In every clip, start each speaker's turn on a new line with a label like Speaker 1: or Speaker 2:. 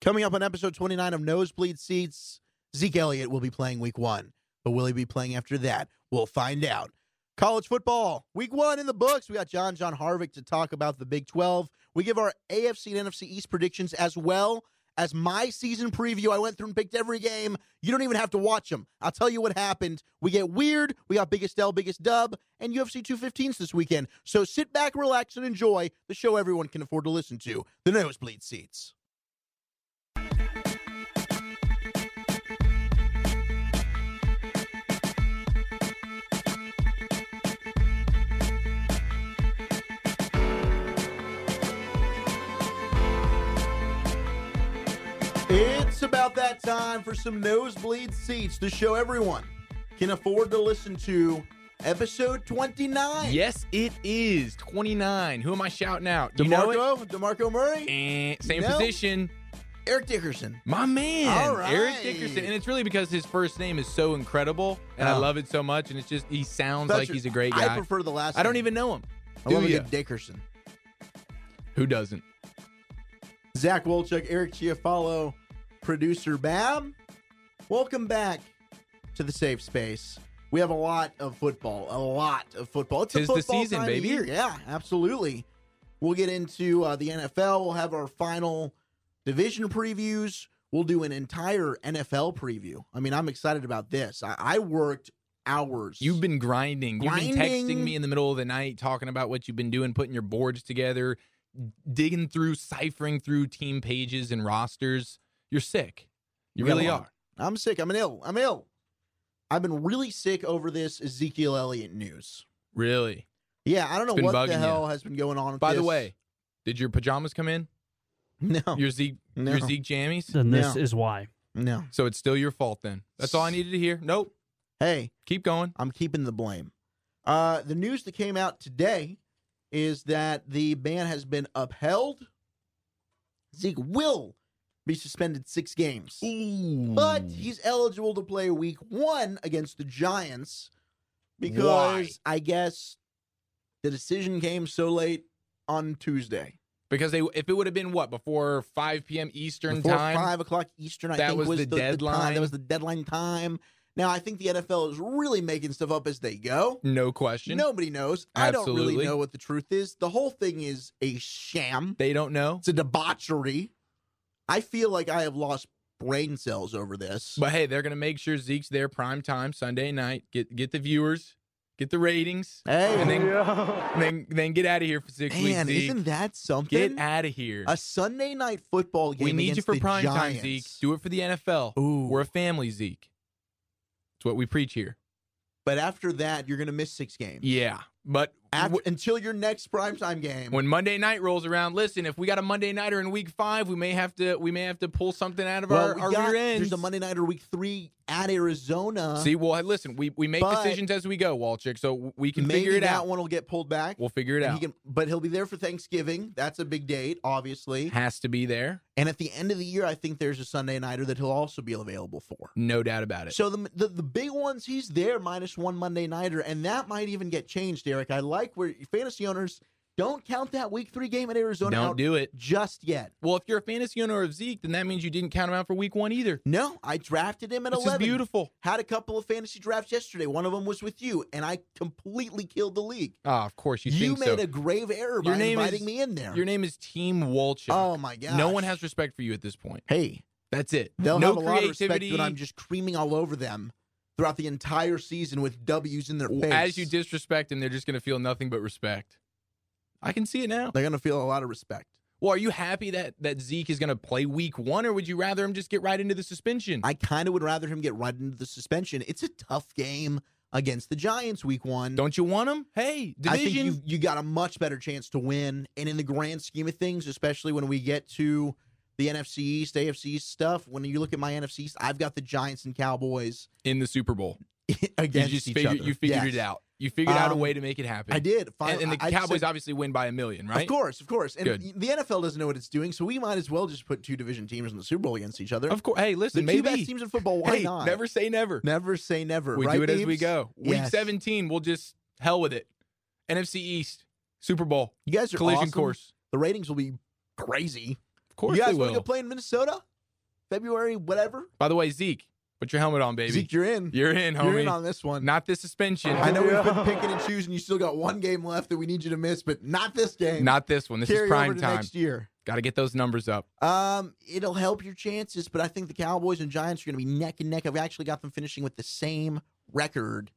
Speaker 1: Coming up on episode 29 of Nosebleed Seats, Zeke Elliott will be playing week one. But will he be playing after that? We'll find out. College football, week one in the books. We got John John Harvick to talk about the Big 12. We give our AFC and NFC East predictions as well as my season preview. I went through and picked every game. You don't even have to watch them. I'll tell you what happened. We get weird. We got Biggest L, Biggest Dub, and UFC 215s this weekend. So sit back, relax, and enjoy the show everyone can afford to listen to the Nosebleed Seats. It's about that time for some nosebleed seats to show everyone can afford to listen to episode 29.
Speaker 2: Yes, it is 29. Who am I shouting out? You know it?
Speaker 1: DeMarco, DeMarco Murray,
Speaker 2: Eh, same
Speaker 1: No.
Speaker 2: position.
Speaker 1: Eric Dickerson.
Speaker 2: My man,
Speaker 1: All
Speaker 2: Eric
Speaker 1: right.
Speaker 2: Dickerson. And it's really because his first name is so incredible, and I
Speaker 1: Oh.
Speaker 2: love it so much. And it's just, he sounds like he's a great
Speaker 1: I
Speaker 2: guy.
Speaker 1: prefer the last
Speaker 2: I don't
Speaker 1: name.
Speaker 2: even know him.
Speaker 1: I
Speaker 2: Do
Speaker 1: love a
Speaker 2: ya?
Speaker 1: good Dickerson.
Speaker 2: Who doesn't?
Speaker 1: Zach Wolchuk, Eric Chiafalo, producer Bab. Welcome back to the safe space. We have a lot of football, a lot of football. It's a
Speaker 2: Tis the
Speaker 1: football
Speaker 2: season,
Speaker 1: time of
Speaker 2: baby.
Speaker 1: year. Yeah, absolutely. We'll get into uh, the NFL. We'll have our final division previews. We'll do an entire NFL preview. I mean, I'm excited about this. I, I worked hours.
Speaker 2: You've been grinding. You've been texting
Speaker 1: Grinding.
Speaker 2: me in the middle of the night, talking about what you've been doing, putting your boards together, digging through, ciphering through team pages and rosters. You're sick. You
Speaker 1: We got
Speaker 2: really
Speaker 1: a lot.
Speaker 2: are.
Speaker 1: I'm sick. I'm ill. I'm ill. I've been really sick over this Ezekiel Elliott news.
Speaker 2: Really.
Speaker 1: Yeah, I don't know
Speaker 2: been
Speaker 1: what
Speaker 2: bugging
Speaker 1: the
Speaker 2: you.
Speaker 1: hell has been going on. With
Speaker 2: By the
Speaker 1: this.
Speaker 2: way, did your pajamas come in?
Speaker 1: no,
Speaker 2: Your Zeke,
Speaker 1: no,
Speaker 2: your Zeke jammies?
Speaker 3: Then this
Speaker 1: No.
Speaker 3: is why.
Speaker 1: no.
Speaker 2: So it's still your fault then. That's all I needed to hear. Nope.
Speaker 1: Hey,
Speaker 2: Keep going.
Speaker 1: I'm keeping the blame. Uh, the news that came out today is that the ban has been upheld. Zeke will be suspended six games,
Speaker 2: Ooh.
Speaker 1: but he's eligible to play Week One against the Giants because
Speaker 2: Why?
Speaker 1: I guess the decision came so late on Tuesday.
Speaker 2: because they if it would have been what before 5 p.m. Eastern
Speaker 1: Before
Speaker 2: time,
Speaker 1: five o'clock Eastern. I
Speaker 2: That
Speaker 1: think
Speaker 2: was the
Speaker 1: time-
Speaker 2: deadline.
Speaker 1: That was the deadline time. Now I think the NFL is really making stuff up as they go.
Speaker 2: no question.
Speaker 1: Nobody knows. I don't really
Speaker 2: Absolutely.
Speaker 1: know what the truth is. The whole thing is a sham.
Speaker 2: They don't know.
Speaker 1: It's a debauchery. I feel like I have lost brain cells over this.
Speaker 2: But hey, they're going to make sure Zeke's there prime time Sunday night. Get get the viewers, get the ratings,
Speaker 1: hey,
Speaker 2: and then and then, then get out of here for six
Speaker 1: man,
Speaker 2: weeks. Zeke.
Speaker 1: isn't that something?
Speaker 2: get out of here.
Speaker 1: a Sunday night football game.
Speaker 2: We need you
Speaker 1: against
Speaker 2: for
Speaker 1: the
Speaker 2: prime
Speaker 1: Giants.
Speaker 2: time, Zeke. Do it for the NFL.
Speaker 1: Ooh.
Speaker 2: We're a family, Zeke. It's what we preach here.
Speaker 1: but after that, you're going to miss six games.
Speaker 2: Yeah, but
Speaker 1: After, until your next primetime game.
Speaker 2: when Monday night rolls around, listen, if we got a Monday nighter in week five, we may have to we may have to pull something out of
Speaker 1: Well,
Speaker 2: our,
Speaker 1: we
Speaker 2: our
Speaker 1: got-
Speaker 2: rear end.
Speaker 1: There's a Monday night or week three at Arizona.
Speaker 2: See, well, hey, listen, we, we make
Speaker 1: But-
Speaker 2: decisions as we go, Walchick, so we can
Speaker 1: Maybe
Speaker 2: figure it
Speaker 1: that
Speaker 2: out.
Speaker 1: one will get pulled back.
Speaker 2: We'll figure it
Speaker 1: And
Speaker 2: out.
Speaker 1: he can, but he'll be there for Thanksgiving. That's a big date, obviously.
Speaker 2: Has to be there,
Speaker 1: And at the end of the year, I think there's a Sunday nighter that he'll also be available for.
Speaker 2: no doubt about it.
Speaker 1: So the, the the big ones, he's there minus one Monday nighter, and that might even get changed, Eric. I like where fantasy owners don't count that week three game at Arizona
Speaker 2: Don't
Speaker 1: out
Speaker 2: do it.
Speaker 1: just yet.
Speaker 2: Well, if you're a fantasy owner of Zeke, then that means you didn't count him out for week one either.
Speaker 1: No, I drafted him at
Speaker 2: This is
Speaker 1: eleven.
Speaker 2: beautiful.
Speaker 1: Had a couple of fantasy drafts yesterday. One of them was with you, and I completely killed the league.
Speaker 2: Ah, of course you,
Speaker 1: You
Speaker 2: think
Speaker 1: made a grave error by
Speaker 2: Your name
Speaker 1: inviting
Speaker 2: is-
Speaker 1: me in there.
Speaker 2: so. Your name is Team Walchick.
Speaker 1: oh my god!
Speaker 2: no one has respect for you at this point.
Speaker 1: Hey,
Speaker 2: That's it.
Speaker 1: they'll
Speaker 2: no
Speaker 1: have a lot of respect
Speaker 2: creativity.
Speaker 1: when I'm just creaming all over them throughout the entire season with W's in their face.
Speaker 2: As you disrespect them, they're just going to feel nothing but respect. I can see it now.
Speaker 1: they're gonna feel a lot of respect.
Speaker 2: Well, are you happy that that Zeke is going to play week one, or would you rather him just get right into the suspension?
Speaker 1: I kind of would rather him get right into the suspension. It's a tough game against the Giants week one.
Speaker 2: Don't you want him? Hey,
Speaker 1: I think
Speaker 2: division.
Speaker 1: you you got a much better chance to win. And in the grand scheme of things, especially when we get to the NFC East, AFC East stuff, when you look at my NFC East, I've got the Giants and Cowboys
Speaker 2: in the Super Bowl. You
Speaker 1: against
Speaker 2: just
Speaker 1: each
Speaker 2: figured
Speaker 1: other.
Speaker 2: you figured
Speaker 1: Yes.
Speaker 2: it out. You figured out a
Speaker 1: Um,
Speaker 2: way to make it happen.
Speaker 1: I did.
Speaker 2: And,
Speaker 1: Finally,
Speaker 2: and the
Speaker 1: I- I
Speaker 2: Cowboys
Speaker 1: said-
Speaker 2: obviously win by a million, right?
Speaker 1: Of course, of course. And
Speaker 2: Good.
Speaker 1: the NFL doesn't know what it's doing, so we might as well just put two division teams in the Super Bowl against each other.
Speaker 2: Of course. Hey,
Speaker 1: the
Speaker 2: listen,
Speaker 1: two
Speaker 2: maybe
Speaker 1: best teams in football. Why
Speaker 2: hey,
Speaker 1: not?
Speaker 2: never say never.
Speaker 1: never say never.
Speaker 2: we
Speaker 1: right,
Speaker 2: do it as we
Speaker 1: Beebs?
Speaker 2: go. Week
Speaker 1: Yes.
Speaker 2: 17, we'll just hell with it. NFC East, Super Bowl,
Speaker 1: You guys are
Speaker 2: collision
Speaker 1: awesome.
Speaker 2: course.
Speaker 1: The ratings will be crazy.
Speaker 2: Of course
Speaker 1: you
Speaker 2: they
Speaker 1: guys wanna
Speaker 2: will.
Speaker 1: go play in Minnesota? February, whatever.
Speaker 2: By the way, Zeke, put your helmet on, baby.
Speaker 1: Zeke, you're in.
Speaker 2: you're in, homie.
Speaker 1: You're in on this one.
Speaker 2: Not the suspension.
Speaker 1: I know we've been picking and choosing. You still got one game left that we need you to miss, but not this game.
Speaker 2: Not this one. This
Speaker 1: Carry
Speaker 2: is prime
Speaker 1: over to
Speaker 2: time.
Speaker 1: next year.
Speaker 2: Got to get those numbers up.
Speaker 1: Um, it'll help your chances, but I think the Cowboys and Giants are going to be neck and neck. I've actually got them finishing with the same record,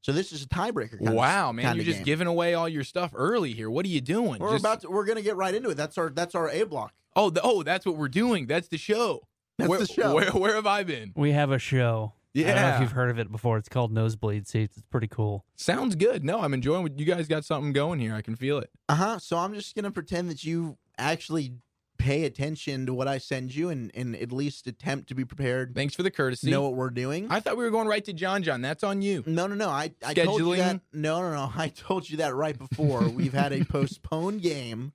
Speaker 1: so this is a tiebreaker. Kind
Speaker 2: wow,
Speaker 1: of,
Speaker 2: man,
Speaker 1: kind
Speaker 2: you're
Speaker 1: of
Speaker 2: just
Speaker 1: game.
Speaker 2: giving away all your stuff early here. What are you doing?
Speaker 1: We're
Speaker 2: Just-
Speaker 1: about to, we're going to get right into it. That's our that's our A block.
Speaker 2: oh, the, oh, that's what we're doing. That's the show.
Speaker 1: That's
Speaker 2: where,
Speaker 1: the show.
Speaker 2: Where, where have I been?
Speaker 3: We have a show. I don't know if
Speaker 2: Yeah,
Speaker 3: you've heard of it before. It's called Nosebleed Seats. It's pretty cool.
Speaker 2: sounds good. No, I'm enjoying. what You guys got something going here. I can feel it.
Speaker 1: Uh huh. So I'm just going to pretend that you actually pay attention to what I send you and and at least attempt to be prepared.
Speaker 2: Thanks for the courtesy.
Speaker 1: know what we're doing.
Speaker 2: I thought we were going right to John. John, that's on you.
Speaker 1: No, no, no. I, I told you
Speaker 2: Scheduling?
Speaker 1: that. No, no, no. I told you that right before. We've had a postponed game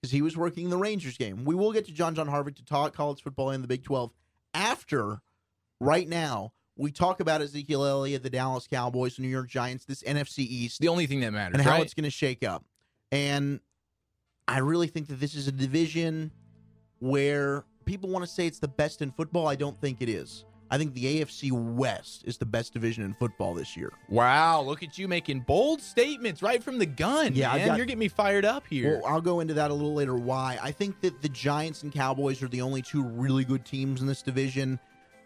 Speaker 1: because he was working the Rangers game. We will get to John John Harvick to talk college football and the Big 12 after right now. We talk about Ezekiel Elliott, the Dallas Cowboys, the New York Giants, this NFC
Speaker 2: It's
Speaker 1: East,
Speaker 2: the only thing that matters.
Speaker 1: and how
Speaker 2: right?
Speaker 1: it's going to shake up. And I really think that this is a division where people want to say it's the best in football. I don't think it is. I think the AFC West is the best division in football this year.
Speaker 2: wow, look at you making bold statements right from the gun.
Speaker 1: Yeah, I've
Speaker 2: man.
Speaker 1: got-
Speaker 2: you're getting me fired up here.
Speaker 1: Well, I'll go into that a little later. Why I think that the Giants and Cowboys are the only two really good teams in this division.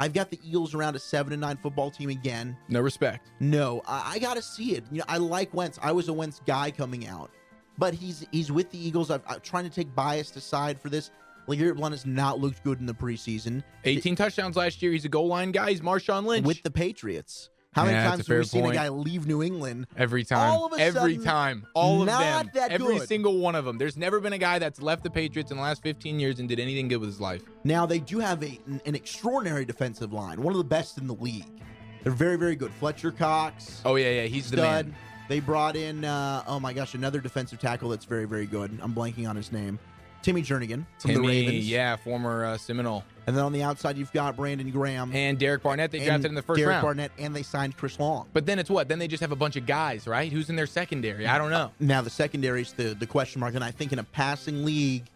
Speaker 1: I've got the Eagles around a seven and nine football team again.
Speaker 2: no respect.
Speaker 1: No, I, I got to see it. You know, I like Wentz. I was a Wentz guy coming out, but he's he's with the Eagles. I've, I'm trying to take bias aside for this. Legarrette Blunt has not looked good in the preseason
Speaker 2: 18 touchdowns last year. He's a goal line guy. He's Marshawn Lynch.
Speaker 1: with the Patriots. How many
Speaker 2: Yeah, that's
Speaker 1: times
Speaker 2: a
Speaker 1: have we
Speaker 2: fair
Speaker 1: seen a
Speaker 2: point.
Speaker 1: guy leave New England?
Speaker 2: Every time.
Speaker 1: All of a
Speaker 2: Every
Speaker 1: sudden,
Speaker 2: time. All of
Speaker 1: not
Speaker 2: them.
Speaker 1: that
Speaker 2: Every
Speaker 1: good.
Speaker 2: single one of them. There's never been a guy that's left the Patriots in the last 15 years and did anything good with his life.
Speaker 1: Now they do have a, an, an extraordinary defensive line, one of the best in the league. They're very, very good. Fletcher Cox,
Speaker 2: Oh, yeah, yeah. He's the
Speaker 1: stud.
Speaker 2: man.
Speaker 1: They brought in, uh, oh my gosh, another defensive tackle that's very, very good. I'm blanking on his name. Timmy Jernigan from the
Speaker 2: Timmy,
Speaker 1: Ravens.
Speaker 2: yeah, former uh, Seminole.
Speaker 1: And then on the outside, you've got Brandon Graham.
Speaker 2: And Derek Barnett, they
Speaker 1: and
Speaker 2: drafted in the first
Speaker 1: Derek
Speaker 2: round.
Speaker 1: Barnett, and they signed Chris Long.
Speaker 2: But then it's what? Then they just have a bunch of guys, right? Who's in their secondary? I don't know.
Speaker 1: Now the secondary is the, the question mark, and I think in a passing league,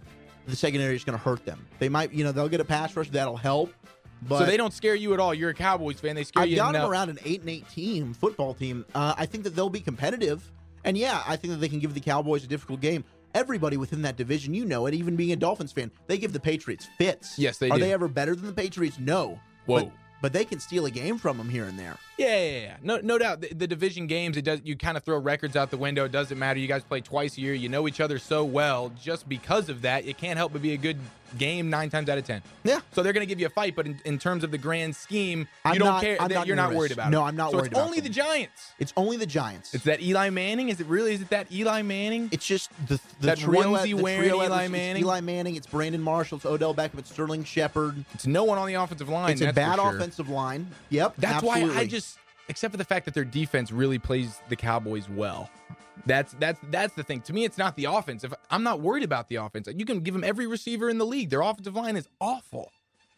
Speaker 1: the secondary is going to hurt them. They might, you know, they'll get a pass rush that'll help, but
Speaker 2: so they don't scare you at all. You're a Cowboys fan. They scare
Speaker 1: I've
Speaker 2: you
Speaker 1: got them
Speaker 2: enough.
Speaker 1: around an eight and eight team football team. Uh, I think that they'll be competitive, and yeah, I think that they can give the Cowboys a difficult game. Everybody within that division, you know it. Even being a Dolphins fan, they give the Patriots fits.
Speaker 2: Yes, they
Speaker 1: Are
Speaker 2: do.
Speaker 1: they ever better than the Patriots? No.
Speaker 2: Whoa.
Speaker 1: But, but they can steal a game from them here and there.
Speaker 2: Yeah, yeah, yeah. No, no doubt. The, the division games, it does. You kind of throw records out the window. It doesn't matter. You guys play twice a year. You know each other so well. Just because of that, it can't help but be a good game nine times out of ten.
Speaker 1: Yeah.
Speaker 2: So they're going to give you a fight, but in, in terms of the grand scheme, you
Speaker 1: I'm
Speaker 2: don't
Speaker 1: not-
Speaker 2: care.
Speaker 1: I'm
Speaker 2: that
Speaker 1: not
Speaker 2: you're not
Speaker 1: nervous.
Speaker 2: worried about it.
Speaker 1: No, I'm not
Speaker 2: so
Speaker 1: worried
Speaker 2: it's
Speaker 1: about
Speaker 2: only
Speaker 1: them.
Speaker 2: the Giants.
Speaker 1: It's only the Giants.
Speaker 2: It's that Eli Manning. Is it really? Is it that Eli Manning?
Speaker 1: It's just the the
Speaker 2: That
Speaker 1: trio,
Speaker 2: onesie
Speaker 1: the trio
Speaker 2: wearing
Speaker 1: at-
Speaker 2: Eli
Speaker 1: it's
Speaker 2: Manning?
Speaker 1: Eli Manning. It's Brandon Marshall. It's Odell Beckham. It's Sterling Shepard.
Speaker 2: It's no one on the offensive line.
Speaker 1: It's a
Speaker 2: that's
Speaker 1: bad
Speaker 2: for sure.
Speaker 1: offensive line. Yep.
Speaker 2: That's why I
Speaker 1: absolutely.
Speaker 2: just, except for the fact that their defense really plays the Cowboys well. That's that's that's the thing. To me, it's not the offense. If I'm not worried about the offense, you can give them every receiver in the league. Their offensive line is awful,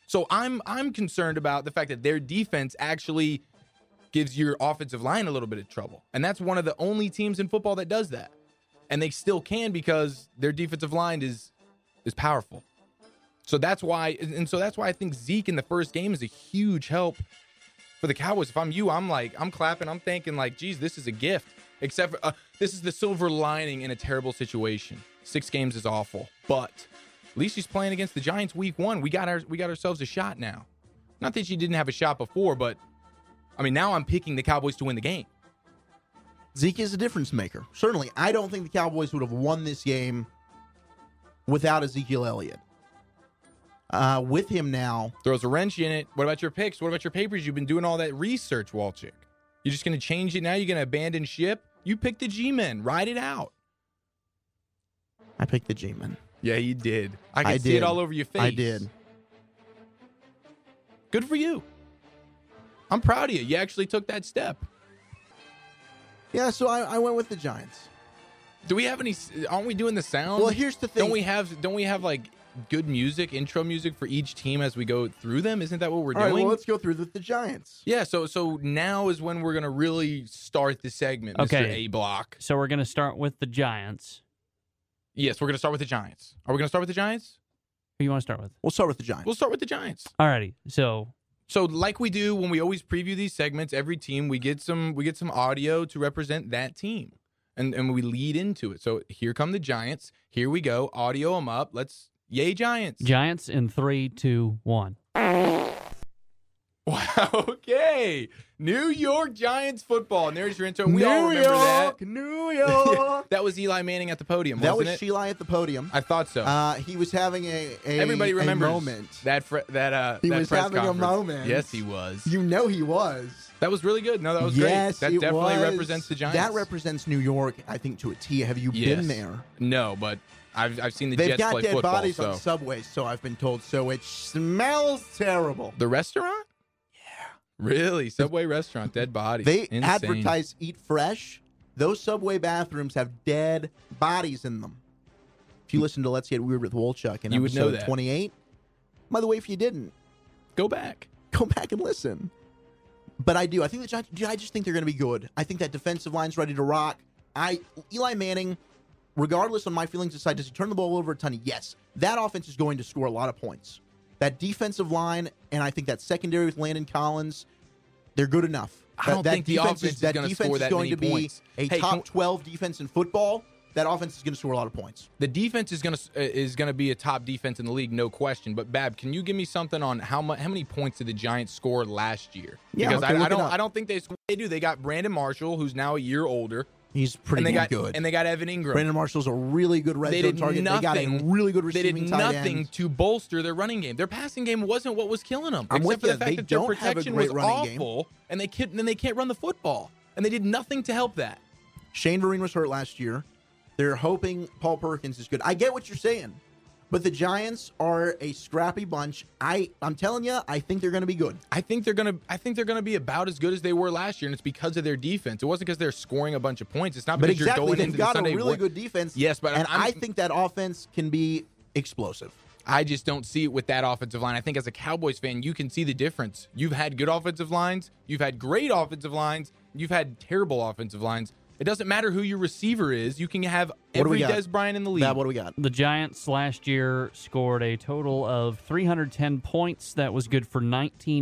Speaker 2: so I'm I'm concerned about the fact that their defense actually gives your offensive line a little bit of trouble, and that's one of the only teams in football that does that, and they still can because their defensive line is is powerful. So that's why, and so that's why I think Zeke in the first game is a huge help for the Cowboys. If I'm you, I'm like, I'm clapping. I'm thinking like, geez, this is a gift. Except for uh, this is the silver lining in a terrible situation. Six games is awful, but at least he's playing against the Giants week one. We got our we got ourselves a shot now. Not that you didn't have a shot before, but I mean now I'm picking the Cowboys to win the game.
Speaker 1: Zeke is a difference maker. Certainly, I don't think the Cowboys would have won this game without Ezekiel Elliott. Uh, with him now,
Speaker 2: Throws a wrench in it. What about your picks? What about your papers? You've been doing all that research, Walchick. You're just gonna change it now. You're gonna abandon ship. You picked the G-men. Ride it out.
Speaker 1: I picked the G-men.
Speaker 2: Yeah, you did. I can
Speaker 1: I
Speaker 2: see
Speaker 1: did.
Speaker 2: it all over your face.
Speaker 1: I did.
Speaker 2: Good for you. I'm proud of you. You actually took that step.
Speaker 1: Yeah, so I, I went with the Giants.
Speaker 2: Do we have any? Aren't we doing the sound?
Speaker 1: Well, here's the thing.
Speaker 2: don't we have? Don't we have like good music, intro music for each team as we go through them? Isn't that what we're
Speaker 1: All right,
Speaker 2: doing?
Speaker 1: well, let's go through with the Giants.
Speaker 2: yeah. So so now is when we're gonna really start the segment, Mr.
Speaker 3: Okay.
Speaker 2: A Block.
Speaker 3: So we're going to start with the Giants.
Speaker 2: Yes, we're gonna start with the Giants. Are we gonna start with the Giants?
Speaker 3: Who you want to start with?
Speaker 1: We'll start with the Giants.
Speaker 2: We'll start with the Giants.
Speaker 3: Alrighty. So
Speaker 2: So, like we do when we always preview these segments, every team we get some we get some audio to represent that team, and and we lead into it. So here come the Giants. Here we go. Audio them up. Let's yay Giants.
Speaker 3: Giants in three, two, one.
Speaker 2: wow. Okay. New York Giants football. And there's your intro. We all remember that.
Speaker 1: New
Speaker 2: Yeah, that was Eli Manning at the podium,
Speaker 1: that
Speaker 2: wasn't
Speaker 1: was
Speaker 2: it?
Speaker 1: Sheila at the podium.
Speaker 2: I thought so.
Speaker 1: Uh, he was having a, a
Speaker 2: Everybody
Speaker 1: a
Speaker 2: remembers
Speaker 1: moment.
Speaker 2: that fre- that uh
Speaker 1: He
Speaker 2: that
Speaker 1: was
Speaker 2: press
Speaker 1: having a
Speaker 2: conference.
Speaker 1: moment.
Speaker 2: Yes, he was.
Speaker 1: You know he was.
Speaker 2: That was really good. No, that was
Speaker 1: yes,
Speaker 2: great. That
Speaker 1: it
Speaker 2: definitely
Speaker 1: was.
Speaker 2: represents the Giants.
Speaker 1: That represents New York, I think, to a T. Have you
Speaker 2: Yes.
Speaker 1: been there?
Speaker 2: No, but I've, I've seen the
Speaker 1: They've
Speaker 2: Jets
Speaker 1: got
Speaker 2: play
Speaker 1: dead
Speaker 2: football.
Speaker 1: bodies
Speaker 2: so
Speaker 1: on subways, so I've been told. So it smells terrible.
Speaker 2: the restaurant? Yeah, really, Subway restaurant, dead bodies.
Speaker 1: They
Speaker 2: Insane.
Speaker 1: advertise eat fresh. Those subway bathrooms have dead bodies in them. If you listen to Let's Get Weird with Wolchuk in
Speaker 2: You would
Speaker 1: episode
Speaker 2: know that.
Speaker 1: 28, by the way, if you didn't,
Speaker 2: Go back.
Speaker 1: go back and listen. But I do. I think the Giants. dude, I just think they're going to be good. I think that defensive line's ready to rock. I Eli Manning, regardless on my feelings aside, does he turn the ball over a ton? Yes, that offense is going to score a lot of points. That defensive line, and I think that secondary with Landon Collins, they're good enough.
Speaker 2: I
Speaker 1: That-
Speaker 2: don't
Speaker 1: that
Speaker 2: think the
Speaker 1: defense
Speaker 2: offense is
Speaker 1: that
Speaker 2: gonna
Speaker 1: defense
Speaker 2: score
Speaker 1: is
Speaker 2: that
Speaker 1: going
Speaker 2: many
Speaker 1: to be
Speaker 2: points.
Speaker 1: a
Speaker 2: Hey,
Speaker 1: top
Speaker 2: can we-
Speaker 1: twelve defense in football. That offense is going to score a lot of points.
Speaker 2: The defense is gonna uh, is gonna be a top defense in the league, no question. But Bab, can you give me something on how much how many points did the Giants score last year?
Speaker 1: Yeah,
Speaker 2: because
Speaker 1: okay,
Speaker 2: I,
Speaker 1: look
Speaker 2: I
Speaker 1: it
Speaker 2: don't
Speaker 1: up.
Speaker 2: I don't think they sc- they do. They got Brandon Marshall, who's now a year older,
Speaker 1: He's pretty
Speaker 2: and they
Speaker 1: damn
Speaker 2: got
Speaker 1: good.
Speaker 2: and they got Evan Ingram.
Speaker 1: Brandon Marshall's a really good red
Speaker 2: They
Speaker 1: zone
Speaker 2: did
Speaker 1: target. they got a
Speaker 2: nothing-
Speaker 1: really good
Speaker 2: they
Speaker 1: receiving
Speaker 2: did
Speaker 1: tight
Speaker 2: nothing
Speaker 1: end.
Speaker 2: to bolster their running game. Their passing game wasn't what was killing them.
Speaker 1: I'm
Speaker 2: except
Speaker 1: with
Speaker 2: for the
Speaker 1: ya.
Speaker 2: fact
Speaker 1: They
Speaker 2: that their
Speaker 1: don't have a
Speaker 2: protection
Speaker 1: great
Speaker 2: was
Speaker 1: running game.
Speaker 2: awful, and they can't, and they can't run the football, and they did nothing to help that.
Speaker 1: Shane Vereen was hurt last year. They're hoping Paul Perkins is good. I get what you're saying, but the Giants are a scrappy bunch. I I'm telling you, I think they're going to be good.
Speaker 2: I think they're gonna. I think they're gonna be about as good as they were last year, and it's because of their defense. It wasn't because they're scoring a bunch of points. It's not
Speaker 1: But
Speaker 2: because
Speaker 1: exactly,
Speaker 2: you're going
Speaker 1: they've
Speaker 2: into
Speaker 1: got
Speaker 2: the Sunday.
Speaker 1: a really
Speaker 2: one-
Speaker 1: good defense.
Speaker 2: Yes, but
Speaker 1: and
Speaker 2: I'm-
Speaker 1: I think that offense can be explosive.
Speaker 2: I just don't see it with that offensive line. I think as a Cowboys fan, you can see the difference. You've had good offensive lines, you've had great offensive lines, you've had terrible offensive lines. It doesn't matter who your receiver is. You can have
Speaker 1: What do we
Speaker 2: every
Speaker 1: got?
Speaker 2: Des Bryant in the league.
Speaker 1: Now, what do we got?
Speaker 3: The Giants last year scored a total of 310 points. That was good for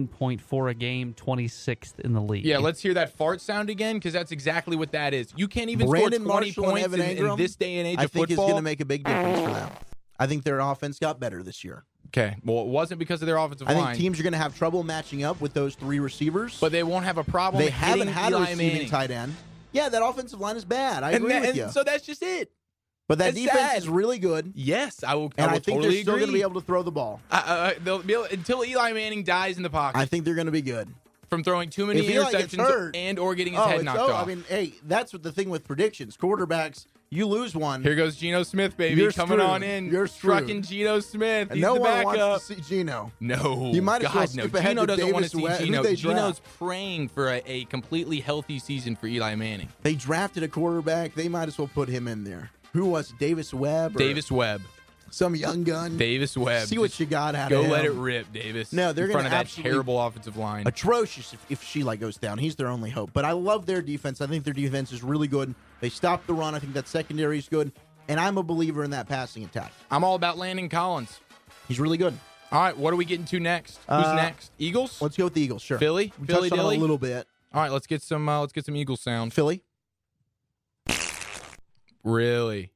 Speaker 3: 19.4 a game, 26th in the league.
Speaker 2: Yeah, let's hear that fart sound again because that's exactly what that is. You can't even
Speaker 1: Brandon
Speaker 2: score 20
Speaker 1: Marshall and
Speaker 2: points
Speaker 1: Evan
Speaker 2: in, in
Speaker 1: Ingram,
Speaker 2: this day and age
Speaker 1: I
Speaker 2: of
Speaker 1: think
Speaker 2: football.
Speaker 1: is going to make a big difference for them. I think their offense got better this year.
Speaker 2: okay, well, it wasn't because of their offensive
Speaker 1: I
Speaker 2: line,
Speaker 1: think teams are going to have trouble matching up with those three receivers.
Speaker 2: but they won't have a problem.
Speaker 1: they
Speaker 2: hitting
Speaker 1: haven't had
Speaker 2: Eli
Speaker 1: a receiving
Speaker 2: Manning.
Speaker 1: tight end. Yeah, that offensive line is bad. I
Speaker 2: and
Speaker 1: agree
Speaker 2: that-
Speaker 1: with
Speaker 2: and
Speaker 1: you.
Speaker 2: so that's just it.
Speaker 1: but that
Speaker 2: it's
Speaker 1: defense
Speaker 2: sad.
Speaker 1: is really good.
Speaker 2: Yes, I will.
Speaker 1: and I,
Speaker 2: will
Speaker 1: think
Speaker 2: totally
Speaker 1: they're still
Speaker 2: agree.
Speaker 1: going to be able to throw the ball.
Speaker 2: Uh, uh, they'll be able, until Eli Manning dies in the pocket
Speaker 1: I think they're going to be good.
Speaker 2: from throwing too many
Speaker 1: If Eli gets
Speaker 2: interceptions
Speaker 1: hurt-
Speaker 2: and or getting his head
Speaker 1: it's-
Speaker 2: knocked
Speaker 1: oh,
Speaker 2: off.
Speaker 1: I mean, hey, that's what the thing with predictions. Quarterbacks, you lose one.
Speaker 2: Here goes Geno Smith, baby,
Speaker 1: You're
Speaker 2: coming on
Speaker 1: screwed.
Speaker 2: in.
Speaker 1: You're screwed.
Speaker 2: trucking Geno Smith.
Speaker 1: and
Speaker 2: He's
Speaker 1: no
Speaker 2: the
Speaker 1: one
Speaker 2: backup.
Speaker 1: wants to see Geno.
Speaker 2: No,
Speaker 1: You might as
Speaker 2: God,
Speaker 1: well
Speaker 2: no.
Speaker 1: skip ahead
Speaker 2: Geno
Speaker 1: to
Speaker 2: doesn't want to
Speaker 1: Davis
Speaker 2: see
Speaker 1: West. Who
Speaker 2: Geno.
Speaker 1: they
Speaker 2: Geno's
Speaker 1: draft?
Speaker 2: praying for a, a completely healthy season for Eli Manning.
Speaker 1: They drafted a quarterback. They might as well put him in there. Who was it, Davis Webb? or
Speaker 2: Davis Webb,
Speaker 1: some young gun.
Speaker 2: Davis Webb.
Speaker 1: see what
Speaker 2: Just
Speaker 1: you got out
Speaker 2: Go
Speaker 1: of him.
Speaker 2: let it rip, Davis.
Speaker 1: No, they're
Speaker 2: in
Speaker 1: gonna
Speaker 2: front of that
Speaker 1: absolutely-
Speaker 2: terrible offensive line.
Speaker 1: atrocious if, if Sheila goes down. He's their only hope. But I love their defense. I think their defense is really good. They stop the run. I think that secondary is good. And I'm a believer in that passing attack.
Speaker 2: I'm all about Landon Collins.
Speaker 1: He's really good.
Speaker 2: All right, what are we getting to next? Who's
Speaker 1: Uh,
Speaker 2: next? Eagles.
Speaker 1: Let's go with the Eagles. Sure.
Speaker 2: Philly?
Speaker 1: We
Speaker 2: Philly
Speaker 1: touched on it
Speaker 2: Dilly?
Speaker 1: a little bit.
Speaker 2: All right, let's get some. Uh, let's get some Eagles sound.
Speaker 1: Philly,
Speaker 2: Really,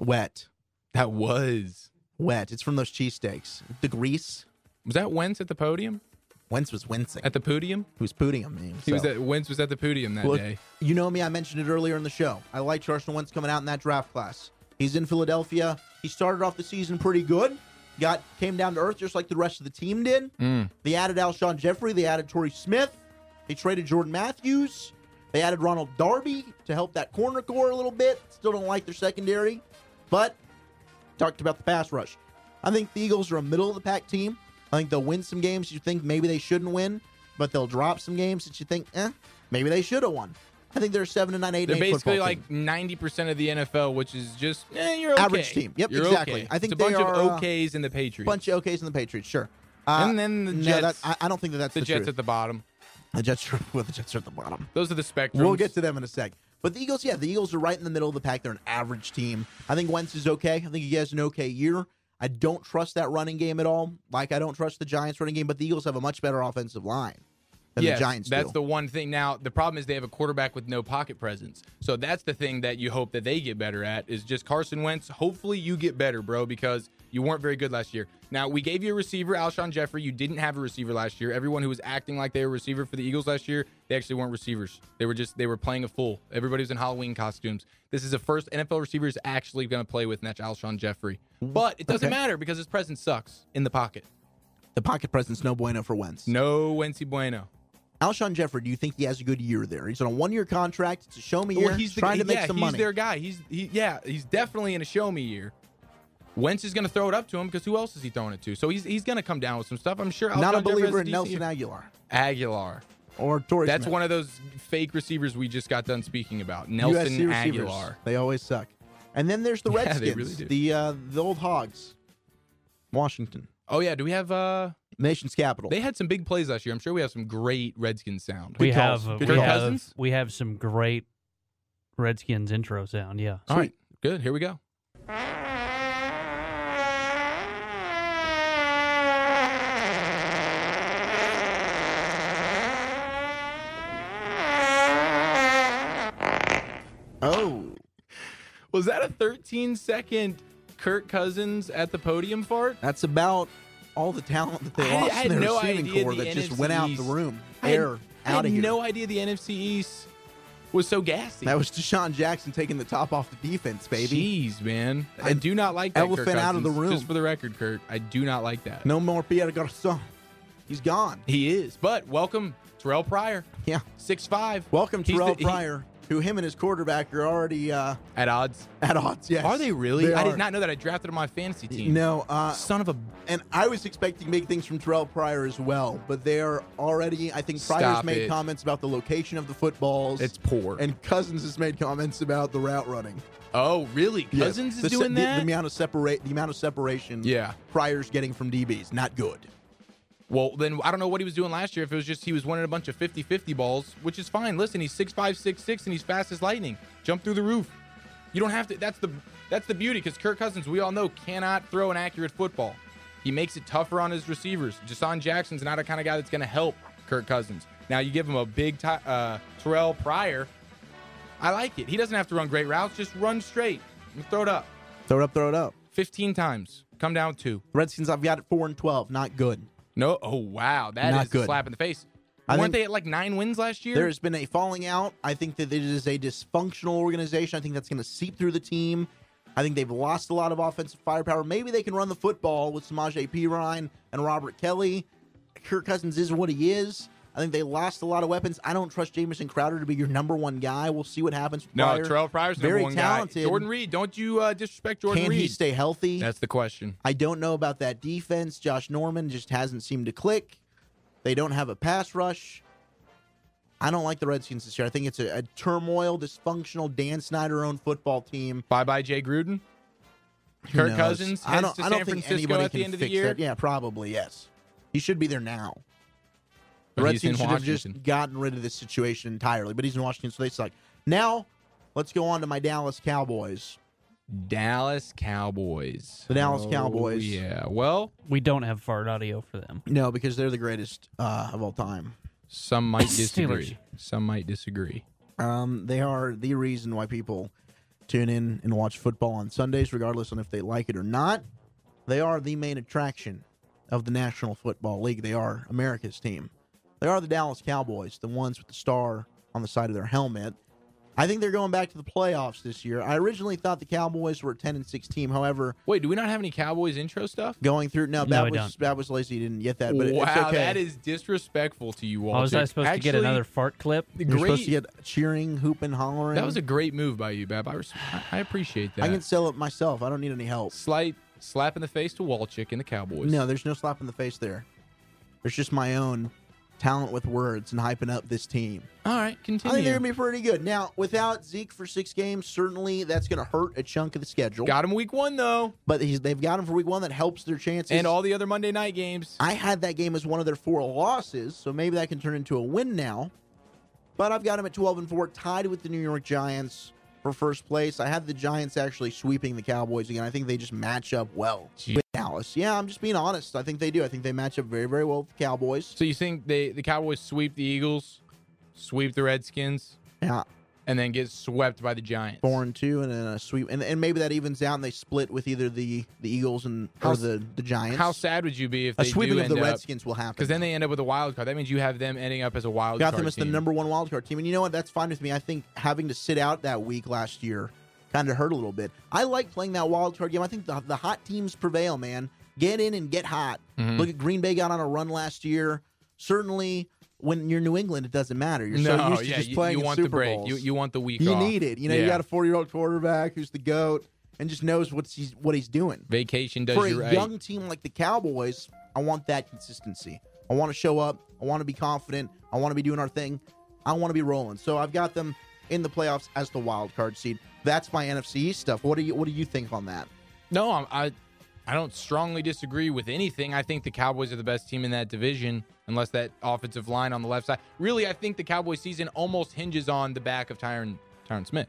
Speaker 1: wet,
Speaker 2: that was
Speaker 1: wet. It's from those cheesesteaks. The grease.
Speaker 2: was that Wentz at the podium
Speaker 1: Wentz was wincing.
Speaker 2: at the podium.
Speaker 1: He was pooting on me.
Speaker 2: He was
Speaker 1: so.
Speaker 2: at Wentz was at the podium that
Speaker 1: Look,
Speaker 2: day.
Speaker 1: You know me. I mentioned it earlier in the show. I liked Carson Wentz coming out in that draft class. He's in Philadelphia. He started off the season pretty good. Got came down to earth just like the rest of the team did.
Speaker 2: Mm.
Speaker 1: They added Alshon Jeffrey. They added Torrey Smith. They traded Jordan Matthews. They added Ronald Darby to help that corner core a little bit. Still don't like their secondary, but talked about the pass rush. I think the Eagles are a middle of the pack team. I think they'll win some games you think maybe they shouldn't win, but they'll drop some games that you think, eh, maybe they should have won. I think they're a seven to nine, eight.
Speaker 2: They're
Speaker 1: and eight
Speaker 2: basically
Speaker 1: football
Speaker 2: like
Speaker 1: team.
Speaker 2: ninety percent of the NFL, which is just eh, you're okay.
Speaker 1: Average team. Yep,
Speaker 2: You're
Speaker 1: exactly.
Speaker 2: okay.
Speaker 1: I think
Speaker 2: it's a bunch
Speaker 1: they are, uh,
Speaker 2: of OKs in the Patriots.
Speaker 1: bunch of OKs in the Patriots, sure.
Speaker 2: And then the
Speaker 1: no,
Speaker 2: Jets.
Speaker 1: that- I, I don't think that that's
Speaker 2: the,
Speaker 1: the,
Speaker 2: Jets
Speaker 1: truth.
Speaker 2: at the bottom.
Speaker 1: the Jets, are, well, the Jets are at the bottom.
Speaker 2: Those are the spectrums.
Speaker 1: We'll get to them in a sec. But the Eagles, yeah, the Eagles are right in the middle of the pack. They're an average team. I think Wentz is okay. I think he has an okay year. I don't trust that running game at all. Like I don't trust the Giants running game, but the Eagles have a much better offensive line than
Speaker 2: Yes,
Speaker 1: the Giants
Speaker 2: That's
Speaker 1: do.
Speaker 2: the one thing. Now the problem is they have a quarterback with no pocket presence. So that's the thing that you hope that they get better at is just Carson Wentz. Hopefully you get better, bro, because you weren't very good last year. Now we gave you a receiver, Alshon Jeffrey. You didn't have a receiver last year. Everyone who was acting like they were a receiver for the Eagles last year, they actually weren't receivers. They were just they were playing a fool. Everybody was in Halloween costumes. This is the first NFL receiver is actually going to play with, and that's Alshon Jeffrey. But it doesn't
Speaker 1: Okay.
Speaker 2: matter because his presence sucks in the pocket.
Speaker 1: the pocket presence, no bueno for Wentz.
Speaker 2: No Wency Bueno.
Speaker 1: Alshon Jeffrey, do you think he has a good year there? He's on a one-year contract. It's a show-me year.
Speaker 2: Well, he's the,
Speaker 1: trying to make
Speaker 2: yeah,
Speaker 1: some
Speaker 2: he's
Speaker 1: money.
Speaker 2: their guy. He's he, yeah, he's definitely in a show me year. Wentz is going to throw it up to him because who else is he throwing it to? So he's he's going to come down with some stuff. I'm sure.
Speaker 1: Not a
Speaker 2: Alshon Jeffrey
Speaker 1: believer
Speaker 2: has
Speaker 1: in
Speaker 2: a
Speaker 1: Nelson
Speaker 2: decent year.
Speaker 1: Aguilar
Speaker 2: Aguilar.
Speaker 1: or Torrey.
Speaker 2: That's
Speaker 1: Smith.
Speaker 2: one of those fake receivers we just got done speaking about.
Speaker 1: USC
Speaker 2: Nelson
Speaker 1: receivers.
Speaker 2: Aguilar.
Speaker 1: They always suck. And then there's the
Speaker 2: Yeah, they
Speaker 1: Redskins,
Speaker 2: really do.
Speaker 1: the uh, the old hogs, Washington,
Speaker 2: Oh yeah, do we have? uh
Speaker 1: nation's capital.
Speaker 2: They had some big plays last year. I'm sure we have some great Redskins sound.
Speaker 3: we
Speaker 1: Good
Speaker 3: have
Speaker 1: calls.
Speaker 3: uh,
Speaker 2: Good
Speaker 3: we
Speaker 2: calls.
Speaker 3: have
Speaker 2: Cousins?
Speaker 3: we have some great Redskins intro sound. Yeah.
Speaker 2: All right, good. Here we go.
Speaker 1: oh,
Speaker 2: Was that a 13 second Kirk Cousins at the podium fart?
Speaker 1: that's about all the talent that they
Speaker 2: I- I
Speaker 1: lost
Speaker 2: had
Speaker 1: in their
Speaker 2: no
Speaker 1: receiving
Speaker 2: idea
Speaker 1: core
Speaker 2: the
Speaker 1: that just
Speaker 2: NFC
Speaker 1: went out the
Speaker 2: East-
Speaker 1: room.
Speaker 2: I had-
Speaker 1: Air
Speaker 2: I
Speaker 1: out
Speaker 2: had
Speaker 1: of here.
Speaker 2: no idea the NFC East was so gassy.
Speaker 1: that was Deshaun Jackson taking the top off the defense, baby.
Speaker 2: Jeez, man. I,
Speaker 1: I-
Speaker 2: do not like that. Kirk
Speaker 1: elephant out of the
Speaker 2: Cousins.
Speaker 1: room.
Speaker 2: Just for the record, Kurt, I do not like that.
Speaker 1: No more Pierre Garçon. He's gone.
Speaker 2: He is. But welcome, Terrell Pryor,
Speaker 1: Yeah.
Speaker 2: six five.
Speaker 1: Welcome
Speaker 2: He's
Speaker 1: Terrell
Speaker 2: the- he-
Speaker 1: Pryor, who him and his quarterback are already uh,
Speaker 2: at odds.
Speaker 1: at odds. Yes.
Speaker 2: Are they really? I
Speaker 1: are.
Speaker 2: did not know that. I drafted him on my fantasy team.
Speaker 1: No, uh,
Speaker 2: Son of a.
Speaker 1: and I was expecting big things from Terrell Pryor as well, but they're already. I think Pryor's
Speaker 2: Stop
Speaker 1: made
Speaker 2: it.
Speaker 1: comments about the location of the footballs,
Speaker 2: It's poor.
Speaker 1: and Cousins has made comments about the route running.
Speaker 2: oh, really? Cousins
Speaker 1: The
Speaker 2: is
Speaker 1: se-
Speaker 2: doing
Speaker 1: the,
Speaker 2: that?
Speaker 1: The amount of separate, the amount of separation.
Speaker 2: yeah.
Speaker 1: Pryor's getting from DBs, not good.
Speaker 2: Well, then I don't know what he was doing last year. If it was just he was winning a bunch of 50 50 balls, which is fine. Listen, he's 6'5, 6'6, and he's fast as lightning. Jump through the roof. You don't have to. That's the that's the beauty because Kirk Cousins, we all know, cannot throw an accurate football. He makes it tougher on his receivers. Jason Jackson's not a kind of guy that's going to help Kirk Cousins. Now you give him a big ti uh, Terrell Pryor. I like it. He doesn't have to run great routes. Just run straight and throw it up
Speaker 1: Throw it up, throw it up.
Speaker 2: 15 times. Come down two.
Speaker 1: Redskins, I've got it four and twelve, not good.
Speaker 2: No. Oh wow, that is
Speaker 1: Not good.
Speaker 2: a slap in the face.
Speaker 1: I think-
Speaker 2: Weren't they at like nine wins last year?
Speaker 1: There has been a falling out. I think that it is a dysfunctional organization. I think that's going to seep through the team. I think they've lost a lot of offensive firepower. Maybe they can run the football with Samaj P. Ryan and Robert Kelly. Kirk Cousins is what he is. I think they lost a lot of weapons. I don't trust Jamison Crowder to be your number one guy. We'll see what happens. with
Speaker 2: no,
Speaker 1: Pryor.
Speaker 2: Terrell Pryor's number
Speaker 1: very
Speaker 2: one
Speaker 1: talented.
Speaker 2: guy. Jordan Reed, don't you uh, disrespect Jordan
Speaker 1: Can
Speaker 2: Reed?
Speaker 1: he stay healthy?
Speaker 2: That's the question.
Speaker 1: I don't know about that defense. Josh Norman just hasn't seemed to click. They don't have a pass rush. I don't like the Redskins this year. I think it's a, a turmoil, dysfunctional Dan Snyder owned football team.
Speaker 2: Bye bye, Jay Gruden.
Speaker 1: Who
Speaker 2: Kirk
Speaker 1: knows?
Speaker 2: Cousins heads to San Francisco at the end of the
Speaker 1: fix
Speaker 2: year.
Speaker 1: That. Yeah, probably yes. He should be there now. The
Speaker 2: But he's in
Speaker 1: Redskins should have just
Speaker 2: Washington.
Speaker 1: gotten rid of this situation entirely. But he's in Washington, so they suck. Now, let's go on to my Dallas Cowboys.
Speaker 2: Dallas Cowboys.
Speaker 1: The Dallas
Speaker 2: Oh,
Speaker 1: Cowboys.
Speaker 2: Yeah. Well,
Speaker 3: We don't have fart audio for them.
Speaker 1: No, because they're the greatest uh, of all time.
Speaker 2: some might
Speaker 3: Steelers.
Speaker 2: disagree. Some might disagree.
Speaker 1: Um, they are the reason why people tune in and watch football on Sundays, regardless on if they like it or not. They are the main attraction of the National Football League. They are America's team. They are the Dallas Cowboys, the ones with the star on the side of their helmet. I think they're going back to the playoffs this year. I originally thought the Cowboys were a ten and six team. However,
Speaker 2: Wait, do we not have any Cowboys intro stuff?
Speaker 1: going through no,
Speaker 3: No,
Speaker 1: that
Speaker 3: I
Speaker 1: was
Speaker 3: don't.
Speaker 1: that was lazy. You didn't get that, but it-
Speaker 2: wow,
Speaker 1: it's okay.
Speaker 2: that is disrespectful to you, Walter.
Speaker 3: Oh, was I supposed to get
Speaker 2: Actually,
Speaker 3: another fart clip?
Speaker 1: You're supposed
Speaker 2: Great.
Speaker 1: to get cheering, hooping, hollering.
Speaker 2: That was a great move by you, Bab. I, res- I- I appreciate that.
Speaker 1: I can sell it myself. I don't need any help.
Speaker 2: Slight slap in the face to Walchick and the Cowboys.
Speaker 1: No, there's no slap in the face there. There's just my own talent with words and hyping up this team.
Speaker 2: All right,
Speaker 1: I think
Speaker 2: continue.
Speaker 1: they're gonna be pretty good. Now, without Zeke for six games, certainly that's gonna hurt a chunk of the schedule.
Speaker 2: Got him week one though,
Speaker 1: but he's, they've got him for week one. That helps their chances.
Speaker 2: and all the other Monday night games.
Speaker 1: I had that game as one of their four losses, so maybe that can turn into a win now. But I've got them at 12 and 4, tied with the New York Giants for first place. I had the Giants actually sweeping the Cowboys again. I think they just match up well
Speaker 2: Jeez.
Speaker 1: with Dallas. Yeah, I'm just being honest. I think they do. I think they match up very, very well with the Cowboys.
Speaker 2: So you think they the Cowboys sweep the Eagles, sweep the Redskins,
Speaker 1: Yeah.
Speaker 2: and then get swept by the Giants?
Speaker 1: Four and two, and then a sweep, and, and maybe that evens out, and they split with either the the Eagles and
Speaker 2: How-
Speaker 1: or the the Giants.
Speaker 2: How sad would you be if
Speaker 1: a
Speaker 2: they
Speaker 1: sweeping
Speaker 2: do
Speaker 1: of the
Speaker 2: end up?
Speaker 1: Redskins will happen.
Speaker 2: Because then they end up with a wild card. That means you have them ending up as a wild
Speaker 1: got
Speaker 2: card.
Speaker 1: them as the
Speaker 2: team.
Speaker 1: number one wild card team, and you know what? That's fine with me. I think having to sit out that week last year kind of hurt a little bit. I like playing that wild card game. I think the, the hot teams prevail, man. Get in and get hot.
Speaker 2: Mhm.
Speaker 1: Look at Green Bay got on a run last year. Certainly, when you're New England, it doesn't matter. You're so
Speaker 2: no,
Speaker 1: used to
Speaker 2: yeah,
Speaker 1: just
Speaker 2: you,
Speaker 1: playing
Speaker 2: you
Speaker 1: in
Speaker 2: want
Speaker 1: Super
Speaker 2: the break.
Speaker 1: Bowls.
Speaker 2: You, you want the week
Speaker 1: You
Speaker 2: off.
Speaker 1: need it. You know, you
Speaker 2: Yeah.
Speaker 1: got a four year old quarterback who's the goat and just knows what's he's, what he's doing.
Speaker 2: Vacation does
Speaker 1: For a
Speaker 2: you right.
Speaker 1: young team like the Cowboys, I want that consistency. I want to show up. I want to be confident. I want to be doing our thing. I want to be rolling. So I've got them in the playoffs as the wild card seed. That's my NFC East stuff. What do you What do you think on that?
Speaker 2: No, I'm, I, I don't strongly disagree with anything. I think the Cowboys are the best team in that division, unless that offensive line on the left side. Really, I think the Cowboys season almost hinges on the back of Tyron Tyron Smith,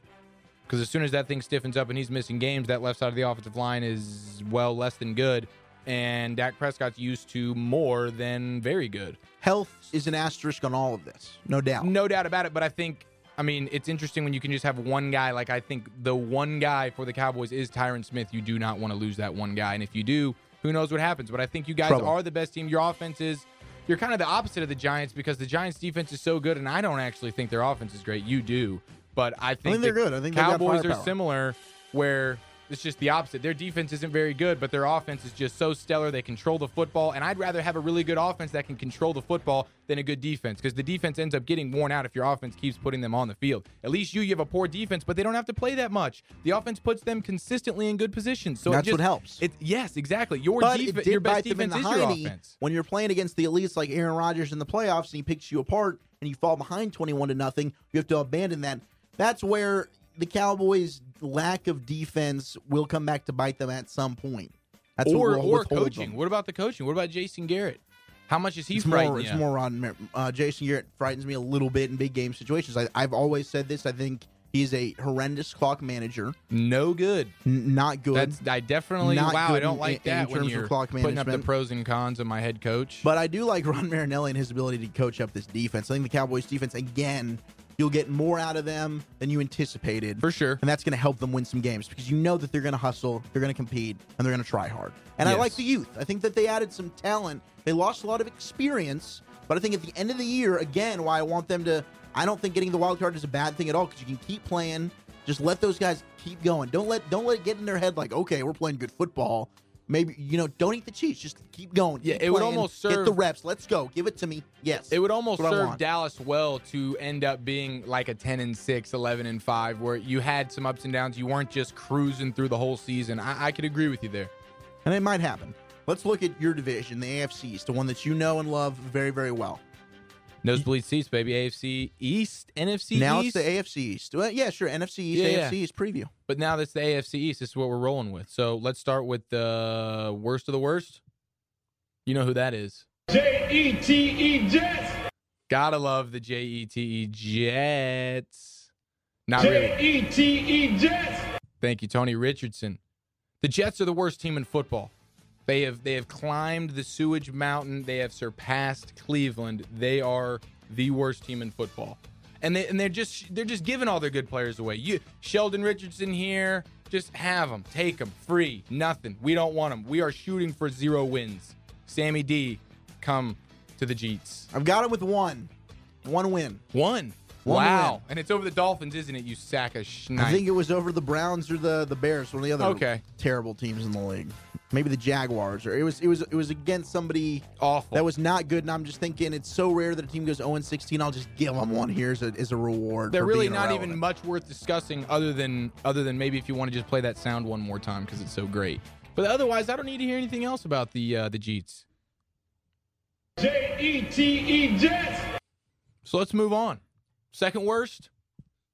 Speaker 2: because as soon as that thing stiffens up and he's missing games, that left side of the offensive line is well less than good, and Dak Prescott's used to more than very good.
Speaker 1: Health is an asterisk on all of this, no doubt.
Speaker 2: No doubt about it. But I think, I mean, it's interesting when you can just have one guy. Like, I think the one guy for the Cowboys is Tyron Smith. You do not want to lose that one guy. And if you do, who knows what happens. But I think you guys
Speaker 1: Trouble.
Speaker 2: are the best team. Your offense is. You're kind of the opposite of the Giants because the Giants' defense is so good, and I don't actually think their offense is great. You do, but I think
Speaker 1: think they're
Speaker 2: the
Speaker 1: good. I think they've got
Speaker 2: Cowboys are
Speaker 1: firepower.
Speaker 2: similar, where it's just the opposite. Their defense isn't very good, but their offense is just so stellar. They control the football, and I'd rather have a really good offense that can control the football than a good defense because the defense ends up getting worn out if your offense keeps putting them on the field. At least you, you have a poor defense, but they don't have to play that much. The offense puts them consistently in good positions, so it
Speaker 1: That's
Speaker 2: just-
Speaker 1: what helps.
Speaker 2: It, yes, exactly. Your
Speaker 1: but
Speaker 2: defe-
Speaker 1: it
Speaker 2: your
Speaker 1: did
Speaker 2: best
Speaker 1: bite them in
Speaker 2: defense
Speaker 1: the
Speaker 2: is your
Speaker 1: hiney
Speaker 2: offense.
Speaker 1: when you're playing against the elites like Aaron Rodgers in the playoffs and he picks you apart and you fall behind 21 to nothing. You have to abandon that. That's where the Cowboys' lack of defense will come back to bite them at some point. That's
Speaker 2: or
Speaker 1: what will
Speaker 2: or
Speaker 1: withhold
Speaker 2: coaching.
Speaker 1: Them.
Speaker 2: What about the coaching? What about Jason Garrett? How much is he
Speaker 1: It's
Speaker 2: frightening
Speaker 1: more, it's
Speaker 2: you?
Speaker 1: more on uh, Jason Garrett frightens me a little bit in big game situations. I, I've always said this. I think he's a horrendous clock manager,
Speaker 2: no good.
Speaker 1: N- not good.
Speaker 2: That's I definitely
Speaker 1: Not
Speaker 2: wow. I
Speaker 1: good
Speaker 2: don't
Speaker 1: in-
Speaker 2: like
Speaker 1: in
Speaker 2: that when
Speaker 1: terms of
Speaker 2: you're
Speaker 1: clock
Speaker 2: putting up the
Speaker 1: management.
Speaker 2: pros and cons of my head coach.
Speaker 1: But I do like Ron Marinelli and his ability to coach up this defense. I think the Cowboys defense again, you'll get more out of them than you anticipated.
Speaker 2: for sure,
Speaker 1: And that's going to help them win some games because you know that they're going to hustle, they're going to compete, and they're going to try hard. And I
Speaker 2: Yes.
Speaker 1: like the youth. I think that they added some talent. They lost a lot of experience, but I think at the end of the year, again, why I want them to, I don't think getting the wild card is a bad thing at all because you can keep playing. Just let those guys keep going. Don't let don't let it get in their head like, okay, we're playing good football. Maybe you know, don't eat the cheese. Just keep going.
Speaker 2: Yeah,
Speaker 1: keep
Speaker 2: it would
Speaker 1: playing,
Speaker 2: almost
Speaker 1: get
Speaker 2: serve-
Speaker 1: the reps. Let's go. Give it to me. Yes,
Speaker 2: it would almost
Speaker 1: That's what I
Speaker 2: serve
Speaker 1: want.
Speaker 2: Dallas well to end up being like a 10 and 6, 11 and 5, where you had some ups and downs. You weren't just cruising through the whole season. I, I could agree with you there.
Speaker 1: and it might happen. Let's look at your division, the AFC East, the one that you know and love very very well.
Speaker 2: Nosebleed seats, baby. AFC East, NFC
Speaker 1: now
Speaker 2: East.
Speaker 1: it's the AFC East. Well, yeah, sure. NFC East,
Speaker 2: Yeah,
Speaker 1: AFC East preview.
Speaker 2: but now that's the AFC East. This is what we're rolling with. So let's start with the worst of the worst. You know who that is.
Speaker 4: J E T E Jets.
Speaker 2: Gotta love the J E T E Jets. Not really.
Speaker 4: J E T E Jets.
Speaker 2: Thank you, Tony Richardson. The Jets are the worst team in football. They have they have climbed the sewage mountain. They have surpassed Cleveland. They are the worst team in football. And they and they're just they're just giving all their good players away. You Sheldon Richardson here, just have them, take them, free, nothing. We don't want them. We are shooting for zero wins. Sammy D, come to the Jeets.
Speaker 1: I've got it with one, one win.
Speaker 2: One.
Speaker 1: One
Speaker 2: wow.
Speaker 1: win.
Speaker 2: And it's over the Dolphins, isn't it? You sack of schneid.
Speaker 1: I think it was over the Browns or the the Bears, one of the other
Speaker 2: Okay.
Speaker 1: terrible teams in the league. Maybe the Jaguars, or it was it was it was against somebody
Speaker 2: awful.
Speaker 1: that was not good. And I'm just thinking it's so rare that a team goes 0 16. I'll just give them one here as a, as a reward.
Speaker 2: They're
Speaker 1: for
Speaker 2: really
Speaker 1: being
Speaker 2: not
Speaker 1: irrelevant.
Speaker 2: even much worth discussing, other than other than maybe if you want to just play that sound one more time because it's so great. But otherwise, I don't need to hear anything else about the uh, the Jeets.
Speaker 4: J E T E Jets.
Speaker 2: So let's move on. Second worst.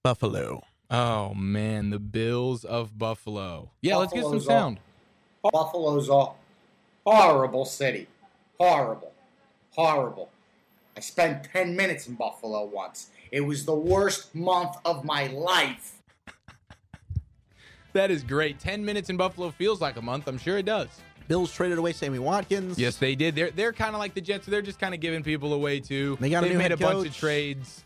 Speaker 1: Buffalo.
Speaker 2: Oh man, the Bills of Buffalo. Yeah, let's get some
Speaker 5: Buffalo's
Speaker 2: sound.
Speaker 5: Buffalo's a horrible city. Horrible. Horrible. I spent 10 minutes in Buffalo once. It was the worst month of my life.
Speaker 2: That is great. Ten minutes in Buffalo feels like a month. I'm sure it does.
Speaker 1: Bills traded away Sammy Watkins.
Speaker 2: Yes, they did. They're they're kind of like the Jets. They're just kind of giving people away too.
Speaker 1: They got a
Speaker 2: They've
Speaker 1: new
Speaker 2: made
Speaker 1: head
Speaker 2: a bunch of
Speaker 1: coach.
Speaker 2: trades.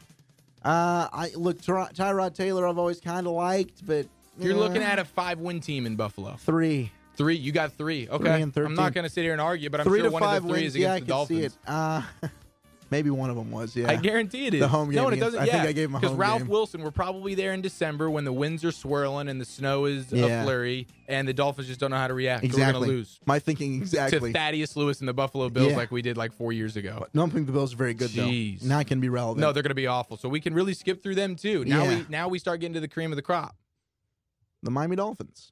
Speaker 1: Uh, I look Ty- Tyrod Taylor. I've always kind of liked, but
Speaker 2: You're
Speaker 1: uh,
Speaker 2: looking at a five-win team in Buffalo.
Speaker 1: three,
Speaker 2: Three. You got three. Okay.
Speaker 1: and
Speaker 2: I'm
Speaker 1: 13.
Speaker 2: not going to sit here and argue, but I'm
Speaker 1: three
Speaker 2: sure
Speaker 1: to
Speaker 2: one
Speaker 1: five
Speaker 2: of the three
Speaker 1: wins.
Speaker 2: is
Speaker 1: yeah, I
Speaker 2: against
Speaker 1: can
Speaker 2: the Dolphins.
Speaker 1: see it. Uh, maybe one of them was. Yeah,
Speaker 2: I guarantee it is.
Speaker 1: The home game
Speaker 2: No, and it
Speaker 1: against-
Speaker 2: doesn't.
Speaker 1: I
Speaker 2: yeah,
Speaker 1: think I gave him a home
Speaker 2: Ralph
Speaker 1: game.
Speaker 2: Wilson, we're probably there in December when the winds are swirling and the snow is
Speaker 1: Yeah.
Speaker 2: a flurry, and the Dolphins just don't know how to react. So We're
Speaker 1: exactly.
Speaker 2: going to lose
Speaker 1: My thinking exactly.
Speaker 2: to Thaddeus Lewis and the Buffalo Bills
Speaker 1: Yeah.
Speaker 2: like we did like four years ago.
Speaker 1: No, I don't think the Bills are very good
Speaker 2: Jeez.
Speaker 1: though. Not going to be relevant.
Speaker 2: No, they're going to be awful. So we can really skip through them too. Now
Speaker 1: Yeah.
Speaker 2: we now we start getting to the cream of the crop.
Speaker 1: the Miami Dolphins.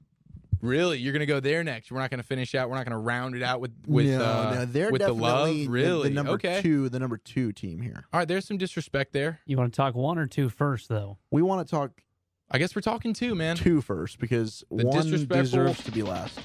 Speaker 2: Really, you're going to go there next. We're not going to finish out. We're not going to round it out with with
Speaker 1: no,
Speaker 2: uh,
Speaker 1: no, they're
Speaker 2: with the
Speaker 1: definitely
Speaker 2: love.
Speaker 1: the-
Speaker 2: Really,
Speaker 1: the, number
Speaker 2: okay.
Speaker 1: two, the number two team here.
Speaker 2: All right, there's some disrespect there.
Speaker 3: You want to talk one or two first, though?
Speaker 1: We want to talk
Speaker 2: I guess we're talking two, man.
Speaker 1: two first because
Speaker 2: The
Speaker 1: one
Speaker 2: disrespectful-
Speaker 1: deserves to be last.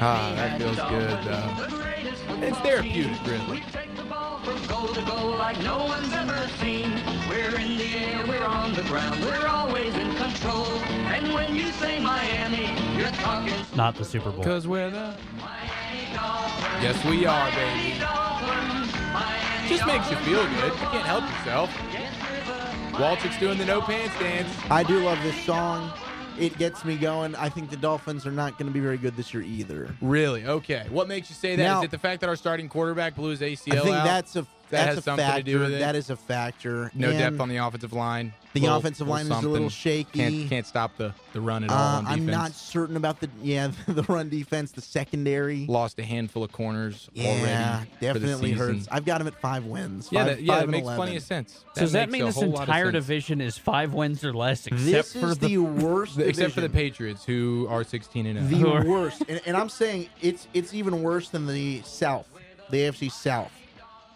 Speaker 2: Ah, that feels good though. It's therapeutic, really.
Speaker 6: Take the ball from goal to goal like no one's ever seen. We're in the air, we're on the ground, we're always in control. And when you say Miami, you're talking
Speaker 3: Not the Super Bowl.
Speaker 2: Cause we're the
Speaker 6: Miami Dolphins.
Speaker 2: yes, we are,
Speaker 6: Miami
Speaker 2: baby.
Speaker 6: Dolphins. Miami
Speaker 2: Just makes you
Speaker 6: Dolphins.
Speaker 2: feel good. You can't help yourself.
Speaker 6: Yes, we're the
Speaker 2: Waltrick's doing the no pants dance.
Speaker 1: I do love this song. It gets me going. I think the Dolphins are not going to be very good this year either.
Speaker 2: Really? Okay. What makes you say that? Is
Speaker 1: Now-
Speaker 2: it the fact that our starting quarterback blew his ACL
Speaker 1: I think
Speaker 2: out?
Speaker 1: that's a that's
Speaker 2: That has
Speaker 1: a
Speaker 2: something
Speaker 1: factor.
Speaker 2: to do with it.
Speaker 1: That is a factor.
Speaker 2: no
Speaker 1: And
Speaker 2: depth on the offensive line.
Speaker 1: the
Speaker 2: Little-
Speaker 1: offensive line is a
Speaker 2: something.
Speaker 1: little shaky.
Speaker 2: Can't can't stop the the run at all
Speaker 1: uh,
Speaker 2: on defense.
Speaker 1: I'm not certain about the yeah the run defense, the secondary.
Speaker 2: Lost a handful of corners
Speaker 1: Yeah,
Speaker 2: already. for the
Speaker 1: definitely
Speaker 2: season.
Speaker 1: hurts. I've got him at five wins.
Speaker 2: Yeah,
Speaker 1: five,
Speaker 2: that, yeah,
Speaker 1: five
Speaker 2: that
Speaker 1: and
Speaker 2: makes
Speaker 1: 11.
Speaker 2: plenty of sense.
Speaker 3: So does that
Speaker 2: makes
Speaker 3: mean
Speaker 2: a
Speaker 3: this
Speaker 2: whole lot of
Speaker 3: entire
Speaker 2: sense.
Speaker 3: division is five wins or less, except
Speaker 1: This
Speaker 3: for
Speaker 1: is
Speaker 3: the,
Speaker 1: the, worst,
Speaker 2: Except for the
Speaker 1: division.
Speaker 2: Patriots, who are 16 and oh. 0.
Speaker 1: the
Speaker 3: Who are-
Speaker 1: worst, and, and I'm saying it's it's even worse than the South, the AFC South.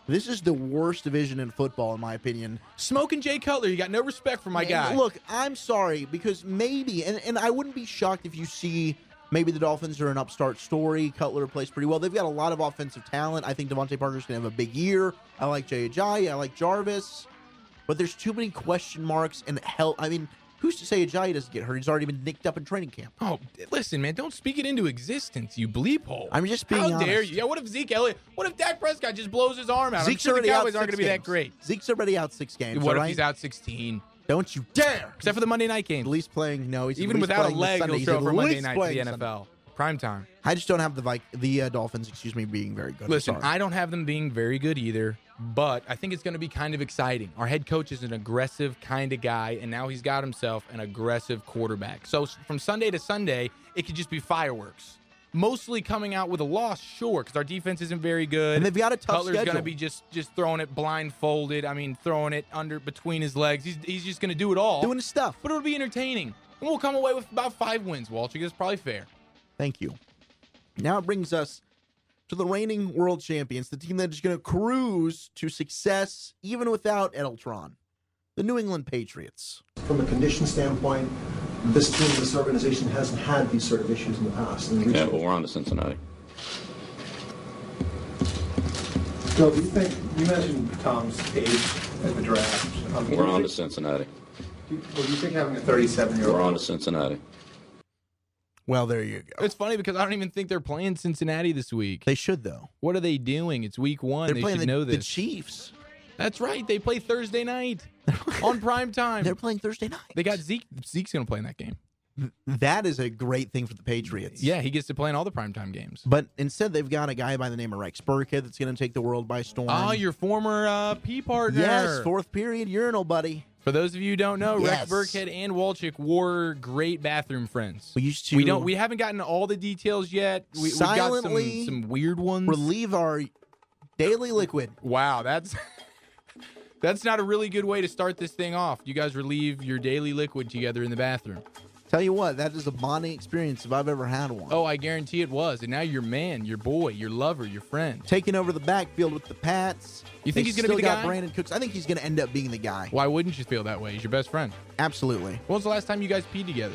Speaker 1: This is the worst division in football, in my opinion.
Speaker 2: Smoking Jay Cutler, you got no respect for my
Speaker 1: And
Speaker 2: guy.
Speaker 1: Look, I'm sorry because maybe, and, and I wouldn't be shocked if you see maybe the Dolphins are an upstart story. Cutler plays pretty well. They've got a lot of offensive talent. I think Devontae Parker's going to have a big year. I like Jay Ajayi. I like Jarvis. But there's too many question marks and hell. I mean, who's to say Ajayi doesn't get hurt? He's already been nicked up in training camp.
Speaker 2: Oh, listen, man, don't speak it into existence, you bleep hole.
Speaker 1: I'm just being
Speaker 2: How dare
Speaker 1: honest.
Speaker 2: you? Yeah, what if Zeke Elliott, what if Dak Prescott just blows his arm out?
Speaker 1: Zeke's
Speaker 2: I'm sure
Speaker 1: already
Speaker 2: the
Speaker 1: out
Speaker 2: Cowboys
Speaker 1: six
Speaker 2: aren't going to be that
Speaker 1: games.
Speaker 2: great.
Speaker 1: Zeke's already out six games.
Speaker 2: What
Speaker 1: all
Speaker 2: if
Speaker 1: right?
Speaker 2: he's out 16?
Speaker 1: Don't you dare!
Speaker 2: Except for the Monday night game.
Speaker 1: At least playing. No, he's at
Speaker 2: Even
Speaker 1: least
Speaker 2: without a
Speaker 1: playing this
Speaker 2: leg,
Speaker 1: Sunday.
Speaker 2: he'll
Speaker 1: He's
Speaker 2: show
Speaker 1: at
Speaker 2: for Monday
Speaker 1: least
Speaker 2: night to the
Speaker 1: playing
Speaker 2: NFL.
Speaker 1: Sunday.
Speaker 2: Prime time.
Speaker 1: I just don't have the Vic- the uh, Dolphins. Excuse me, being very good. I'm
Speaker 2: Listen,
Speaker 1: sorry.
Speaker 2: I don't have them being very good either, but I think it's going to be kind of exciting. Our head coach is an aggressive kind of guy, and now he's got himself an aggressive quarterback. So s- from Sunday to Sunday, it could just be fireworks. Mostly coming out with a loss, sure, because our defense isn't very good.
Speaker 1: And they've got a tough
Speaker 2: Cutler's
Speaker 1: schedule.
Speaker 2: gonna be just just throwing it blindfolded. I mean, throwing it under between his legs. He's he's just gonna do it all.
Speaker 1: doing his stuff.
Speaker 2: but it'll be entertaining, and we'll come away with about five wins. Walter, that's probably fair.
Speaker 1: Thank you. Now it brings us to the reigning world champions, the team that is going to cruise to success even without Edeltron, the New England Patriots.
Speaker 7: From a condition standpoint, this team, this organization hasn't had these sort of issues in the past. And
Speaker 8: Yeah, well, we're on to Cincinnati.
Speaker 7: Bill, do you think, you mentioned Tom's age at the draft. Um,
Speaker 8: We're on
Speaker 7: do
Speaker 8: to
Speaker 7: you
Speaker 8: Cincinnati.
Speaker 7: think- Well, do you think having a 37 year
Speaker 8: We're on
Speaker 7: old.
Speaker 8: to Cincinnati.
Speaker 1: Well, there you go.
Speaker 2: It's funny because I don't even think they're playing Cincinnati this week.
Speaker 1: They should though.
Speaker 2: What are they doing? It's week one.
Speaker 1: They're
Speaker 2: they
Speaker 1: playing
Speaker 2: should
Speaker 1: the,
Speaker 2: know
Speaker 1: the
Speaker 2: this.
Speaker 1: Chiefs.
Speaker 2: That's right. They play Thursday night on prime time.
Speaker 1: They're playing Thursday night.
Speaker 2: they got Zeke. Zeke's going to play in that game.
Speaker 1: that is a great thing for the Patriots.
Speaker 2: Yeah, he gets to play in all the prime time games.
Speaker 1: But instead, they've got a guy by the name of Rex Burkhead that's going to take the world by storm.
Speaker 2: Ah, your former uh, P partner.
Speaker 1: yes, fourth period urinal, buddy.
Speaker 2: For those of you who don't know,
Speaker 1: Yes.
Speaker 2: Rex Burkhead and Walchick were great bathroom friends.
Speaker 1: We used to.
Speaker 2: We don't. We haven't gotten all the details yet. We, we've got some,
Speaker 1: Silently
Speaker 2: some weird ones.
Speaker 1: relieve our daily liquid.
Speaker 2: Wow, that's that's not a really good way to start this thing off. You guys relieve your daily liquid together in the bathroom.
Speaker 1: Tell you what, that is a bonding experience if I've ever had one.
Speaker 2: Oh, I guarantee it was. And now your man, your boy, your lover, your friend.
Speaker 1: Taking over the backfield with the Pats.
Speaker 2: You think
Speaker 1: They
Speaker 2: he's gonna be
Speaker 1: still
Speaker 2: the
Speaker 1: got
Speaker 2: guy?
Speaker 1: Brandon Cooks. I think he's going to end up being the guy.
Speaker 2: Why wouldn't you feel that way? He's your best friend.
Speaker 1: Absolutely.
Speaker 2: When was the last time you guys peed together?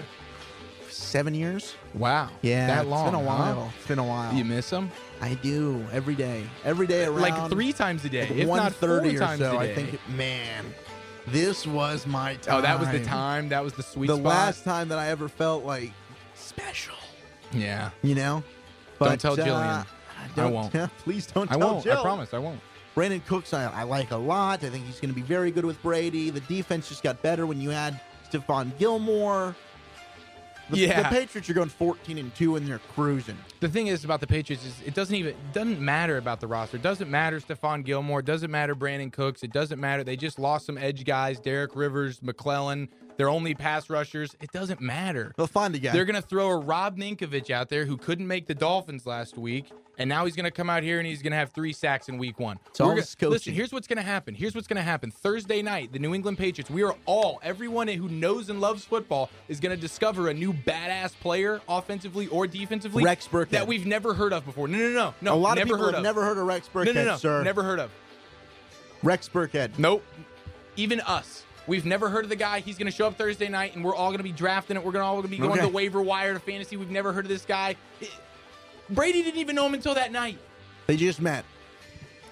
Speaker 1: Seven years?
Speaker 2: Wow.
Speaker 1: Yeah,
Speaker 2: That
Speaker 1: it's
Speaker 2: long.
Speaker 1: been a
Speaker 2: huh?
Speaker 1: while. It's been a while.
Speaker 2: Do you miss him?
Speaker 1: I do every day, every day around
Speaker 2: Like three times a day,
Speaker 1: like
Speaker 2: if not four
Speaker 1: 1:30 or
Speaker 2: times
Speaker 1: so.
Speaker 2: a day.
Speaker 1: I think. Man, this was my time.
Speaker 2: oh, that was the time. That was the sweet
Speaker 1: the
Speaker 2: spot.
Speaker 1: last time that I ever felt like special.
Speaker 2: Yeah.
Speaker 1: You know,
Speaker 2: Don't tell Jillian.
Speaker 1: uh, don't-
Speaker 2: I won't.
Speaker 1: please don't
Speaker 2: I
Speaker 1: tell
Speaker 2: won't.
Speaker 1: Jill.
Speaker 2: I promise. I won't.
Speaker 1: Brandon Cooks, I, I like a lot. I think he's going to be very good with Brady. The defense just got better when you add Stephon Gilmore. The,
Speaker 2: Yeah.
Speaker 1: the Patriots are going 14 and 2 and they're cruising.
Speaker 2: The thing is about the Patriots is it doesn't even doesn't matter about the roster. It doesn't matter Stephon Gilmore. It doesn't matter Brandon Cooks. It doesn't matter. They just lost some edge guys, Derek Rivers, McClellan. They're only pass rushers. It doesn't matter.
Speaker 1: They'll find a guy.
Speaker 2: They're going to throw a Rob Ninkovich out there who couldn't make the Dolphins last week, and now he's going to come out here and he's going to have three sacks in Week One.
Speaker 1: all
Speaker 2: We're gonna-
Speaker 1: this coaching.
Speaker 2: Listen, here's what's going to happen. Here's what's going to happen. Thursday night, the New England Patriots. We are all everyone who knows and loves football is going to discover a new badass player, offensively or defensively,
Speaker 1: Rex Burkhead.
Speaker 2: that we've never heard of before. No, no, no, no.
Speaker 1: a lot
Speaker 2: never
Speaker 1: of people have
Speaker 2: heard of.
Speaker 1: never heard of Rex Burkhead,
Speaker 2: No, no, no,
Speaker 1: sir.
Speaker 2: never heard of.
Speaker 1: Rex Burkhead.
Speaker 2: Nope. Even us. We've never heard of the guy. He's going to show up Thursday night, and we're all going to be drafting it. We're going to all gonna be going
Speaker 1: Okay.
Speaker 2: to the waiver wire to fantasy. We've never heard of this guy. It- Brady didn't even know him until that night,
Speaker 1: They just met.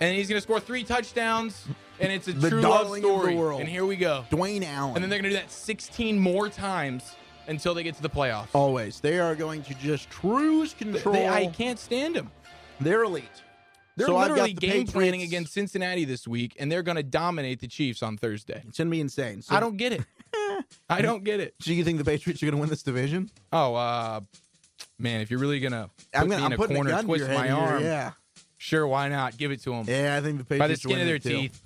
Speaker 2: and he's going to score three touchdowns, and it's a
Speaker 1: The
Speaker 2: true love
Speaker 1: darling of the
Speaker 2: story.
Speaker 1: world.
Speaker 2: And here we go.
Speaker 1: Dwayne Allen.
Speaker 2: And then they're going to do that 16 more times until they get to the playoffs.
Speaker 1: always. They are going to just cruise control.
Speaker 2: They- I can't stand him.
Speaker 1: They're elite.
Speaker 2: They're
Speaker 1: So I've got
Speaker 2: literally
Speaker 1: the
Speaker 2: game planning
Speaker 1: Patriots-
Speaker 2: against Cincinnati this week, and they're going to dominate the Chiefs on Thursday.
Speaker 1: It's gonna be insane. So
Speaker 2: I don't get it. I don't get it.
Speaker 1: Do you think the Patriots are gonna win this division?
Speaker 2: Oh, uh, man, if you're really gonna put
Speaker 1: I'm
Speaker 2: me
Speaker 1: gonna. I'm
Speaker 2: in a
Speaker 1: putting
Speaker 2: corner,
Speaker 1: a gun to
Speaker 2: twist
Speaker 1: your head
Speaker 2: my
Speaker 1: here.
Speaker 2: arm,
Speaker 1: Yeah.
Speaker 2: sure, why not? Give it to them
Speaker 1: Yeah, I think the Patriots
Speaker 2: by the
Speaker 1: are
Speaker 2: skin of
Speaker 1: winning
Speaker 2: their
Speaker 1: it, too.
Speaker 2: teeth.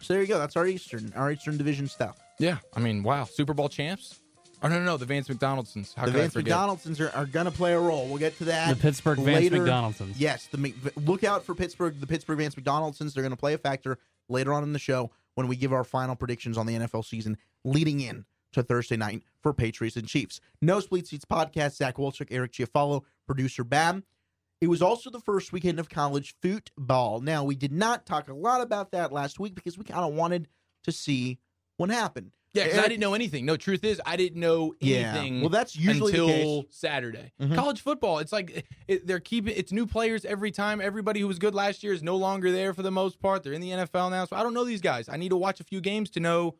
Speaker 1: So there you go. That's our Eastern, our Eastern Division stuff.
Speaker 2: Yeah, I mean, wow, Super Bowl champs. Oh no, no, no, the Vance McDonaldsons. How
Speaker 1: the
Speaker 2: could I
Speaker 1: Vance
Speaker 2: forget?
Speaker 1: McDonaldsons are, are gonna play a role. We'll get to that.
Speaker 3: The Pittsburgh Vance
Speaker 1: later.
Speaker 3: McDonaldsons.
Speaker 1: Yes, the Mc- look out for Pittsburgh. The Pittsburgh Vance McDonaldsons. They're gonna play a factor later on in the show when we give our final predictions on the NFL season leading in to Thursday night for Patriots and Chiefs. No Split Seats podcast. Zach Wolchuk, Eric Chiafalo, producer Bam. It was also the first weekend of college football. Now, we did not talk a lot about that last week because we kind of wanted to see what happened.
Speaker 2: Yeah, 'cause I
Speaker 1: Eric-
Speaker 2: didn't know anything. No, truth is, I didn't know anything.
Speaker 1: Yeah. Well, that's usually the
Speaker 2: until
Speaker 1: case.
Speaker 2: Saturday.
Speaker 1: Mhm.
Speaker 2: College football, it's like it, they're keeping it's new players every time. Everybody who was good last year is no longer there for the most part. They're in the NFL now, so I don't know these guys. I need to watch a few games to know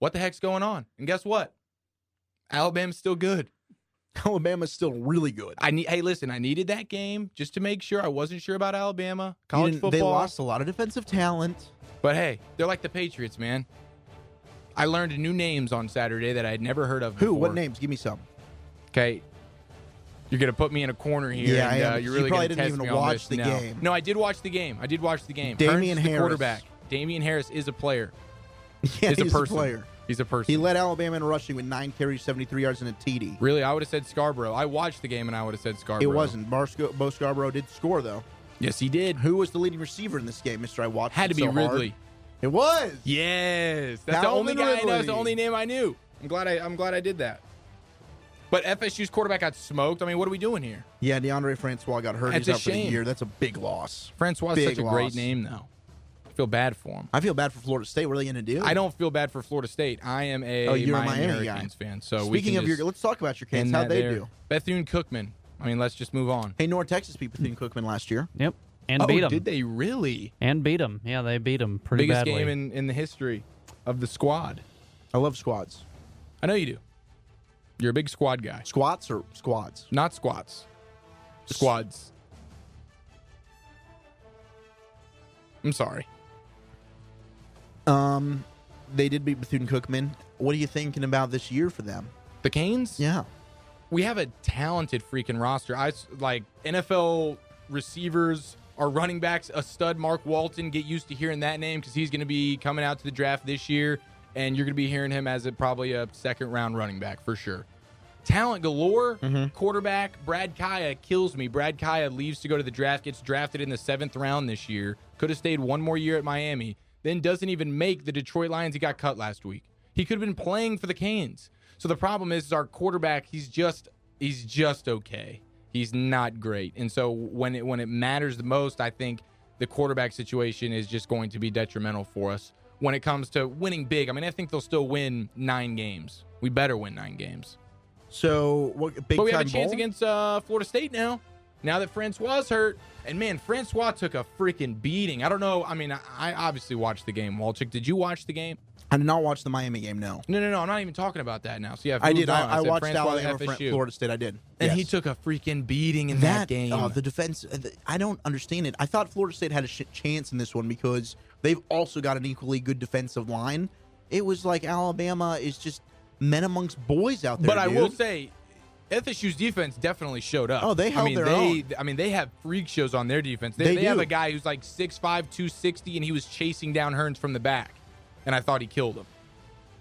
Speaker 2: what the heck's going on. And guess what? Alabama's still good.
Speaker 1: Alabama's still really good.
Speaker 2: I need. Hey, listen, I needed that game just to make sure I wasn't sure about Alabama
Speaker 1: You
Speaker 2: college
Speaker 1: didn't-
Speaker 2: football.
Speaker 1: They lost a lot of defensive talent.
Speaker 2: but hey, they're like the Patriots, man. I learned new names on Saturday that I had never heard of.
Speaker 1: Who?
Speaker 2: before.
Speaker 1: What names? Give me some.
Speaker 2: Okay. You're gonna put me in a corner here.
Speaker 1: Yeah,
Speaker 2: and,
Speaker 1: I am.
Speaker 2: uh,
Speaker 1: You
Speaker 2: you're really
Speaker 1: probably
Speaker 2: gonna
Speaker 1: didn't
Speaker 2: test
Speaker 1: even
Speaker 2: me on
Speaker 1: watch
Speaker 2: this.
Speaker 1: the
Speaker 2: no.
Speaker 1: game.
Speaker 2: No, I did watch the game. I did watch the game.
Speaker 1: Damian
Speaker 2: Hurts,
Speaker 1: Harris.
Speaker 2: the quarterback. Damian Harris is a player.
Speaker 1: Yeah,
Speaker 2: Is
Speaker 1: he's
Speaker 2: a person.
Speaker 1: player.
Speaker 2: He's a person.
Speaker 1: He led Alabama in rushing with nine carries, 73 yards, and a TD.
Speaker 2: really, I would have said Scarborough. I watched the game and I would have said Scarborough.
Speaker 1: It wasn't. Barsco- Bo Scarborough did score, though.
Speaker 2: Yes, he did.
Speaker 1: Who was the leading receiver in this game, Mr. I watched?
Speaker 2: Had
Speaker 1: it
Speaker 2: to be
Speaker 1: so hard.
Speaker 2: Ridley.
Speaker 1: It was.
Speaker 2: Yes, that's the
Speaker 1: Calvin
Speaker 2: only guy. I know. That's the
Speaker 1: Ridley.
Speaker 2: only name I knew. I'm glad. I, I'm glad I did that. But FSU's quarterback got smoked. I mean, what are we doing here?
Speaker 1: Yeah, DeAndre Francois got hurt.
Speaker 2: That's
Speaker 1: he's
Speaker 2: a
Speaker 1: out for the
Speaker 2: shame.
Speaker 1: year. That's a big loss.
Speaker 2: Francois is
Speaker 1: Big
Speaker 2: such a great
Speaker 1: loss.
Speaker 2: name, though. I feel bad for him.
Speaker 1: I feel bad for Florida State. What are they going to do?
Speaker 2: I don't feel bad for Florida State. I am a
Speaker 1: Oh, you're a
Speaker 2: Miami,
Speaker 1: Miami guy.
Speaker 2: Hurricanes fan. So we
Speaker 1: Speaking
Speaker 2: can
Speaker 1: of
Speaker 2: just
Speaker 1: your, let's talk about your kids.
Speaker 2: end
Speaker 1: How'd
Speaker 2: that
Speaker 1: they
Speaker 2: there.
Speaker 1: do?
Speaker 2: Bethune Cookman. I mean, let's just move on.
Speaker 1: Hey, North Texas beat Bethune Cookman last year.
Speaker 3: Yep. And
Speaker 2: oh,
Speaker 3: beat 'em. beat them.
Speaker 2: did they really?
Speaker 3: And beat them. Yeah, they beat them pretty
Speaker 2: Biggest
Speaker 3: badly.
Speaker 2: game in, in the history of the squad.
Speaker 1: I love squads.
Speaker 2: I know you do. You're a big squad guy.
Speaker 1: Squats or squads?
Speaker 2: Not squats. Squads. I'm sorry.
Speaker 1: Um, they did beat Bethune Cookman. What are you thinking about this year for them?
Speaker 2: The Canes?
Speaker 1: Yeah.
Speaker 2: we have a talented freaking roster. I s- like NFL receivers, our running backs, a stud Mark Walton. Get used to hearing that name because he's going to be coming out to the draft this year, and you're going to be hearing him as a, probably a second round running back for sure. Talent galore. Quarterback Brad Kaya kills me. Brad Kaya leaves to go to the draft, gets drafted in the seventh round this year. Could have stayed one more year at Miami, then doesn't even make the Detroit Lions. He got cut last week. He could have been playing for the Canes. So the problem is, is our quarterback. He's just he's just okay. He's not great. And so when it when it matters the most, I think the quarterback situation is just going to be detrimental for us when it comes to winning big. I mean, I think they'll still win nine games. We better win nine games.
Speaker 1: So what? Big
Speaker 2: But we
Speaker 1: time
Speaker 2: have a chance
Speaker 1: bowl?
Speaker 2: against uh, Florida State now. Now that Francois hurt, and man, Francois took a freaking beating. I don't know. I mean, I, I obviously watched the game. Walchick, did you watch the game?
Speaker 1: I did not watch the Miami game. No,
Speaker 2: No, no, no. I'm not even talking about that now. So yeah,
Speaker 1: I did.
Speaker 2: moved
Speaker 1: I,
Speaker 2: on.
Speaker 1: I,
Speaker 2: said
Speaker 1: watched
Speaker 2: Francois
Speaker 1: Alabama,
Speaker 2: FSU.
Speaker 1: Fran- Florida State. I did,
Speaker 2: and he
Speaker 1: Yes.
Speaker 2: took a freaking beating in
Speaker 1: that
Speaker 2: that, game.
Speaker 1: Oh, the defense. uh, the- I don't understand it. I thought Florida State had a sh- chance in this one because they've also got an equally good defensive line. It was like Alabama is just men amongst boys out there.
Speaker 2: but I will
Speaker 1: dude.
Speaker 2: say, FSU's defense definitely showed up.
Speaker 1: Oh, they held
Speaker 2: I mean,
Speaker 1: their
Speaker 2: they, I mean, they have freak shows on their defense. They,
Speaker 1: They
Speaker 2: have
Speaker 1: do.
Speaker 2: a guy who's like 6'5", 260, and he was chasing down Hearns from the back, and I thought he killed him.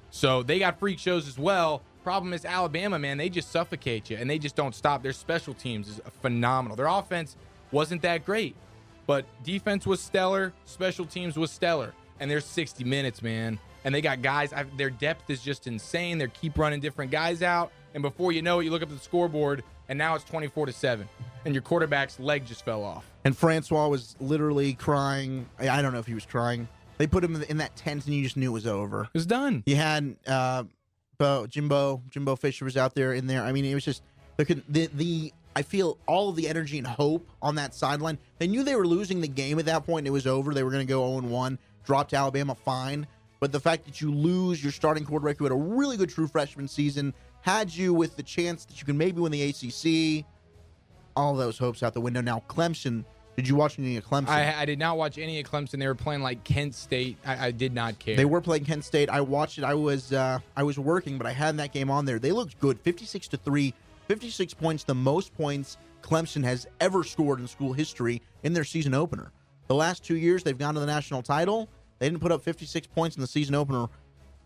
Speaker 2: So they got freak shows as well. Problem is Alabama, man, they just suffocate you and they just don't stop. Their special teams is phenomenal. Their offense wasn't that great, but defense was stellar, special teams was stellar, and they're 60 minutes, man. And they got guys. I, their depth is just insane. They keep running different guys out, and before you know it, you look up at the scoreboard, and now it's 24 to seven, and your quarterback's leg just fell off.
Speaker 1: And Francois was literally crying. I I don't know if he was crying. They put him in, the- in that tent, and you just knew it was over.
Speaker 2: It was done.
Speaker 1: You had uh, Bo, Jimbo, Jimbo Fisher was out there in there. I mean, it was just there could the the I feel all of the energy and hope on that sideline. They knew they were losing the game at that point. And it was over. They were going to go 0 1, drop to Alabama, fine. But the fact that you lose your starting quarterback who had a really good true freshman season had you with the chance that you can maybe win the ACC. All those hopes out the window. Now Clemson. Did you watch any of Clemson?
Speaker 2: I, I did not watch any of Clemson. They were playing like Kent State. I, I did not care.
Speaker 1: They were playing Kent State. I watched it. I was uh, I was working, but I had that game on there. They looked good. 56 to 3, 56 points, the most points Clemson has ever scored in school history in their season opener. The last 2 years they've gone to the national title. They didn't put up 56 points in the season opener.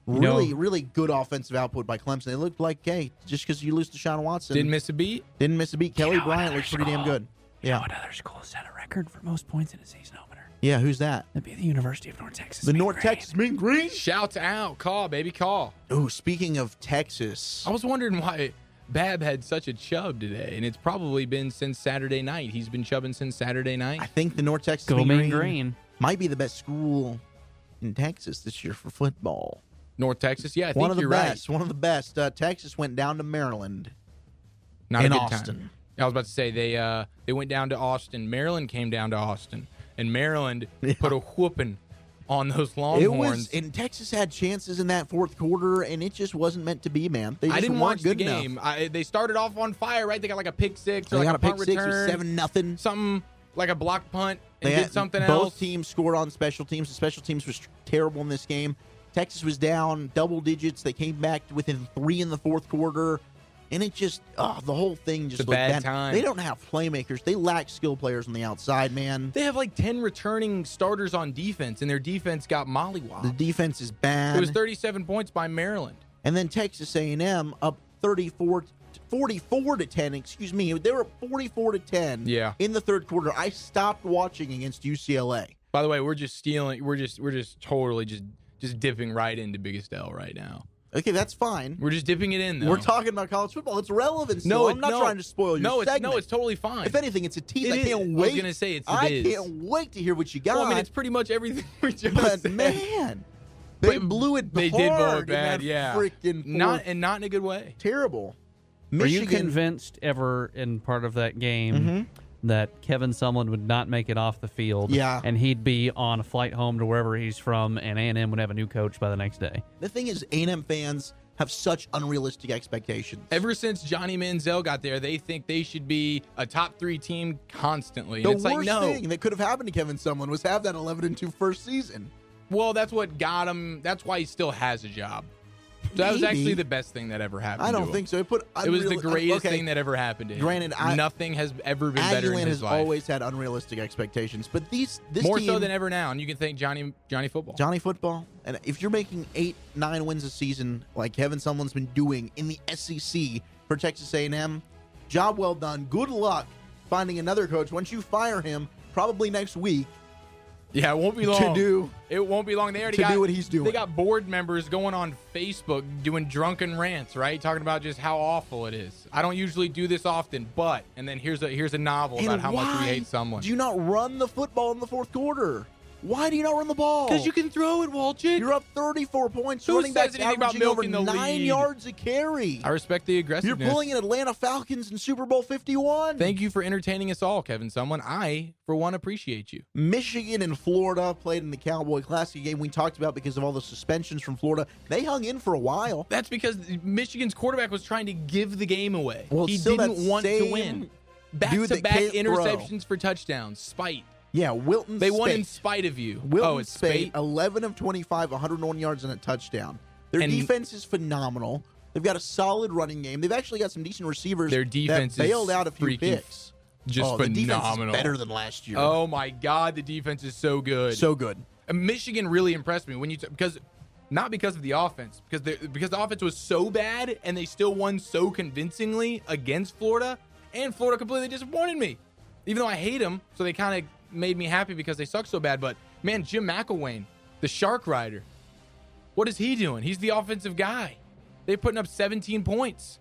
Speaker 2: know-
Speaker 1: Really, really good offensive output by Clemson. They looked like, hey, just because you lose to Sean Watson,
Speaker 2: didn't miss a beat.
Speaker 1: didn't miss a beat. Kelly Bryant looked pretty damn good.
Speaker 3: Yeah.
Speaker 1: Yeah,
Speaker 3: another school set a record for most points in a season opener.
Speaker 1: yeah. Who's that?
Speaker 3: That'd be the University of North Texas.
Speaker 1: The North Texas Mean Green.
Speaker 2: Shout out, call, baby, call.
Speaker 1: Ooh, speaking of Texas,
Speaker 2: I was wondering why Bab had such a chub today, and it's probably been since Saturday night. He's been chubbing since Saturday
Speaker 1: I
Speaker 2: night.
Speaker 1: think the North Texas
Speaker 3: Go
Speaker 1: Mean
Speaker 3: Mean Green.
Speaker 1: might be the best school in Texas this year for football.
Speaker 2: North Texas, yeah,
Speaker 1: one
Speaker 2: I think
Speaker 1: of the
Speaker 2: you're
Speaker 1: best. One of the best. Uh, Texas went down to Maryland.
Speaker 2: right. Not
Speaker 1: In
Speaker 2: a good time.
Speaker 1: Austin.
Speaker 2: I was about to say they uh, they went down to Austin. Maryland came down to Austin, and Maryland put a whooping on those Longhorns.
Speaker 1: It was, and Texas had chances in that fourth quarter, and it just wasn't meant to be, man. They just
Speaker 2: I didn't
Speaker 1: weren't
Speaker 2: watch
Speaker 1: good
Speaker 2: the
Speaker 1: enough.
Speaker 2: game. I, they started off on fire, right? They got like a pick six, or
Speaker 1: They
Speaker 2: like
Speaker 1: got
Speaker 2: a
Speaker 1: a pick
Speaker 2: punt
Speaker 1: six
Speaker 2: return,
Speaker 1: or seven nothing.
Speaker 2: something like a block punt, and
Speaker 1: They
Speaker 2: did
Speaker 1: had-
Speaker 2: something
Speaker 1: both
Speaker 2: else.
Speaker 1: teams scored on special teams. The special teams was terrible in this game. Texas was down double digits. They came back to within three in the fourth quarter, and it just oh, the whole thing just
Speaker 2: a
Speaker 1: looked
Speaker 2: bad
Speaker 1: bad.
Speaker 2: time.
Speaker 1: They don't have playmakers. They lack skill players on the outside, man.
Speaker 2: They have like ten returning starters on defense, and their defense got mollywopped.
Speaker 1: The defense is bad.
Speaker 2: It was 37 points by Maryland.
Speaker 1: and then Texas A&M up 34 44 to 10, excuse me. They were up 44 to 10
Speaker 2: Yeah.
Speaker 1: in the third quarter. I stopped watching against UCLA.
Speaker 2: By the way, we're just stealing. We're just we're just totally just just dipping right into Biggest L right now.
Speaker 1: Okay, that's fine.
Speaker 2: We're just dipping it in. Though.
Speaker 1: We're talking about college football. It's relevant.
Speaker 2: No,
Speaker 1: No,
Speaker 2: it-
Speaker 1: I'm not
Speaker 2: no.
Speaker 1: trying to spoil your
Speaker 2: No, it's
Speaker 1: segment.
Speaker 2: no, it's totally fine.
Speaker 1: If anything, it's a tease.
Speaker 2: It
Speaker 1: I
Speaker 2: is.
Speaker 1: can't
Speaker 2: I was
Speaker 1: wait.
Speaker 2: gonna say it's- it
Speaker 1: I
Speaker 2: is.
Speaker 1: can't wait to hear what you got.
Speaker 2: Well, I mean, it's pretty much everything we just
Speaker 1: but
Speaker 2: said.
Speaker 1: man, they
Speaker 2: But
Speaker 1: blew it.
Speaker 2: they
Speaker 1: hard
Speaker 2: did blow it
Speaker 1: in
Speaker 2: bad.
Speaker 1: that
Speaker 2: Yeah,
Speaker 1: freaking
Speaker 2: not
Speaker 1: fourth.
Speaker 2: and not in a good way.
Speaker 1: terrible.
Speaker 3: Were you
Speaker 1: Michigan
Speaker 3: convinced ever in part of that game
Speaker 2: Mm-hmm.
Speaker 3: that Kevin Sumlin would not make it off the field?
Speaker 1: Yeah.
Speaker 3: And he'd be on a flight home to wherever he's from, and A&M would have a new coach by the next day.
Speaker 1: The thing is, A&M fans have such unrealistic expectations.
Speaker 2: Ever since Johnny Manziel got there, they think they should be a top three team constantly. And
Speaker 1: the
Speaker 2: it's
Speaker 1: worst
Speaker 2: like, no.
Speaker 1: thing that could have happened to Kevin Sumlin was have that 11 and 2 first season.
Speaker 2: Well, that's what got him. That's why he still has a job. So that was
Speaker 1: Maybe.
Speaker 2: actually the best thing that ever happened.
Speaker 1: I
Speaker 2: to
Speaker 1: don't
Speaker 2: him.
Speaker 1: think so. It put
Speaker 2: It was the
Speaker 1: unreal-
Speaker 2: greatest
Speaker 1: okay,
Speaker 2: thing that ever happened to him.
Speaker 1: Granted, I-
Speaker 2: nothing has ever been better
Speaker 1: Aguilan
Speaker 2: in his
Speaker 1: has
Speaker 2: life.
Speaker 1: always had unrealistic expectations, but these this
Speaker 2: More
Speaker 1: team,
Speaker 2: so than ever now, and you can thank Johnny Johnny football.
Speaker 1: Johnny football, and if you're making eight, nine wins a season like Kevin Sumlin's been doing in the SEC for Texas A&M, job well done. Good luck finding another coach once you fire him, probably next week,
Speaker 2: yeah, it won't be
Speaker 1: to
Speaker 2: long.
Speaker 1: do
Speaker 2: it won't be long. They already
Speaker 1: to
Speaker 2: got
Speaker 1: do what he's doing.
Speaker 2: They got board members going on Facebook doing drunken rants, right? Talking about just how awful it is. I don't usually do this often, but and then here's a here's a novel
Speaker 1: And
Speaker 2: about how much
Speaker 1: why
Speaker 2: we hate someone.
Speaker 1: Do you not run the football in the fourth quarter? Why do you not run the ball?
Speaker 2: Because you can throw it, Walchit.
Speaker 1: You're up 34 points.
Speaker 2: Who
Speaker 1: running back
Speaker 2: says anything about
Speaker 1: over
Speaker 2: milking the
Speaker 1: nine
Speaker 2: lead?
Speaker 1: yards a carry.
Speaker 2: I respect the
Speaker 1: You're
Speaker 2: aggressiveness.
Speaker 1: pulling an Atlanta Falcons in Super Bowl 51.
Speaker 2: Thank you for entertaining us all, Kevin Someone. I, for one, appreciate you.
Speaker 1: Michigan and Florida played in the Cowboy Classic game we talked about because of all the suspensions from Florida. They hung in for a while.
Speaker 2: That's because Michigan's quarterback was trying to give the game away.
Speaker 1: Well,
Speaker 2: he
Speaker 1: it's still
Speaker 2: didn't
Speaker 1: that
Speaker 2: want to
Speaker 1: same
Speaker 2: win. Back
Speaker 1: dude
Speaker 2: to
Speaker 1: that
Speaker 2: back
Speaker 1: can't throw.
Speaker 2: interceptions for touchdowns. Spite.
Speaker 1: Yeah, Wilton
Speaker 2: They won
Speaker 1: Spate.
Speaker 2: in spite of you.
Speaker 1: Wilton
Speaker 2: oh, it's
Speaker 1: Spate,
Speaker 2: spate.
Speaker 1: 11 of 25, 101 yards and a touchdown. Their
Speaker 2: And-
Speaker 1: defense is phenomenal. They've got a solid running game. They've actually got some decent receivers.
Speaker 2: Their
Speaker 1: that
Speaker 2: defense is
Speaker 1: bailed out a few
Speaker 2: freaking
Speaker 1: picks.
Speaker 2: Just
Speaker 1: oh,
Speaker 2: phenomenal.
Speaker 1: The defense is better than last year.
Speaker 2: oh my God, the defense is so good.
Speaker 1: so good.
Speaker 2: And Michigan really impressed me when you t- because not because of the offense because they because the offense was so bad and they still won so convincingly against Florida and Florida completely disappointed me. Even though I hate them, so they kind of made me happy because they suck so bad. But man, Jim McElwain, the Shark Rider, what is he doing? He's the offensive guy. They're putting up 17 points.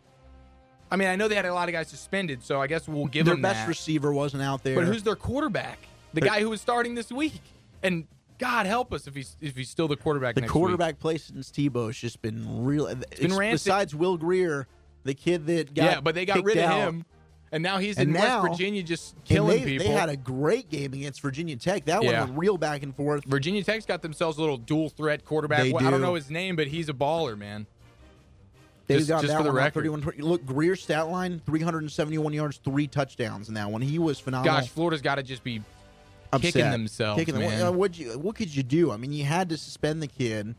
Speaker 2: I mean, I know they had a lot of guys suspended, so I guess we'll give
Speaker 1: Their
Speaker 2: them
Speaker 1: best
Speaker 2: that.
Speaker 1: receiver wasn't out there.
Speaker 2: But who's their quarterback? The guy who was starting this week. And God help us if he's if he's still the quarterback.
Speaker 1: the
Speaker 2: next
Speaker 1: quarterback play since Tebow has just been real. uh, It's
Speaker 2: rancid.
Speaker 1: Besides Will Greer, the kid that
Speaker 2: Week.
Speaker 1: got
Speaker 2: yeah, but they got
Speaker 1: kicked
Speaker 2: rid of
Speaker 1: out,
Speaker 2: him, and now he's
Speaker 1: And
Speaker 2: in
Speaker 1: now-
Speaker 2: West Virginia just
Speaker 1: and
Speaker 2: killing
Speaker 1: they,
Speaker 2: people.
Speaker 1: They had a great game against Virginia Tech. That
Speaker 2: Yeah.
Speaker 1: one was real back and forth.
Speaker 2: Virginia Tech's got themselves a little dual threat quarterback.
Speaker 1: They
Speaker 2: Well, I don't
Speaker 1: do.
Speaker 2: know his name, but he's a baller, man.
Speaker 1: They
Speaker 2: Just-
Speaker 1: got
Speaker 2: just
Speaker 1: that
Speaker 2: for the
Speaker 1: one out
Speaker 2: record.
Speaker 1: 31 Look, Greer's stat line: 371 yards, three touchdowns in that one. He was phenomenal.
Speaker 2: Gosh, Florida's got to just be
Speaker 1: Upset.
Speaker 2: kicking themselves,
Speaker 1: Kicking them-
Speaker 2: man.
Speaker 1: uh, what'd you- what could you do? I mean, you had to suspend the kid,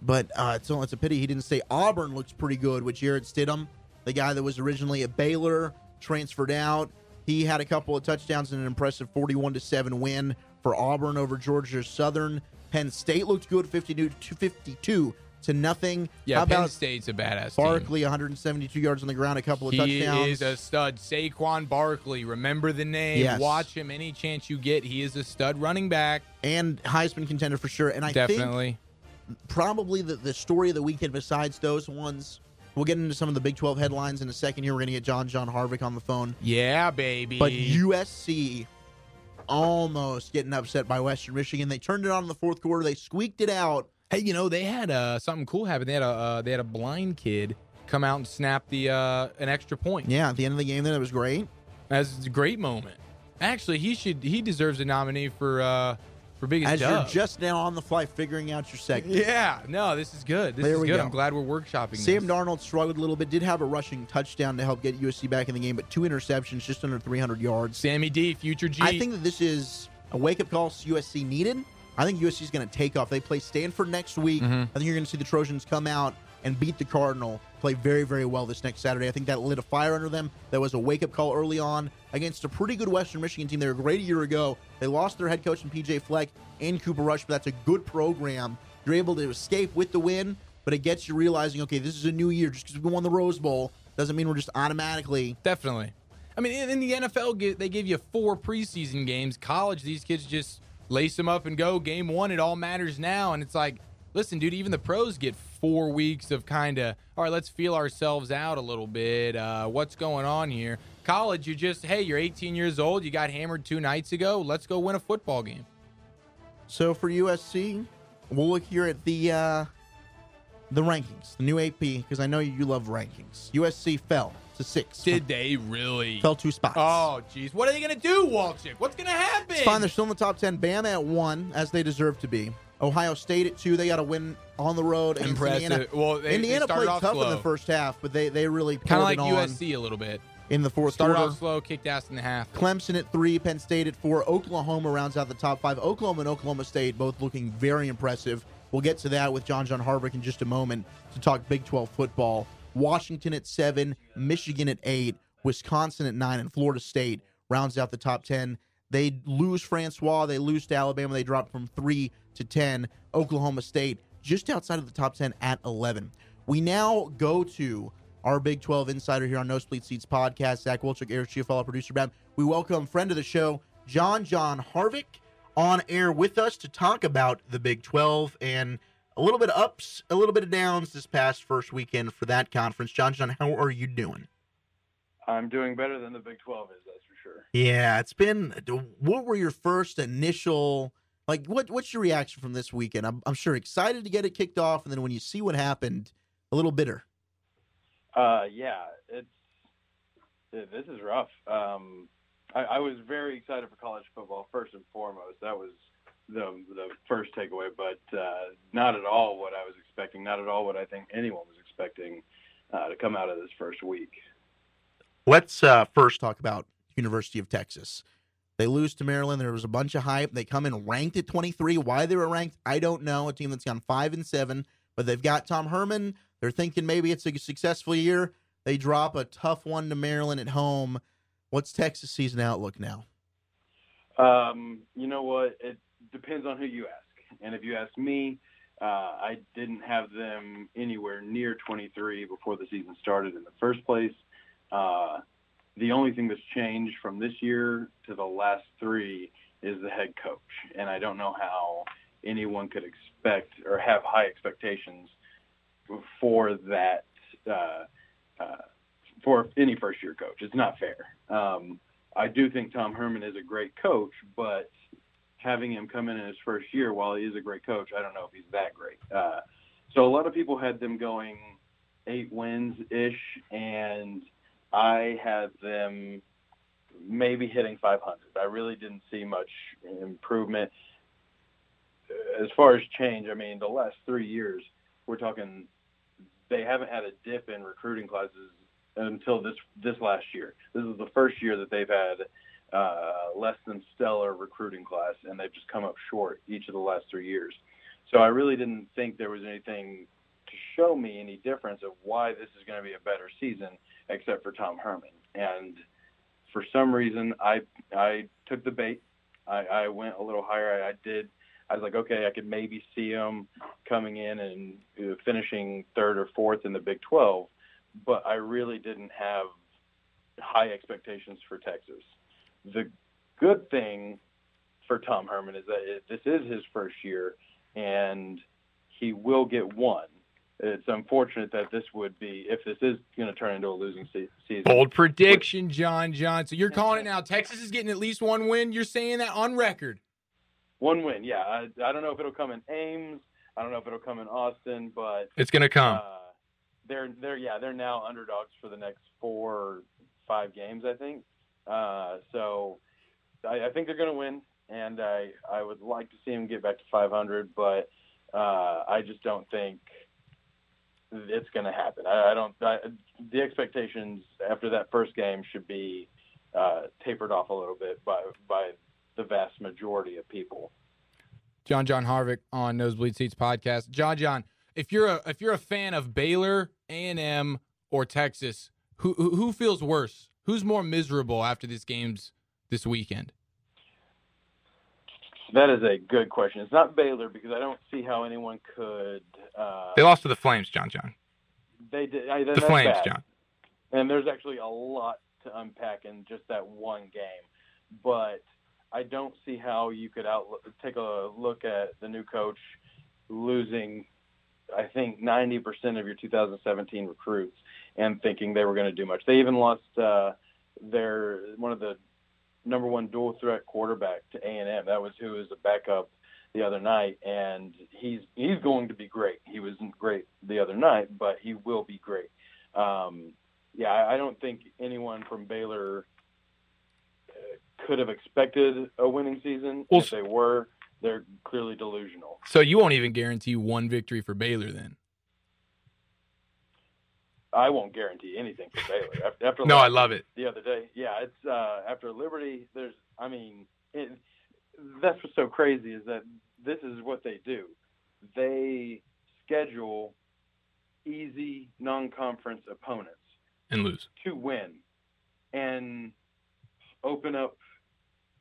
Speaker 1: but uh, it's, it's a pity he didn't say Auburn looks pretty good with Jared Stidham, the guy that was originally at Baylor, transferred out. He had a couple of touchdowns in an impressive 41 to 7 win for Auburn over Georgia Southern. Penn State looked good 52 to 52 to nothing.
Speaker 2: yeah,
Speaker 1: How
Speaker 2: Penn
Speaker 1: about
Speaker 2: State's a badass. team.
Speaker 1: Barkley 172 yards on the ground, a couple of
Speaker 2: He
Speaker 1: touchdowns.
Speaker 2: is a stud. Saquon Barkley, remember the name.
Speaker 1: Yes.
Speaker 2: Watch him any chance you get. He is a stud running back.
Speaker 1: and Heisman contender for sure. And I think
Speaker 2: Definitely.
Speaker 1: probably the, the story of the weekend besides those ones. We'll get into some of the Big 12 headlines in a second here. We're going to get John John Harvick on the phone.
Speaker 2: Yeah, baby.
Speaker 1: But USC almost getting upset by Western Michigan. They turned it on in the fourth quarter. They squeaked it out.
Speaker 2: Hey, you know they had uh, something cool happen. They had a uh, they had a blind kid come out and snap the uh, an extra point.
Speaker 1: Yeah, at the end of the game, then it was great.
Speaker 2: That's a great moment. Actually, he should he deserves a nominee for uh, for biggest
Speaker 1: As you're
Speaker 2: dub.
Speaker 1: just now on the fly figuring out your segment.
Speaker 2: yeah, no, this is good. This
Speaker 1: There
Speaker 2: is
Speaker 1: we
Speaker 2: good.
Speaker 1: go.
Speaker 2: I'm glad we're workshopping.
Speaker 1: Sam
Speaker 2: this.
Speaker 1: Darnold struggled a little bit. Did have a rushing touchdown to help get USC back in the game, but two interceptions, just under 300 yards.
Speaker 2: Sammy D, future G.
Speaker 1: I think that this is a wake up call USC needed. I think USC is going to take off. They play Stanford next week. I think you're going to see the Trojans come out and beat the Cardinal, play very, very well this next Saturday. I think that lit a fire under them. That was a wake up call early on against a pretty good Western Michigan team. They were great a year ago. They lost their head coach in PJ Fleck and Cooper Rush, but that's a good program. You're able to escape with the win, but it gets you realizing, okay, this is a new year. Just because we won the Rose Bowl doesn't mean we're just automatically
Speaker 2: Definitely. I mean, in, in the NFL, gi- they give you four preseason games. College, these kids just lace them up and go. Game one, it all matters now. And it's like, listen, dude, even the pros get four weeks of kind of, all right, let's feel ourselves out a little bit. Uh, what's going on here? College, you just, hey, you're 18 years old. You got hammered two nights ago. Let's go win a football game.
Speaker 1: So for USC, we'll look here at the uh, the rankings, the new AP, because I know you love rankings. USC fell to six,
Speaker 2: Did they really?
Speaker 1: fell two spots.
Speaker 2: Oh, jeez. What are they going to do, Walchik? What's going to happen?
Speaker 1: it's fine. They're still in the top ten. Bama at one, as they deserve to be. Ohio State at two. They got a win on the road. against
Speaker 2: Impressive.
Speaker 1: Indiana,
Speaker 2: Well, they- they
Speaker 1: Indiana
Speaker 2: started
Speaker 1: played
Speaker 2: off
Speaker 1: tough in
Speaker 2: slow.
Speaker 1: the first half, but they they really
Speaker 2: Kind
Speaker 1: poured
Speaker 2: of like
Speaker 1: it on
Speaker 2: USC a little bit.
Speaker 1: in the fourth
Speaker 2: Started
Speaker 1: quarter.
Speaker 2: off slow, kicked ass in the half.
Speaker 1: Clemson at three, Penn State at four, Oklahoma rounds out the top five. Oklahoma and Oklahoma State both looking very impressive. We'll get to that with John John Harvick in just a moment to talk Big 12 football. Washington at seven, Michigan at eight, Wisconsin at nine, and Florida State rounds out the top 10. They lose Francois, they lose to Alabama, they drop from three to 10. Oklahoma State just outside of the top 10 at 11. We now go to our Big 12 insider here on No Split Seats podcast. Zach Wilczek, Eric Schiaffala, producer Bab. We welcome friend of the show, John John Harvick, on air with us to talk about the Big 12 and a little bit of ups, a little bit of downs this past first weekend for that conference. John John, how are you doing?
Speaker 8: I'm doing better than the Big 12 is, that's for sure.
Speaker 1: Yeah, it's been. What were your first initial Like, what what's your reaction from this weekend? I'm, I'm sure excited to get it kicked off, and then when you see what happened, a little bitter.
Speaker 8: Uh, yeah, it's th- this is rough. Um, I, I was very excited for college football first and foremost. That was the the first takeaway, but uh, not at all what I was expecting. Not at all what I think anyone was expecting uh, to come out of this first week.
Speaker 1: Let's uh, first talk about University of Texas. They lose to Maryland. There was a bunch of hype. They come in ranked at 23. Why they were ranked, I don't know. A team that's gone five and seven, but they've got Tom Herman. They're thinking maybe it's a successful year. They drop a tough one to Maryland at home. What's Texas season outlook now?
Speaker 8: Um, you know what? It depends on who you ask. And if you ask me, uh, I didn't have them anywhere near 23 before the season started in the first place. Uh, the only thing that's changed from this year to the last three is the head coach. And I don't know how anyone could expect or have high expectations for that, uh, uh, for any first year coach. It's not fair. Um, I do think Tom Herman is a great coach, but having him come in in his first year, while he is a great coach, I don't know if he's that great. Uh, so a lot of people had them going eight wins ish, and I had them maybe hitting 500. I really didn't see much improvement as far as change. I mean, the last three years, we're talking they haven't had a dip in recruiting classes until this this last year. This is the first year that they've had uh, less than stellar recruiting class, and they've just come up short each of the last three years. So I really didn't think there was anything to show me any difference of why this is going to be a better season, except for Tom Herman. And for some reason, I I took the bait. I, I went a little higher. I, I did. I was like, okay, I could maybe see them coming in and uh, finishing third or fourth in the Big 12, but I really didn't have high expectations for Texas the good thing for Tom Herman is that it, this is his first year, and he will get one. It's unfortunate that this would be if this is going to turn into a losing se- season.
Speaker 2: Bold prediction, John John. So you're calling it now. Texas is getting at least one win. You're saying that on record.
Speaker 8: One win, yeah. I, I don't know if it'll come in Ames. I don't know if it'll come in Austin, but
Speaker 2: It's going to come.
Speaker 8: uh, they're they're yeah they're now underdogs for the next four or five games I think. Uh, so I, I think they're going to win, and I I would like to see them get back to 500, but uh, I just don't think it's going to happen. I, I don't. I, the expectations after that first game should be uh, tapered off a little bit by by the vast majority of people.
Speaker 2: John John Harvick on Nosebleed Seats podcast. John John, if you're a if you're a fan of Baylor, A and M, or Texas, who who who feels worse? Who's more miserable after these games this weekend?
Speaker 8: That is a good question. It's not Baylor because I don't see how anyone could. Uh,
Speaker 2: lost to the Flames, John John.
Speaker 8: they did. I, that's bad. and there's actually a lot to unpack in just that one game. But I don't see how you could out take a look at the new coach losing, I think, 90% of your 2017 recruits and thinking they were going to do much. They even lost uh, their one of the number one dual threat quarterback to A&M. That was who was a backup the other night, and he's he's going to be great. He wasn't great the other night, but he will be great. Um, yeah, I, I don't think anyone from Baylor uh, could have expected a winning season.
Speaker 2: Well,
Speaker 8: if they were, they're clearly delusional.
Speaker 2: So you won't even guarantee one victory for Baylor then.
Speaker 8: I won't guarantee anything for Baylor. After, after
Speaker 2: No, I
Speaker 8: last
Speaker 2: love it.
Speaker 8: the other day. Yeah, it's uh, after Liberty. There's, I mean, it, that's what's so crazy is that this is what they do. They schedule easy non-conference opponents
Speaker 2: And lose.
Speaker 8: to win and open up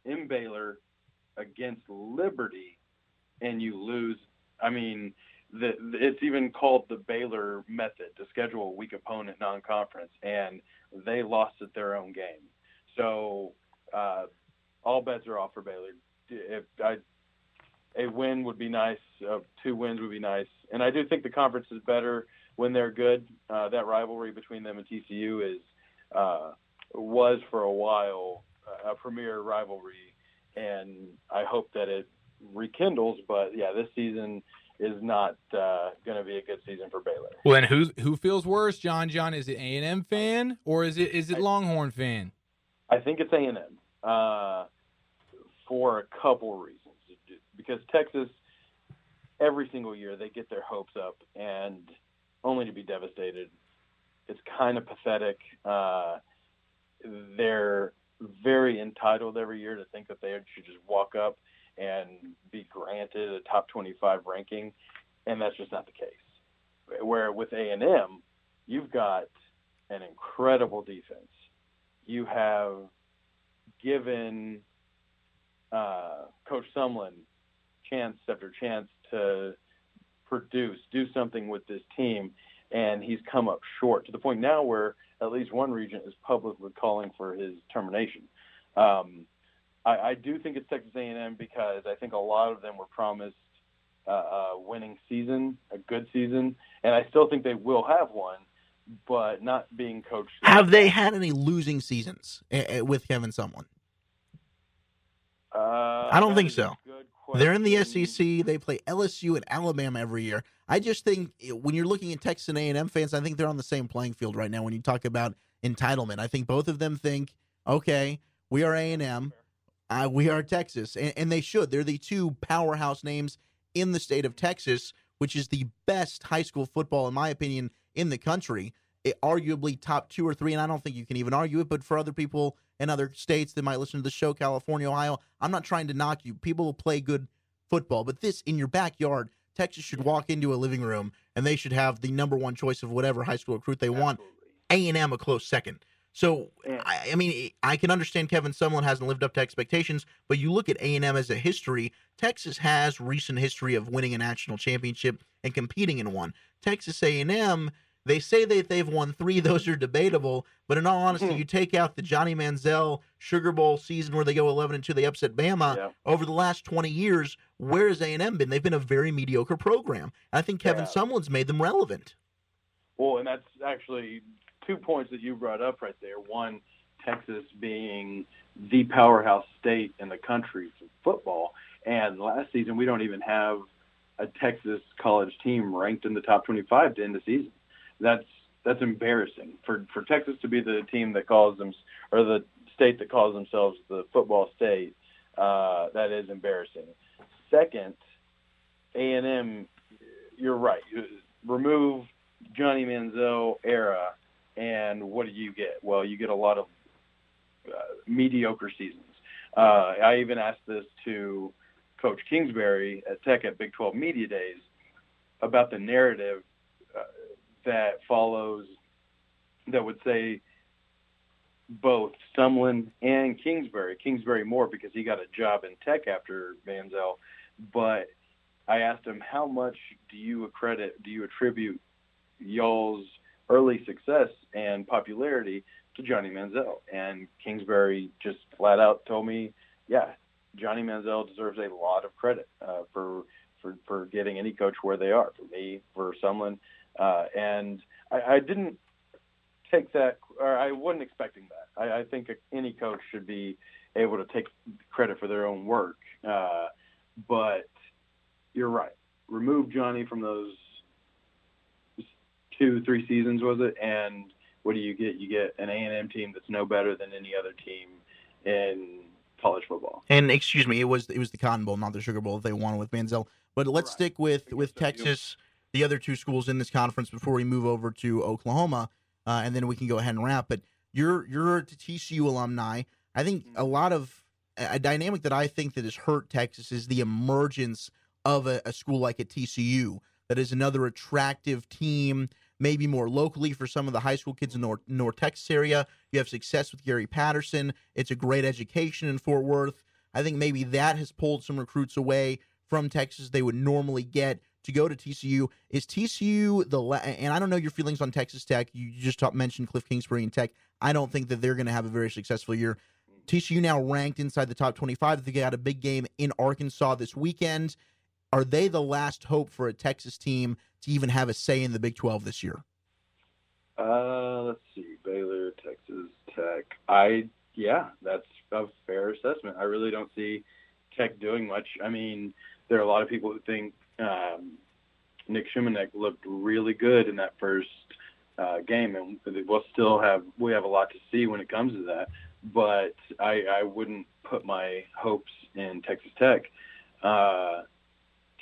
Speaker 8: in Baylor against Liberty, and you lose. I mean, the, it's even called the Baylor method to schedule a weak opponent non-conference, and they lost at their own game. So uh, all bets are off for Baylor. If I, a win would be nice. Uh, two wins would be nice, and I do think the conference is better when they're good. Uh, that rivalry between them and TCU is uh, was for a while a premier rivalry, and I hope that it rekindles. But yeah, this season is not uh, going to be a good season for Baylor.
Speaker 2: Well, and who who feels worse, John? John, is it A and M fan or is it is it Longhorn fan?
Speaker 8: I think it's A&M uh, for a couple reasons. Because Texas, every single year, they get their hopes up and only to be devastated. It's kind of pathetic. Uh, they're very entitled every year to think that they should just walk up and be granted a top 25 ranking, and that's just not the case. Where with A&M, you've got an incredible defense you have given uh, Coach Sumlin chance after chance to produce, do something with this team, and he's come up short to the point now where at least one region is publicly calling for his termination. Um, I, I do think it's Texas A&M because I think a lot of them were promised uh, a winning season, a good season, and I still think they will have one, but not being coached.
Speaker 1: Have they had any losing seasons eh, eh, with Kevin Sumlin?
Speaker 8: Uh,
Speaker 1: I don't
Speaker 8: that
Speaker 1: think
Speaker 8: is a
Speaker 1: so.
Speaker 8: good
Speaker 1: They're in the E
Speaker 8: question.
Speaker 1: SEC. They play LSU and Alabama every year. I just think eh, when you're looking at Texas and A&M fans, I think they're on the same playing field right now. When you talk about entitlement, I think both of them think, okay, we are A&M, uh, we are Texas, and, and they should. They're the two powerhouse names in the state of Texas, which is the best high school football, in my opinion, in the country. It, arguably top two or three, and I don't think you can even argue it. But for other people in other states that might listen to the show, California, Ohio, I'm not trying to knock you. People will play good football, but this in your backyard, Texas should walk into a living room and they should have the number one choice of whatever high school recruit they want. A and M a close second. So
Speaker 8: Yeah.
Speaker 1: I, I mean, I can understand Kevin Sumlin hasn't lived up to expectations, but you look at A and M as a history. Texas has recent history of winning a national championship and competing in one. Texas A and M. They say that they've won three; those are debatable. But in all honesty,
Speaker 8: Hmm.
Speaker 1: you take out the Johnny Manziel Sugar Bowl season where they go eleven and two, they upset Bama
Speaker 8: Yeah.
Speaker 1: over the last 20 years, where has A&M been? They've been a very mediocre program. And I think Kevin
Speaker 8: Yeah.
Speaker 1: Sumlin's made them relevant.
Speaker 8: Well, and that's actually two points that you brought up right there. One, Texas being the powerhouse state in the country for football, and last season we don't even have a Texas college team ranked in the top 25 to end the season. That's that's embarrassing for for Texas to be the team that calls them or the state that calls themselves the football state. Uh, that is embarrassing. Second, A and M, you're right. Remove Johnny Manziel era, and what do you get? Well, you get a lot of uh, mediocre seasons. Uh, I even asked this to Coach Kingsbury at Tech at Big 12 Media Days about the narrative uh, that follows that would say both Sumlin and Kingsbury, Kingsbury more because he got a job in Tech after Manziel, but I asked him how much do you accredit, do you attribute y'all's early success and popularity to Johnny Manziel. And Kingsbury just flat out told me, yeah, Johnny Manziel deserves a lot of credit uh, for, for for getting any coach where they are. For me, for Sumlin, uh, and I, I didn't take that, or I wasn't expecting that. I, I think any coach should be able to take credit for their own work. Uh, but you're right. Remove Johnny from those two, three seasons was it? And what do you get? You get an A and M team that's no better than any other team in college football.
Speaker 1: And excuse me, it was it was the Cotton Bowl, not the Sugar Bowl that they won with Manziel. But let's
Speaker 8: Right.
Speaker 1: stick with with
Speaker 8: so, you know.
Speaker 1: Texas, the other two schools in this conference before we move over to Oklahoma, uh, and then we can go ahead and wrap. But you're you're a TCU alumni. I think a lot of a a dynamic that I think that has hurt Texas is the emergence of a, a school like a TCU that is another attractive team, maybe more locally for some of the high school kids in North, North Texas area. You have success with Gary Patterson. It's a great education in Fort Worth. I think maybe that has pulled some recruits away from Texas they would normally get to go to TCU. Is TCU the la- and I don't know your feelings on Texas Tech. You just talk, mentioned Cliff Kingsbury and Tech. I don't think that they're going to have a very successful year. TCU now ranked inside the top 25. They got a big game in Arkansas this weekend. Are they the last hope for a Texas team to even have a say in the Big 12 this year?
Speaker 8: Uh, let's see, Baylor, Texas Tech. I yeah, that's a fair assessment. I really don't see Tech doing much. I mean, there are a lot of people who think um, Nick Schumanek looked really good in that first uh, game, and we'll still have we have a lot to see when it comes to that. But I, I wouldn't put my hopes in Texas Tech. Uh,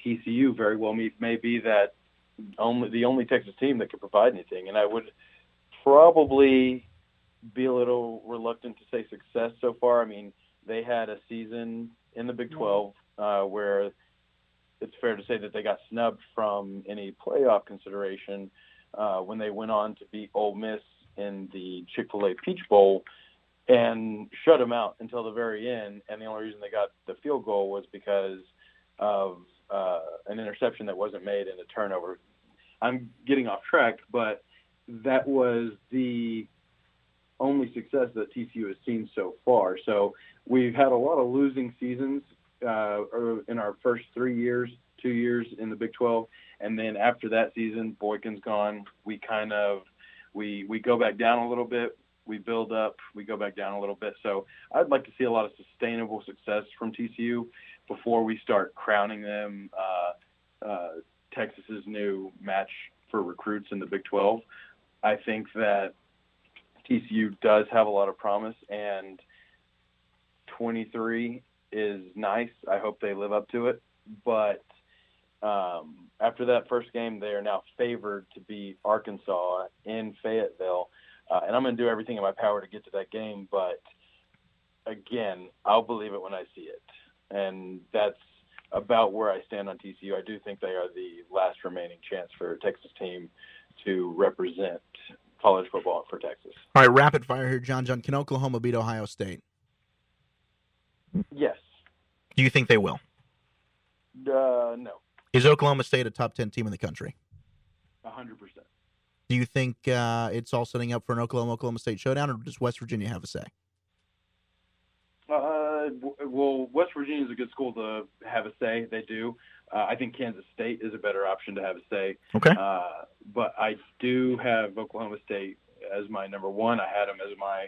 Speaker 8: TCU very well may, may be that only the only Texas team that could provide anything, and I would probably be a little reluctant to say success so far. I mean, they had a season in the Big 12 uh, where it's fair to say that they got snubbed from any playoff consideration uh, when they went on to beat Ole Miss in the Chick Fil A Peach Bowl and shut them out until the very end. And the only reason they got the field goal was because of uh, an interception that wasn't made and a turnover. I'm getting off track, but that was the only success that TCU has seen so far. So we've had a lot of losing seasons uh, er- in our first three years, two years in the Big 12, and then after that season, Boykin's gone. We kind of we we go back down a little bit. We build up. We go back down a little bit. So I'd like to see a lot of sustainable success from TCU before we start crowning them uh, uh, Texas's new match for recruits in the Big 12. I think that TCU does have a lot of promise, and 23 is nice. I hope they live up to it. But um, after that first game, they are now favored to beat Arkansas in Fayetteville, uh, and I'm going to do everything in my power to get to that game. But again, I'll believe it when I see it, and that's about where I stand on TCU. I do think they are the last remaining chance for a Texas team to represent college football for Texas.
Speaker 1: All right, rapid fire here, John. John, can Oklahoma beat Ohio State?
Speaker 8: Yes.
Speaker 1: Do you think they will?
Speaker 8: Uh, no.
Speaker 1: Is Oklahoma State a top ten team in the country?
Speaker 8: A hundred percent.
Speaker 1: Do you think uh, it's all setting up for an Oklahoma Oklahoma State showdown, or does West Virginia have a say?
Speaker 8: Uh, w- well, West Virginia is a good school to have a say. They do. Uh, I think Kansas State is a better option to have a say.
Speaker 1: Okay.
Speaker 8: Uh, but I do have Oklahoma State as my number one. I had them as my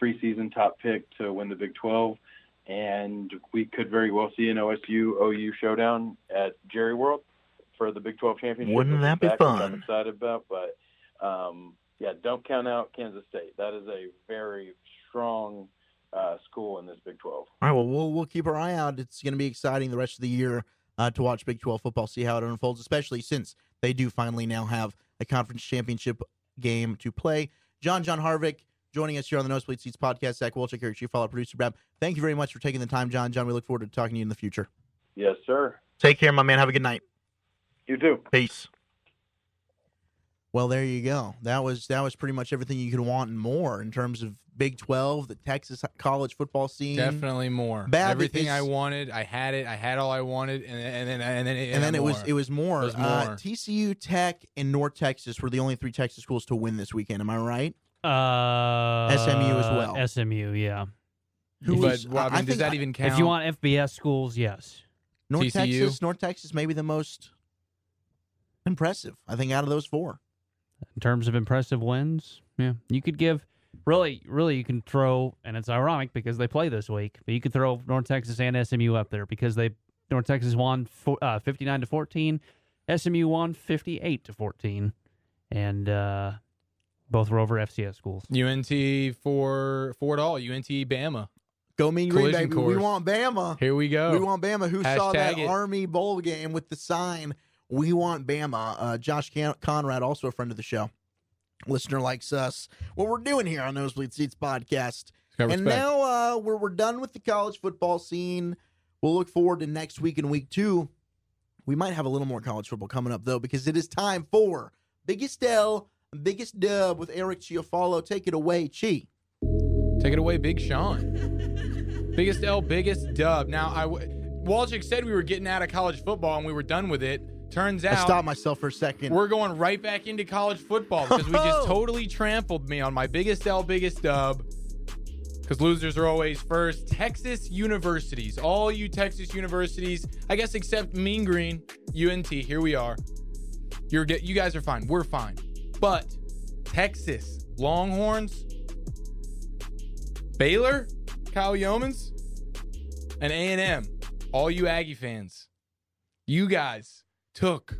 Speaker 8: preseason top pick to win the Big 12, and we could very well see an OSU OU showdown at Jerry World for the Big 12 championship.
Speaker 1: Wouldn't
Speaker 8: which is
Speaker 1: that be
Speaker 8: back, which I'm
Speaker 1: fun?
Speaker 8: excited about, but um, yeah, don't count out Kansas State. That is a very strong uh, school in this Big 12.
Speaker 1: All right, well, we'll we'll keep our eye out. It's going to be exciting the rest of the year uh, to watch Big Twelve football, see how it unfolds, especially since they do finally now have a conference championship game to play. John John Harvick joining us here on the Nosebleed Seats podcast. Zach Wolchek, Eric Chief, follow producer Brad. Thank you very much for taking the time, John. John, we look forward to talking to you in the future.
Speaker 8: Yes, sir.
Speaker 1: Take care, my man. Have a good night.
Speaker 8: You too.
Speaker 1: Peace. Well, there you go. That was that was pretty much everything you could want and more in terms of Big Twelve, the Texas college football scene,
Speaker 2: Definitely more.
Speaker 1: Bad
Speaker 2: Everything
Speaker 1: because-
Speaker 2: I wanted, I had it. I had all I wanted, and, and then and then
Speaker 1: and then it was it was more.
Speaker 2: It was
Speaker 1: Uh,
Speaker 2: more.
Speaker 1: TCU Tech and North Texas were the only three Texas schools to win this weekend. Am I right?
Speaker 3: Uh,
Speaker 1: SMU as well.
Speaker 3: SMU, yeah.
Speaker 1: Who
Speaker 2: but
Speaker 1: was-
Speaker 2: Robin,
Speaker 1: I- I
Speaker 2: does
Speaker 1: think
Speaker 2: that
Speaker 1: I-
Speaker 2: even count?
Speaker 3: If you want FBS schools, yes.
Speaker 1: North
Speaker 2: TCU?
Speaker 1: Texas, North Texas, maybe the most impressive. I think out of those four,
Speaker 3: In terms of impressive wins, yeah, you could give. Really, really, you can throw, and it's ironic because they play this week. But you could throw North Texas and SMU up there because they North Texas won fo- uh, fifty nine to fourteen, SMU won fifty eight to fourteen, and uh, both were over FCS schools.
Speaker 2: UNT for for it all, UNT Bama.
Speaker 1: go mean Green
Speaker 2: Collision
Speaker 1: baby. We
Speaker 2: course.
Speaker 1: want Bama.
Speaker 2: Here we go.
Speaker 1: We want Bama. Who saw that
Speaker 2: Oh. Hashtag it.
Speaker 1: Army bowl game with the sign? We want Bama. Uh, Josh Can- Conrad, also a friend of the show, listener likes us. What we're doing here on Nosebleed Seats podcast.
Speaker 2: Got
Speaker 1: And
Speaker 2: respect.
Speaker 1: now uh, we're we're done with the college football scene. We'll look forward to next week and week two. We might have a little more college football coming up though, because it is time for biggest L, biggest dub with Eric Chiafalo. Take it away, Chi.
Speaker 2: Take it away, Big Sean. biggest L, biggest dub. Now, I w- Walchick said we were getting out of college football and we were done with it. Turns
Speaker 1: I
Speaker 2: out
Speaker 1: stopped myself for a second.
Speaker 2: we're going right back into college football because we just totally trampled me on my biggest L, biggest dub. Because losers are always first. Texas universities, all you Texas universities, I guess except Mean Green, UNT. Here we are. You're get, you guys are fine. We're fine. But Texas Longhorns, Baylor, Kyle Yeomans, and A and M. all you Aggie fans, you guys took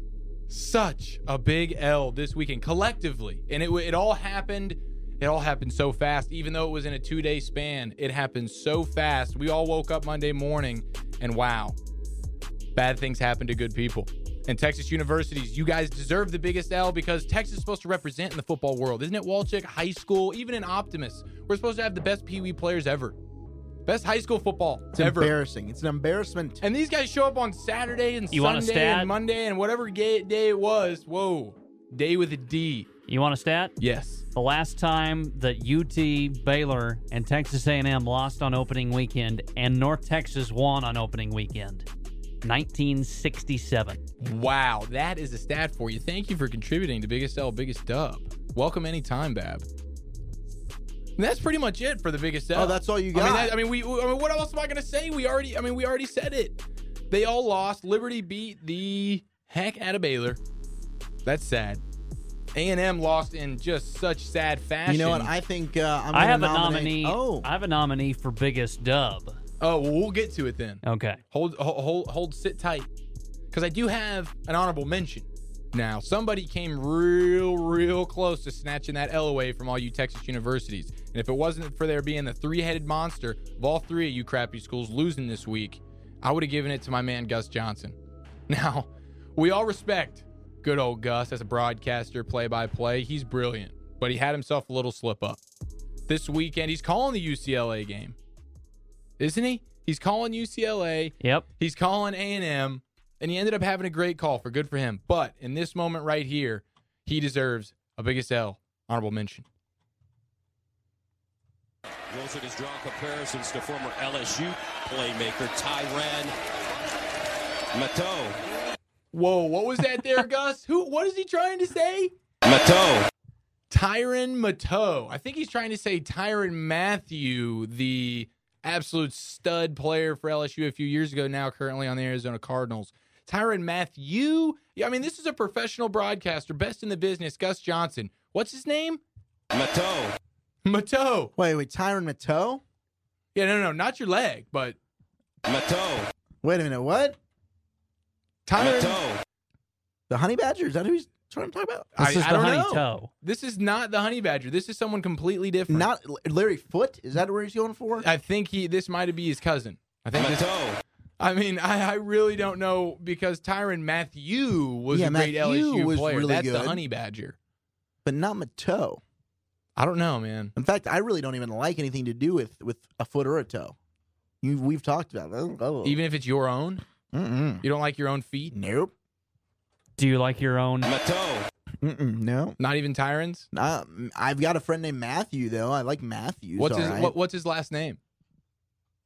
Speaker 2: such a big L this weekend collectively, and it w- it all happened. It all happened so fast, even though it was in a two day span. It happened so fast. We all woke up Monday morning, and wow, bad things happen to good people. And Texas universities, you guys deserve the biggest L because Texas is supposed to represent in the football world, isn't it? Walchick High School, even in Optimus, we're supposed to have the best Pee Wee players ever, best high school football
Speaker 1: It's
Speaker 2: ever.
Speaker 1: embarrassing. It's an embarrassment.
Speaker 2: And these guys show up on Saturday and
Speaker 3: You want a
Speaker 2: Sunday
Speaker 3: stat?
Speaker 2: and Monday and whatever ga- day it was. Whoa, day with a D.
Speaker 3: You want a stat?
Speaker 2: Yes.
Speaker 3: The last time that UT, Baylor, and Texas A&M lost on opening weekend, and North Texas won on opening weekend, 1967.
Speaker 2: Wow, that is a stat for you. Thank you for contributing to Biggest L, Biggest Dub. Welcome anytime, Bab. And that's pretty much it for the Biggest L.
Speaker 1: Oh, that's all you
Speaker 2: I
Speaker 1: got.
Speaker 2: mean, that, I mean, we, we- I mean, what else am I gonna say? We already, I mean, we already said it. They all lost. Liberty beat the heck out of Baylor. That's sad. A and M lost in just such sad fashion.
Speaker 1: you know what? I think uh, I'm
Speaker 3: I
Speaker 1: gonna
Speaker 3: have a
Speaker 1: nominate-
Speaker 3: nominee.
Speaker 1: Oh,
Speaker 3: I have a nominee for biggest dub.
Speaker 2: oh, well, we'll get to it then.
Speaker 3: Okay.
Speaker 2: Hold, ho- hold, hold, sit tight, because I do have an honorable mention. Now, somebody came real, real close to snatching that L away from all you Texas universities. And if it wasn't for there being the three-headed monster of all three of you crappy schools losing this week, I would have given it to my man Gus Johnson. Now, we all respect good old Gus as a broadcaster, play-by-play. He's brilliant, but he had himself a little slip-up. This weekend, he's calling the UCLA game, isn't he? He's calling UCLA.
Speaker 3: Yep.
Speaker 2: He's calling A and M, and he ended up having a great call for good for him. But in this moment right here, he deserves a biggest L honorable mention.
Speaker 9: Wilson has drawn comparisons to former LSU playmaker Tyran Mateau.
Speaker 2: Whoa, what was that there, Gus? Who? What is he trying to say?
Speaker 9: Mateau.
Speaker 2: Tyron Mateau. I think he's trying to say Tyron Matthew, the absolute stud player for LSU a few years ago, now currently on the Arizona Cardinals. Tyron Matthew. Yeah, I mean, this is a professional broadcaster, best in the business, Gus Johnson. What's his name?
Speaker 9: Mateau.
Speaker 2: Mateau.
Speaker 1: wait, wait, Tyron Mateau.
Speaker 2: Yeah, no, no, not your leg, but
Speaker 9: Mateau.
Speaker 1: Wait a minute, what?
Speaker 2: Tyron.
Speaker 9: Mateau.
Speaker 1: The honey badger? Is that who he's trying to talk about?
Speaker 2: I-
Speaker 3: This is
Speaker 2: I
Speaker 3: the
Speaker 2: don't
Speaker 3: honey
Speaker 2: know.
Speaker 3: toe.
Speaker 2: This is not the honey badger. This is someone completely different.
Speaker 1: Not Larry Foot? Is that where he's going for?
Speaker 2: I think he. This might be his cousin. I think. This,
Speaker 9: Mateau.
Speaker 2: I mean, I, I really don't know because Tyron Matthew was
Speaker 1: Yeah,
Speaker 2: a great
Speaker 1: Matthew
Speaker 2: LSU
Speaker 1: was
Speaker 2: player.
Speaker 1: really
Speaker 2: That's the
Speaker 1: good.
Speaker 2: honey badger.
Speaker 1: but not Mateau.
Speaker 2: I don't know, man.
Speaker 1: In fact, I really don't even like anything to do with with a foot or a toe. You, we've talked about that. Oh.
Speaker 2: Even if it's your own,
Speaker 1: Mm-mm.
Speaker 2: you don't like your own feet.
Speaker 1: Nope.
Speaker 3: Do you like your own?
Speaker 9: Mateau.
Speaker 1: Mm-mm. No.
Speaker 2: Not even Tyron's.
Speaker 1: Uh, I've got a friend named Matthew though. I like Matthews.
Speaker 2: What's
Speaker 1: all
Speaker 2: his
Speaker 1: right.
Speaker 2: what, What's his last name?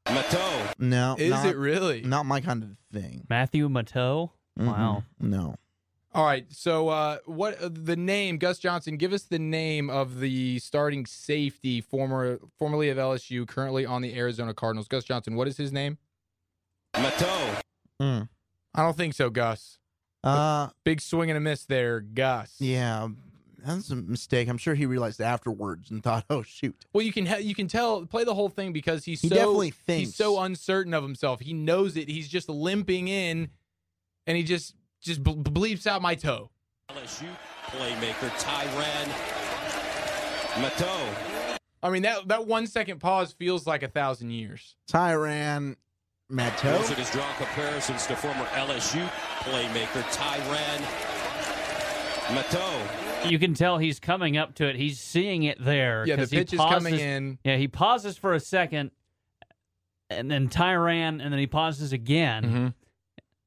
Speaker 9: Mateau.
Speaker 1: No.
Speaker 2: Is
Speaker 1: not,
Speaker 2: it really?
Speaker 1: Not my kind of thing.
Speaker 3: Matthew Mateau?
Speaker 2: Mm-hmm.
Speaker 3: Wow.
Speaker 1: Mm-mm. No.
Speaker 2: All right. So, uh, what uh, the name Gus Johnson? Give us the name of the starting safety, former formerly of LSU, currently on the Arizona Cardinals. Gus Johnson. What is his name?
Speaker 9: Mateau.
Speaker 1: Mm.
Speaker 2: I don't think so, Gus.
Speaker 1: Uh.
Speaker 2: Big swing and a miss there, Gus.
Speaker 1: Yeah. That's a mistake. I'm sure he realized afterwards and thought, "Oh shoot."
Speaker 2: Well, you can he- you can tell play the whole thing because he's
Speaker 1: He
Speaker 2: so
Speaker 1: definitely thinks.
Speaker 2: he's so uncertain of himself. He knows it. He's just limping in, and he just just ble- bleeps out my toe.
Speaker 9: LSU playmaker Tyran Mateau.
Speaker 2: I mean that that one second pause feels like a thousand years.
Speaker 1: Tyran Mateau.
Speaker 9: Wilson has drawn comparisons to former LSU playmaker Tyran Mateau.
Speaker 3: You can tell he's coming up to it. He's seeing it there.
Speaker 2: Yeah, the
Speaker 3: 'cause he
Speaker 2: pitch is
Speaker 3: pauses-
Speaker 2: coming in.
Speaker 3: Yeah, he pauses for a second, and then Tyran, and then he pauses again,
Speaker 2: Mhm.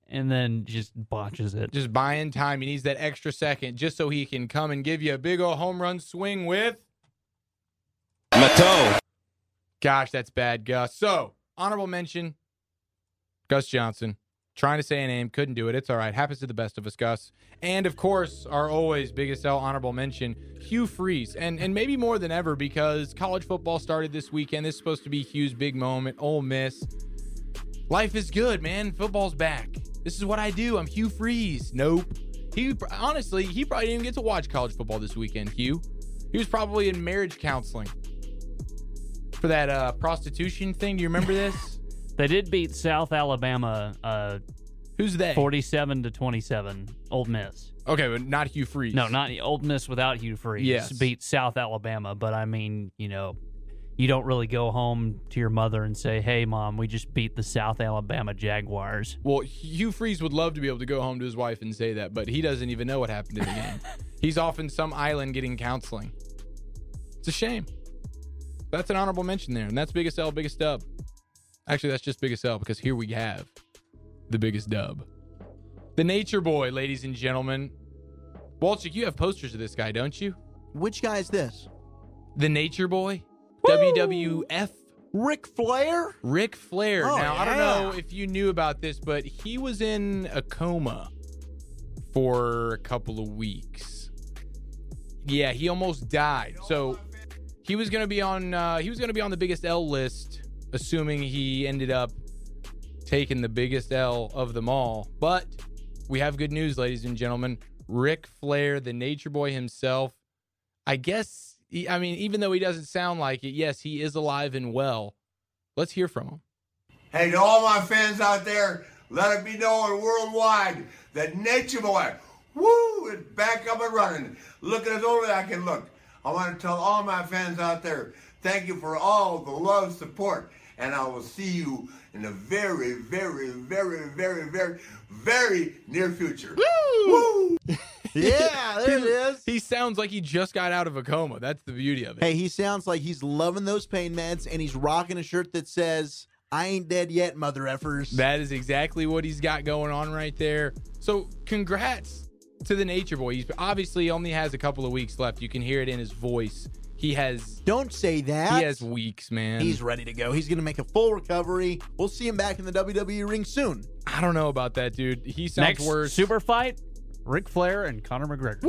Speaker 3: and then just botches it.
Speaker 2: just buying time. He needs that extra second just so he can come and give you a big old home run swing with.
Speaker 9: Mateau.
Speaker 2: Gosh, that's bad, Gus. So, honorable mention Gus Johnson. Trying to say a name, couldn't do it. It's all right. Happens to the best of us, Gus. And of course, our always biggest L honorable mention, Hugh Freeze. And and maybe more than ever because college football started this weekend. This is supposed to be Hugh's big moment. Ole Miss. Life is good, man. Football's back. This is what I do. I'm Hugh Freeze. Nope. He honestly, he probably didn't even get to watch college football this weekend, Hugh. He was probably in marriage counseling for that uh, prostitution thing. Do you remember this?
Speaker 3: They did beat South Alabama uh,
Speaker 2: Who's they?
Speaker 3: 47 to 27. Old Miss.
Speaker 2: Okay, but not Hugh Freeze.
Speaker 3: No, not Old Miss without Hugh Freeze.
Speaker 2: Yes.
Speaker 3: Beat South Alabama, but I mean, you know, you don't really go home to your mother and say, "Hey, mom, we just beat the South Alabama Jaguars."
Speaker 2: Well, Hugh Freeze would love to be able to go home to his wife and say that, but he doesn't even know what happened in the game. He's off in some island getting counseling. It's a shame. That's an honorable mention there, and that's biggest L, biggest dub. Actually, that's just biggest L because here we have the biggest dub, the Nature Boy, ladies and gentlemen. Walchick, you have posters of this guy, don't you?
Speaker 1: Which guy is this?
Speaker 2: The Nature Boy, WWF
Speaker 1: Ric Flair?
Speaker 2: Rick Flair.
Speaker 1: Oh,
Speaker 2: now, I don't
Speaker 1: yeah.
Speaker 2: know if you knew about this, but he was in a coma for a couple of weeks. Yeah, he almost died. So he was going to be on uh, he was going to be on the biggest L list assuming he ended up taking the biggest L of them all. But we have good news, ladies and gentlemen. Rick Flair, the nature boy himself, I guess he, I mean even though he doesn't sound like it, yes, he is alive and well. Let's hear from him.
Speaker 10: Hey, to all my fans out there, let it be known worldwide that Nature Boy, woo, is back up and running. Looking as only I can look. I want to tell all my fans out there, thank you for all the love, support, and I will see you in the very, very, very, very, very, very near future.
Speaker 1: Yeah, there it is.
Speaker 2: He sounds like he just got out of a coma. That's the beauty of it.
Speaker 1: Hey, he sounds like he's loving those pain meds and he's rocking a shirt that says, I ain't dead yet, mother effers.
Speaker 2: That is exactly what he's got going on right there. So, congrats to the Nature Boy. He's obviously only has a couple of weeks left. You can hear it in his voice. He has
Speaker 1: Don't say that.
Speaker 2: he has weeks, man.
Speaker 1: He's ready to go. He's going to make a full recovery. We'll see him back in the WWE ring soon.
Speaker 2: I don't know about that, dude. He sounds
Speaker 3: Next
Speaker 2: worse.
Speaker 3: super fight, Ric Flair and Conor McGregor.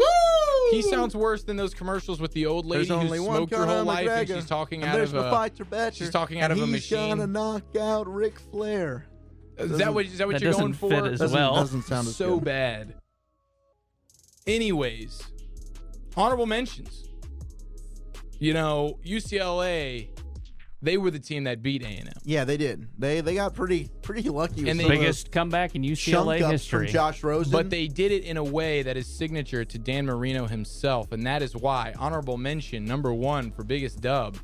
Speaker 2: he sounds worse than those commercials with the old lady
Speaker 1: There's only
Speaker 2: who
Speaker 1: one
Speaker 2: smoked her
Speaker 1: Conor
Speaker 2: whole life and
Speaker 1: McGregor,
Speaker 2: she's talking
Speaker 1: and
Speaker 2: out
Speaker 1: there's
Speaker 2: of
Speaker 1: the
Speaker 2: a.
Speaker 1: fighter better.
Speaker 2: she's talking out
Speaker 1: and
Speaker 2: of a
Speaker 1: He's
Speaker 2: machine.
Speaker 1: gonna knock out Ric Flair.
Speaker 2: Is that what, is that what
Speaker 3: That
Speaker 2: you're going
Speaker 3: doesn't
Speaker 2: for?
Speaker 3: fit as
Speaker 1: Doesn't,
Speaker 3: well.
Speaker 1: doesn't sound as
Speaker 2: so
Speaker 1: good.
Speaker 2: bad. Anyways, honorable mentions. You know, UCLA, they were the team that beat A&M.
Speaker 1: Yeah, they did. They they got pretty pretty lucky. With
Speaker 2: And
Speaker 1: some
Speaker 2: the
Speaker 1: of those
Speaker 3: Biggest comeback in
Speaker 1: chunk
Speaker 3: UCLA
Speaker 1: ups
Speaker 3: history.
Speaker 1: from Josh Rosen.
Speaker 2: But they did it in a way that is signature to Dan Marino himself, and that is why honorable mention number one for biggest dub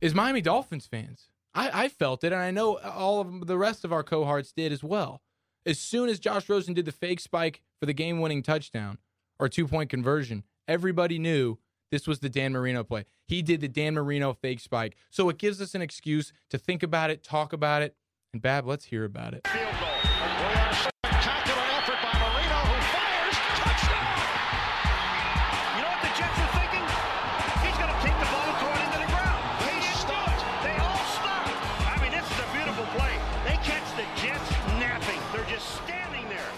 Speaker 2: is Miami Dolphins fans. I, I felt it, and I know all of the rest of our cohorts did as well. As soon as Josh Rosen did the fake spike for the game-winning touchdown or two-point conversion, everybody knew this was the Dan Marino play. He did the Dan Marino fake spike, so it gives us an excuse to think about it, talk about it, and Bab, let's hear about it.
Speaker 9: Spectacular effort by Marino, who fires. Touchdown! You know what the Jets are thinking? He's going to take the ball and throw it into the ground. They stopped. They all stopped. I mean, this is a beautiful play. They catch the Jets napping. They're just standing there.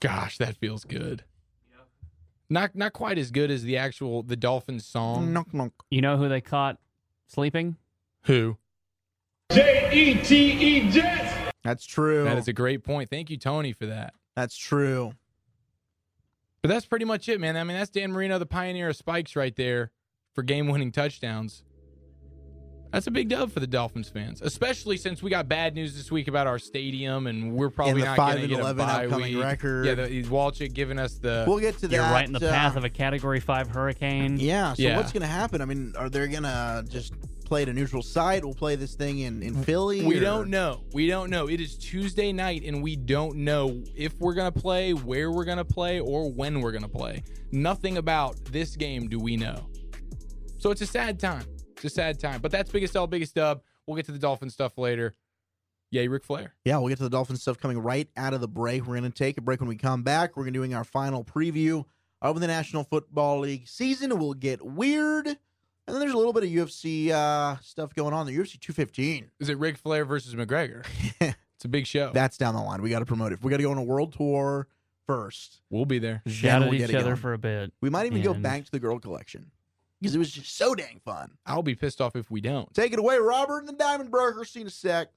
Speaker 2: Gosh, that feels good. Not not quite as good as the actual the Dolphins song.
Speaker 1: knock knock.
Speaker 3: You know who they caught sleeping?
Speaker 2: Who?
Speaker 4: J E T E Jets.
Speaker 1: That's true.
Speaker 2: That is a great point. Thank you, Tony, for that.
Speaker 1: That's true.
Speaker 2: But that's pretty much it, man. I mean, that's Dan Marino, the pioneer of spikes, right there for game-winning touchdowns. That's a big dub for the Dolphins fans, especially since we got bad news this week about our stadium, and we're probably
Speaker 1: the 5
Speaker 2: not going to
Speaker 1: and
Speaker 2: get
Speaker 1: 11
Speaker 2: a bye
Speaker 1: upcoming
Speaker 2: week.
Speaker 1: record.
Speaker 2: Yeah, the, Walchik giving us the.
Speaker 1: We'll get to that.
Speaker 3: You're right in the
Speaker 1: uh,
Speaker 3: path of a Category Five hurricane.
Speaker 1: Yeah. So
Speaker 2: Yeah.
Speaker 1: what's going to happen? I mean, are they going to just play at a neutral site? We'll play this thing in in Philly.
Speaker 2: We
Speaker 1: or-
Speaker 2: don't know. We don't know. It is Tuesday night, and we don't know if we're going to play, where we're going to play, or when we're going to play. Nothing about this game do we know. So it's a sad time. It's a sad time. But that's biggest L, biggest dub. We'll get to the Dolphin stuff later. Yay, Ric Flair.
Speaker 1: Yeah, we'll get to the Dolphins stuff coming right out of the break. We're going to take a break when we come back. We're going to doing our final preview of the National Football League season. We'll get weird, and then there's a little bit of UFC uh, stuff going on. The UFC 215.
Speaker 2: Is it Ric Flair versus McGregor? it's a big show.
Speaker 1: That's down the line. We got to promote it. We got to go on a world tour first.
Speaker 2: we'll be there.
Speaker 1: Then
Speaker 3: Shout at
Speaker 1: we'll
Speaker 3: each
Speaker 1: get it
Speaker 3: other
Speaker 1: going.
Speaker 3: for a bit.
Speaker 1: We might even go
Speaker 3: and-
Speaker 1: back to the girl collection because it was just so dang fun.
Speaker 2: I'll be pissed off if we don't.
Speaker 1: Take it away, Robert and the Diamond Broker. See you in a sec.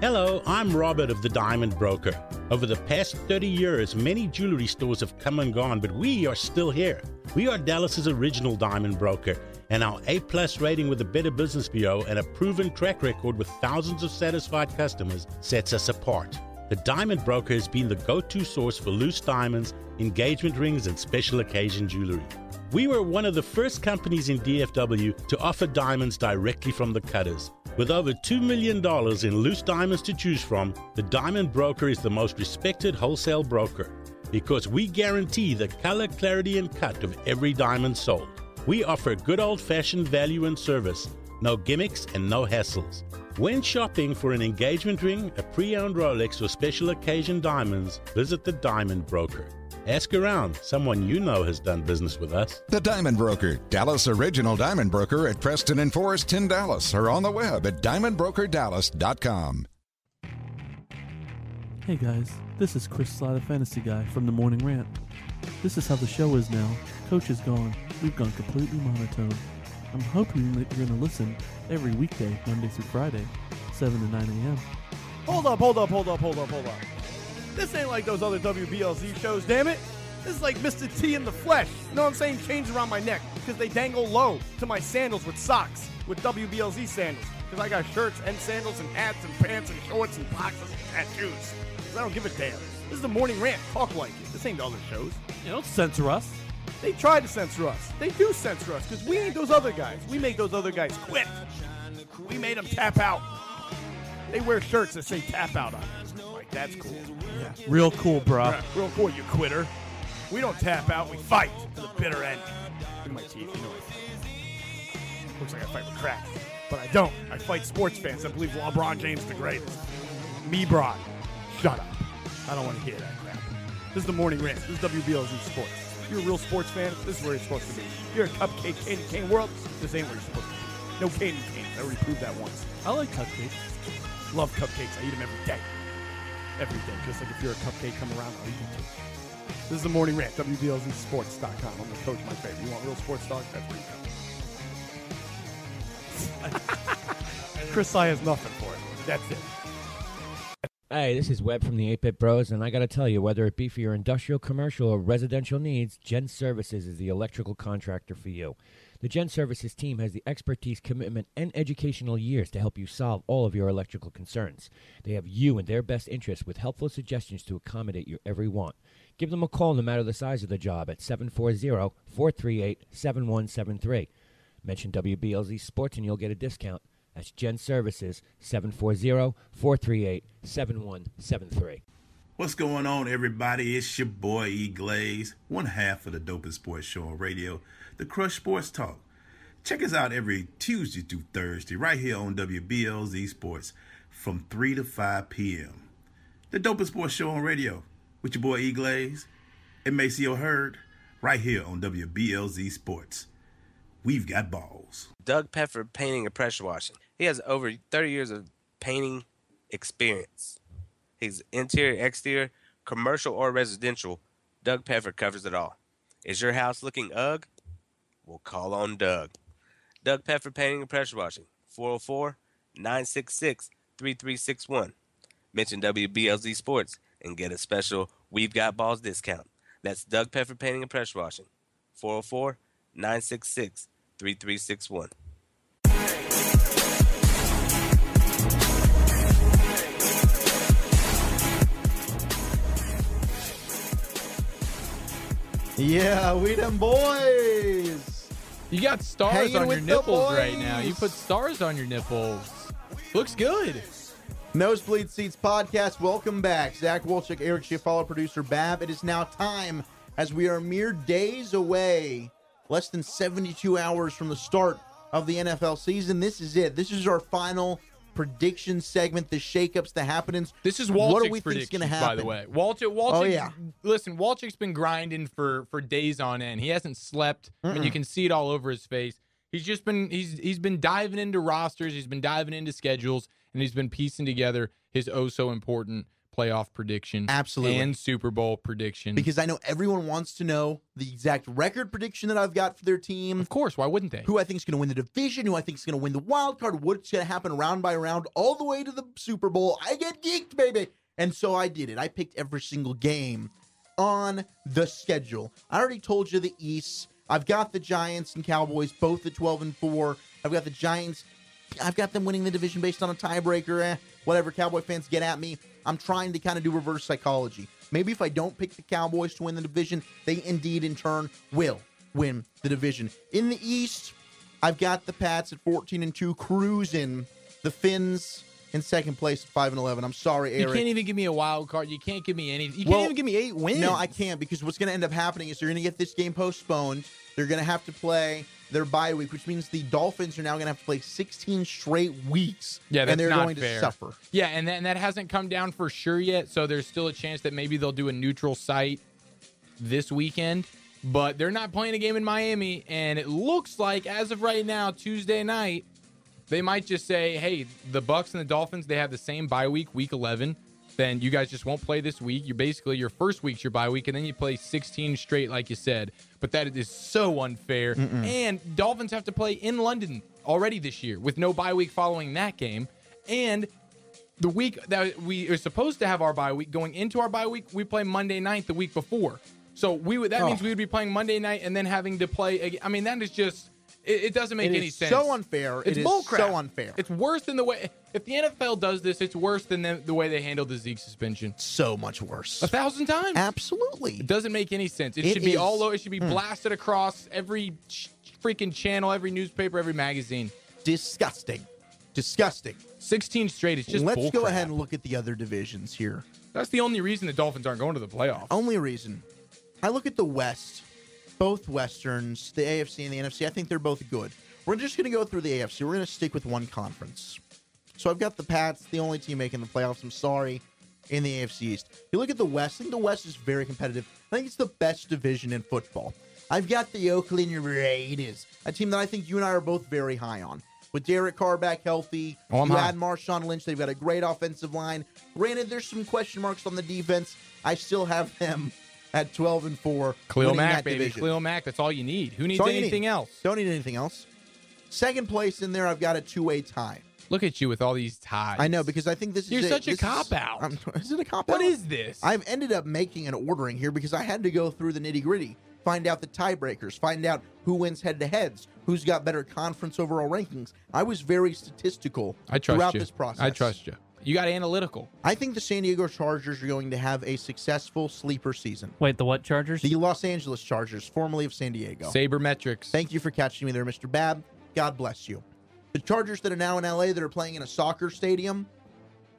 Speaker 11: Hello, I'm Robert of the Diamond Broker. Over the past 30 years, many jewelry stores have come and gone, but we are still here. We are Dallas's original diamond broker, and our A plus rating with the Better Business Bureau and a proven track record with thousands of satisfied customers sets us apart. The Diamond Broker has been the go to source for loose diamonds, engagement rings, and special occasion jewelry. We were one of the first companies in DFW to offer diamonds directly from the cutters. With over $2 million in loose diamonds to choose from, the Diamond Broker is the most respected wholesale broker because we guarantee the color, clarity, and cut of every diamond sold. We offer good old fashioned value and service, no gimmicks and no hassles. When shopping for an engagement ring, a pre owned Rolex, or special occasion diamonds, visit the Diamond Broker. Ask around, someone you know has done business with us.
Speaker 12: The Diamond Broker, Dallas original Diamond Broker at Preston and Forest in Dallas, or on the web at diamondbrokerdallas.com.
Speaker 13: Hey guys, this is Chris Sly, the fantasy guy from the Morning Rant. This is how the show is now. Coach is gone. We've gone completely monotone. I'm hoping that you're going to listen every weekday, Monday through Friday, 7 to 9 a.m.
Speaker 14: Hold up, hold up, hold up, hold up, hold up. This ain't like those other WBLZ shows, damn it. This is like Mr. T in the flesh. You know what I'm saying? Chains around my neck because they dangle low to my sandals with socks, with WBLZ sandals. Because I got shirts and sandals and hats and pants and shorts and boxes and tattoos. 'Cause I don't give a damn. This is the morning rant. Talk like it. This ain't the other shows. You don't censor us. They try to censor us. They do censor us because we ain't those other guys. We make those other guys quit. We made them tap out. They wear shirts that say tap out on it. Like, that's cool.
Speaker 13: Real cool, bruh.
Speaker 14: Yeah, real cool, you quitter. We don't tap out, we fight to the bitter end. Look at my teeth, you know I fight. Looks like I fight with crack, but I don't. I fight sports fans that believe LeBron James is the greatest. Me, Bron. Shut up. I don't want to hear that crap. This is the morning rant. This is WBLZ Sports. If you're a real sports fan, this is where you're supposed to be. If you're a cupcake candy cane world, this ain't where you're supposed to be. No candy canes. I already proved that once. I like cupcakes. Love cupcakes. I eat them every day. Every day. Just like if you're a cupcake come around, I'll eat them too. This is the morning rant, WBLZSports.com. I'm the coach, my favorite. You want real sports talk? That's where you come. Chris Sy has nothing for it. That's it.
Speaker 15: Hey, this is Webb from the 8 Bit Bros, and I got to tell you, whether it be for your industrial, commercial, or residential needs, Gen Services is the electrical contractor for you. The Gen Services team has the expertise, commitment, and educational years to help you solve all of your electrical concerns. They have you in their best interest with helpful suggestions to accommodate your every want. Give them a call no matter the size of the job at 740 438 7173. Mention WBLZ Sports and you'll get a discount. That's Gen Services, 740 438 7173.
Speaker 16: What's going on, everybody? It's your boy E Glaze, one half of the dopest sports show on radio, the Crush Sports Talk. Check us out every Tuesday through Thursday, right here on WBLZ Sports, from 3 to 5 p.m. The dopest sports show on radio, with your boy E Glaze and Maceo Hurd, right here on WBLZ Sports. We've got balls.
Speaker 17: Doug Peffer painting and pressure washing. He has over 30 years of painting experience. He's interior, exterior, commercial, or residential. Doug Peffer covers it all. Is your house looking ugh? We'll call on Doug. Doug Peffer painting and pressure washing. 404 966 3361. Mention WBLZ Sports and get a special We've Got Balls discount. That's Doug Peffer painting and pressure washing. 404 966 3361.
Speaker 1: Yeah, we them boys.
Speaker 2: You got stars
Speaker 1: Hanging
Speaker 2: on your
Speaker 1: with the
Speaker 2: nipples right now.
Speaker 1: boys.
Speaker 2: You put stars on your nipples. Looks good.
Speaker 1: Nosebleed Seats Podcast, welcome back. Zach Wolchik, Eric Schiaffalo, producer Bab. It is now time, as we are mere days away, less than 72 hours from the start of the NFL season. This is it. This is our final prediction segment, the shakeups, the happenings.
Speaker 2: This is Walchick's
Speaker 1: What do we think's
Speaker 2: prediction,
Speaker 1: going to happen?
Speaker 2: by the way. Walter, Walter,
Speaker 1: Oh, yeah.
Speaker 2: listen, Walchick's been grinding for for days on end. He hasn't slept. I mean,
Speaker 1: Mm-mm.
Speaker 2: you can see it all over his face. He's just been he's he's been diving into rosters, he's been diving into schedules, and he's been piecing together his oh so important playoff prediction,
Speaker 1: Absolutely.
Speaker 2: and Super Bowl prediction.
Speaker 1: Because I know everyone wants to know the exact record prediction that I've got for their team. Of
Speaker 2: course, why wouldn't they?
Speaker 1: Who I think is going to win the division, who I think is going to win the wild card, what's going to happen round by round, all the way to the Super Bowl. I get geeked, baby. And so I did it. I picked every single game on the schedule. I already told you the East. I've got the Giants and Cowboys both at 12 and 4. I've got the Giants. I've got them winning the division based on a tiebreaker. Eh, whatever, Cowboy fans get at me. I'm trying to kind of do reverse psychology. Maybe if I don't pick the Cowboys to win the division, they indeed in turn will win the division. In the East, I've got the Pats at 14 and 2 cruising. The Finns in second place at 5 and 11. I'm sorry, Eric.
Speaker 2: You can't even give me a wild card. You can't give me anything. You can't
Speaker 1: Well,
Speaker 2: even give me eight wins.
Speaker 1: No, I can't because what's going to end up happening is they're going to get this game postponed. They're going to have to play their bye week, which means the Dolphins are now going to have to play 16 straight weeks.
Speaker 2: Yeah, that's
Speaker 1: and they're
Speaker 2: not
Speaker 1: going
Speaker 2: fair.
Speaker 1: to suffer.
Speaker 2: Yeah, and that, and that hasn't come down for sure yet. So there's still a chance that maybe they'll do a neutral site this weekend. But they're not playing a game in Miami, and it looks like as of right now, Tuesday night, they might just say, "Hey, the Bucks and the Dolphins, they have the same bye week, week 11. Then you guys just won't play this week. You basically your first week's your bye week, and then you play 16 straight, like you said. But that is so unfair.
Speaker 18: Mm-mm.
Speaker 2: And Dolphins have to play in London already this year with no bye week following that game. And the week that we are supposed to have our bye week, going into our bye week, we play Monday night the week before. So we would that
Speaker 1: Oh.
Speaker 2: means we would be playing Monday night and then having to play. ag- I mean, that is just it, it doesn't make
Speaker 1: It
Speaker 2: any
Speaker 1: is
Speaker 2: sense.
Speaker 1: so unfair. It
Speaker 2: It's
Speaker 1: is
Speaker 2: bullcrap.
Speaker 1: so unfair.
Speaker 2: It's worse than the way if the NFL does this, it's worse than the, the way they handled the Zeke suspension.
Speaker 1: So much worse.
Speaker 2: A thousand times.
Speaker 1: Absolutely.
Speaker 2: It doesn't make any sense. It,
Speaker 1: It
Speaker 2: should be
Speaker 1: is-
Speaker 2: all over. It should be
Speaker 1: Mm.
Speaker 2: blasted across every ch- freaking channel, every newspaper, every magazine.
Speaker 1: Disgusting. Disgusting.
Speaker 2: 16 straight. It's just
Speaker 1: Let's go
Speaker 2: bullcrap.
Speaker 1: ahead and look at the other divisions here.
Speaker 2: That's the only reason the Dolphins aren't going to the playoffs.
Speaker 1: Only reason. I look at the West, both Westerns, the AFC and the NFC. I think they're both good. We're just going to go through the AFC. We're going to stick with one conference. So I've got the Pats, the only team making the playoffs. I'm sorry, in the AFC East. If you look at the West, I think the West is very competitive. I think it's the best division in football. I've got the Oakland Raiders, a team that I think you and I are both very high on. With Derek Carr back healthy,
Speaker 2: Oh, I'm
Speaker 1: you
Speaker 2: high.
Speaker 1: add Marshawn Lynch. They've got a great offensive line. Granted, there's some question marks on the defense. I still have them at 12 and 4.
Speaker 2: Cleo
Speaker 1: winning
Speaker 2: Mack,
Speaker 1: that
Speaker 2: baby.
Speaker 1: division.
Speaker 2: Cleo Mack. That's all you need. Who needs
Speaker 1: That's all you
Speaker 2: anything
Speaker 1: need.
Speaker 2: else?
Speaker 1: Don't need anything else. Second place in there, I've got a two way tie.
Speaker 2: Look at you with all these ties.
Speaker 1: I know because I think this
Speaker 2: You're
Speaker 1: is
Speaker 2: such a
Speaker 1: this is-
Speaker 2: cop-out.
Speaker 1: I'm- Is it a cop out?
Speaker 2: What is this?
Speaker 1: I've ended up making an ordering here because I had to go through the nitty gritty, find out the tiebreakers, find out who wins head to heads, who's got better conference overall rankings. I was very statistical
Speaker 2: I trust
Speaker 1: throughout
Speaker 2: you.
Speaker 1: this process.
Speaker 2: I trust you. You got analytical.
Speaker 1: I think the San Diego Chargers are going to have a successful sleeper season.
Speaker 3: Wait, the what Chargers?
Speaker 1: The Los Angeles Chargers, formerly of San Diego.
Speaker 2: Sabermetrics.
Speaker 1: Thank you for catching me there, Mr. Bab. God bless you. The Chargers that are now in LA that are playing in a soccer stadium,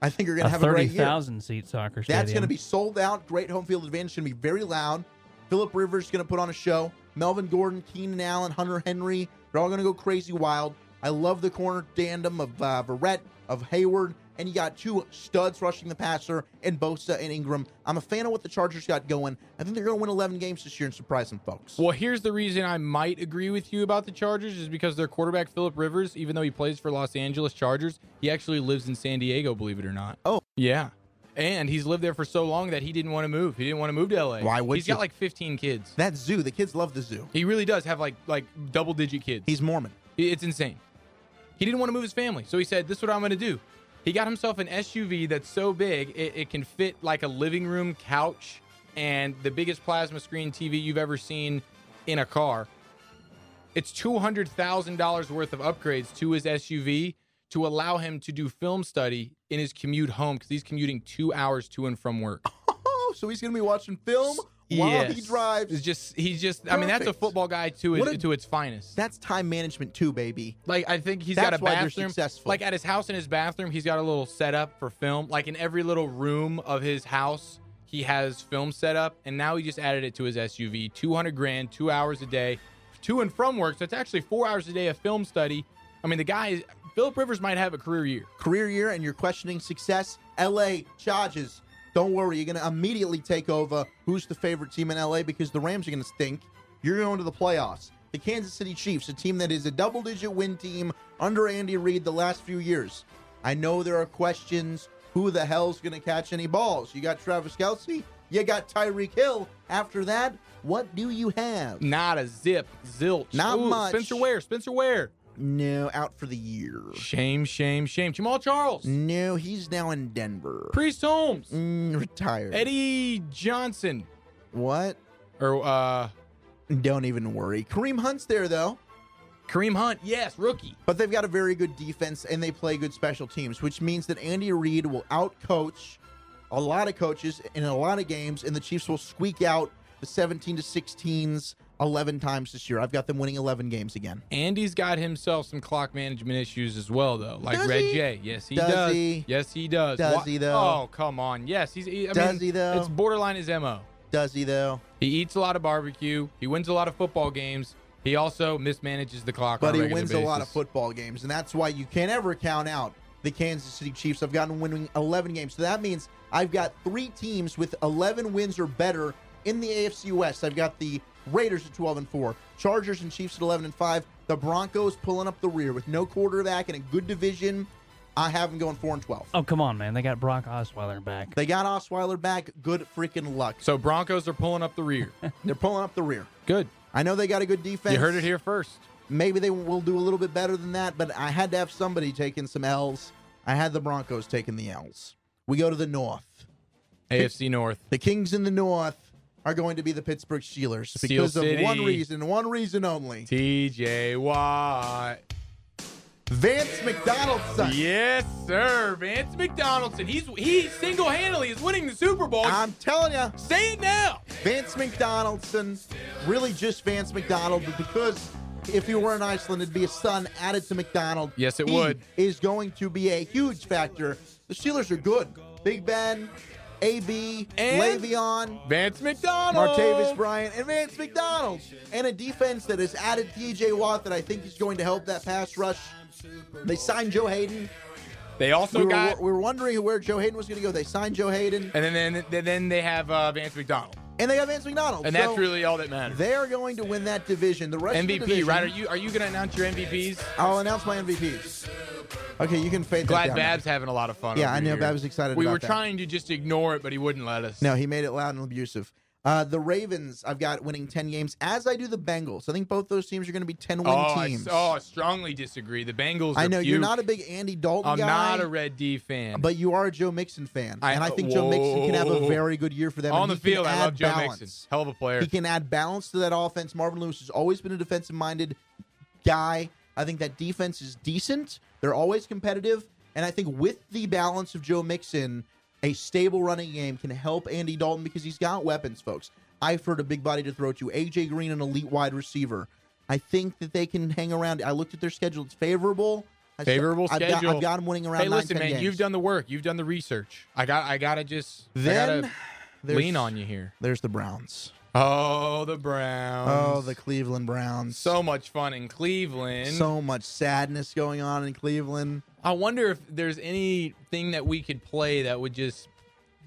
Speaker 1: I think are going to
Speaker 3: a
Speaker 1: have a
Speaker 3: thirty
Speaker 1: great year.
Speaker 3: thousand seat soccer stadium.
Speaker 1: That's going to be sold out. Great home field advantage. It's Going to be very loud. Philip Rivers is going to put on a show. Melvin Gordon, Keenan Allen, Hunter Henry. They're all going to go crazy wild. I love the corner tandem of uh, Verrett, of Hayward, and you got two studs rushing the passer in Bosa and Ingram. I'm a fan of what the Chargers got going. I think they're going to win 11 games this year and surprise some folks.
Speaker 2: Well, here's the reason I might agree with you about the Chargers is because their quarterback Philip Rivers, even though he plays for Los Angeles Chargers, he actually lives in San Diego, believe it or not.
Speaker 1: Oh,
Speaker 2: yeah. And he's lived there for so long that he didn't want to move. He didn't want to move to LA.
Speaker 1: Why would
Speaker 2: He's
Speaker 1: you?
Speaker 2: got like 15 kids.
Speaker 1: That zoo, the kids love the zoo.
Speaker 2: He really does have like like double digit kids.
Speaker 1: He's Mormon.
Speaker 2: It's insane. He didn't want to move his family, so he said, "This is what I'm going to do." He got himself an SUV that's so big it, it can fit like a living room couch and the biggest plasma screen TV you've ever seen in a car. It's two hundred thousand dollars worth of upgrades to his SUV to allow him to do film study in his commute home because he's commuting two hours to and from work.
Speaker 1: Oh, so he's going to be watching film while he
Speaker 2: Yes.
Speaker 1: drives.
Speaker 2: It's just he's just. I mean, that's a
Speaker 1: Perfect.
Speaker 2: football guy to
Speaker 1: What
Speaker 2: it,
Speaker 1: a-
Speaker 2: to its finest.
Speaker 1: That's time management too, baby.
Speaker 2: Like I think he's
Speaker 1: That's
Speaker 2: got a
Speaker 1: why they're
Speaker 2: bathroom.
Speaker 1: successful.
Speaker 2: Like at his house in his bathroom, he's got a little setup for film. Like in every little room of his house, he has film set up. And now he just added it to his SUV. Two hundred grand, two hours a day, to and from work. So it's actually four hours a day of film study. I mean, the guy is Philip Rivers might have a career year.
Speaker 1: career year and you're questioning success, LA charges. Don't worry, you're going to immediately take over who's the favorite team in LA because the Rams are going to stink. You're going to the playoffs. The Kansas City Chiefs, a team that is a double digit win team under Andy Reid the last few years. I know there are questions who the hell's going to catch any balls? You got Travis Kelsey, you got Tyreek Hill. After that, what do you have?
Speaker 2: Not a zip, zilch.
Speaker 1: Not
Speaker 2: Ooh,
Speaker 1: much.
Speaker 2: Spencer Ware. Spencer Ware.
Speaker 1: No, out for the year.
Speaker 2: Shame, shame, shame. Jamal Charles.
Speaker 1: No, he's now in Denver.
Speaker 2: Priest Holmes.
Speaker 1: Mm, retired.
Speaker 2: Eddie Johnson.
Speaker 1: What?
Speaker 2: Or uh
Speaker 1: Don't even worry. Kareem Hunt's there though.
Speaker 2: Kareem Hunt, yes, rookie.
Speaker 1: But they've got a very good defense and they play good special teams, which means that Andy Reid will outcoach a lot of coaches in a lot of games, and the Chiefs will squeak out the 17 to 16s 11 times this year. I've got them winning 11 games again.
Speaker 2: Andy's got himself some clock management issues as well, though. Like
Speaker 1: Does
Speaker 2: Red
Speaker 1: he?
Speaker 2: J. Yes, he
Speaker 1: Does
Speaker 2: does.
Speaker 1: he?
Speaker 2: Yes, he does.
Speaker 1: Does
Speaker 2: Wha-
Speaker 1: he, though?
Speaker 2: Oh, come on. Yes, he's. He, I
Speaker 1: Does
Speaker 2: mean,
Speaker 1: he, though?
Speaker 2: It's borderline his mo.
Speaker 1: Does he though?
Speaker 2: He eats a lot of barbecue. He wins a lot of football games. He also mismanages the clock.
Speaker 1: But
Speaker 2: on
Speaker 1: he
Speaker 2: regular
Speaker 1: wins a lot of
Speaker 2: basis.
Speaker 1: football games, and that's why you can't ever count out the Kansas City Chiefs. I've gotten winning 11 games, so that means I've got three teams with 11 wins or better in the AFC West. I've got the Raiders at 12 and four, Chargers and Chiefs at 11 and five, the Broncos pulling up the rear with no quarterback and a good division. I have them going four and 12.
Speaker 3: Oh, come on, man. They got Brock Osweiler back.
Speaker 1: They got Osweiler back. Good freaking luck.
Speaker 2: So Broncos are pulling up the rear.
Speaker 1: They're pulling up the rear.
Speaker 2: Good.
Speaker 1: I know they got a good defense.
Speaker 2: You heard it here first.
Speaker 1: Maybe they will do a little bit better than that, but I had to have somebody taking some L's. I had the Broncos taking the L's. We go to the North.
Speaker 2: AFC North.
Speaker 1: The Kings in the North are going to be the Pittsburgh Steelers
Speaker 2: Steel
Speaker 1: because of one
Speaker 2: City.
Speaker 1: reason, one reason only.
Speaker 2: TJ Watt.
Speaker 1: Vance McDonaldson.
Speaker 2: Yes, sir. Vance McDonaldson. He's he single handedly is winning the Super Bowl.
Speaker 1: I'm telling you.
Speaker 2: Say it now.
Speaker 1: Vance McDonaldson, really just Vance McDonald, but because if he were in Iceland, it'd be a son added to McDonald.
Speaker 2: Yes, it
Speaker 1: He
Speaker 2: would.
Speaker 1: Is going to be a huge factor. The Steelers are good. Big Ben, AB,
Speaker 2: And
Speaker 1: Le'Veon,
Speaker 2: Vance McDonald.
Speaker 1: Martavis Bryant, and Vance McDonald, and a defense that has added T.J. Watt that I think is going to help that pass rush. They signed Joe Hayden.
Speaker 2: They also
Speaker 1: we were,
Speaker 2: got
Speaker 1: we were wondering where Joe Hayden was going to go. They signed Joe Hayden,
Speaker 2: and then then- then, then they have uh, Vance McDonald.
Speaker 1: and they got Vance McDonald.
Speaker 2: And
Speaker 1: So-
Speaker 2: that's really all that matters.
Speaker 1: they are going to win that division. The rest of the
Speaker 2: MVP,
Speaker 1: division,
Speaker 2: right? Are you are you gonna announce your MVPs?
Speaker 1: I'll announce my MVPs. Okay, you can fade.
Speaker 2: Glad
Speaker 1: that down.
Speaker 2: Bab's having a lot of fun.
Speaker 1: Yeah,
Speaker 2: over
Speaker 1: I know
Speaker 2: here.
Speaker 1: Bab's excited
Speaker 2: We
Speaker 1: about
Speaker 2: were
Speaker 1: that.
Speaker 2: trying to just ignore it, but he wouldn't let us.
Speaker 1: No, he made it loud and abusive. Uh, the Ravens, I've got winning ten games, as I do the Bengals. I think both those teams are going to be ten win
Speaker 2: oh, I,
Speaker 1: teams.
Speaker 2: oh, I strongly disagree. The Bengals.
Speaker 1: I
Speaker 2: are
Speaker 1: know you're
Speaker 2: puke.
Speaker 1: not a big Andy Dalton
Speaker 2: I'm
Speaker 1: guy,
Speaker 2: not a Red D fan.
Speaker 1: but you are a Joe Mixon fan,
Speaker 2: I-
Speaker 1: and I think Joe Mixon can have a
Speaker 2: Whoa.
Speaker 1: very good year for them.
Speaker 2: on
Speaker 1: and
Speaker 2: the
Speaker 1: he can
Speaker 2: field, I
Speaker 1: add
Speaker 2: love Joe
Speaker 1: balance.
Speaker 2: Mixon. Hell of a player.
Speaker 1: He can add balance to that offense. Marvin Lewis has always been a defensive minded guy. I think that defense is decent. They're always competitive. And I think with the balance of Joe Mixon, a stable running game can help Andy Dalton because he's got weapons, folks. Eifert, a big body to throw to. AJ Green, an elite wide receiver. I think that they can hang around. I looked at their schedule. It's favorable. I st-
Speaker 2: Favorable
Speaker 1: I've
Speaker 2: schedule.
Speaker 1: Got, I've got them winning around
Speaker 2: Hey, listen,
Speaker 1: 9, 10
Speaker 2: man,
Speaker 1: games.
Speaker 2: you've done the work. You've done the research. I got. I gotta just. I
Speaker 1: Then
Speaker 2: gotta
Speaker 1: there's-
Speaker 2: lean on you here.
Speaker 1: There's the Browns.
Speaker 2: Oh, the Browns.
Speaker 1: Oh, the Cleveland Browns.
Speaker 2: so much fun in Cleveland.
Speaker 1: So much sadness going on in Cleveland.
Speaker 2: I wonder if there's anything that we could play that would just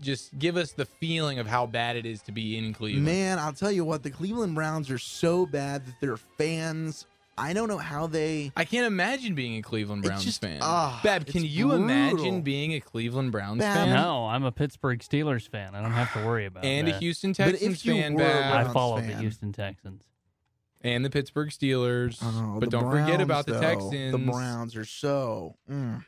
Speaker 2: just give us the feeling of how bad it is to be in Cleveland.
Speaker 1: Man, I'll tell you what, the Cleveland Browns are so bad that their fans, I don't know how they.
Speaker 2: I can't imagine being a Cleveland
Speaker 1: It's
Speaker 2: Browns
Speaker 1: just-
Speaker 2: fan.
Speaker 1: ah,
Speaker 2: Bab, can
Speaker 1: it's
Speaker 2: you
Speaker 1: brutal.
Speaker 2: imagine being a Cleveland Browns
Speaker 1: Bab,
Speaker 2: fan?
Speaker 3: No, I'm a Pittsburgh Steelers fan. I don't have to worry about
Speaker 2: And
Speaker 3: that.
Speaker 2: a Houston
Speaker 1: But if
Speaker 2: Texans
Speaker 1: you
Speaker 2: fan,
Speaker 1: were a
Speaker 2: Bab,
Speaker 3: I
Speaker 1: Browns
Speaker 3: follow the
Speaker 1: fan.
Speaker 3: Houston Texans.
Speaker 2: and the Pittsburgh Steelers.
Speaker 1: Oh,
Speaker 2: but
Speaker 1: the
Speaker 2: don't forget
Speaker 1: Browns,
Speaker 2: about the
Speaker 1: though.
Speaker 2: Texans.
Speaker 1: The Browns are so. mm.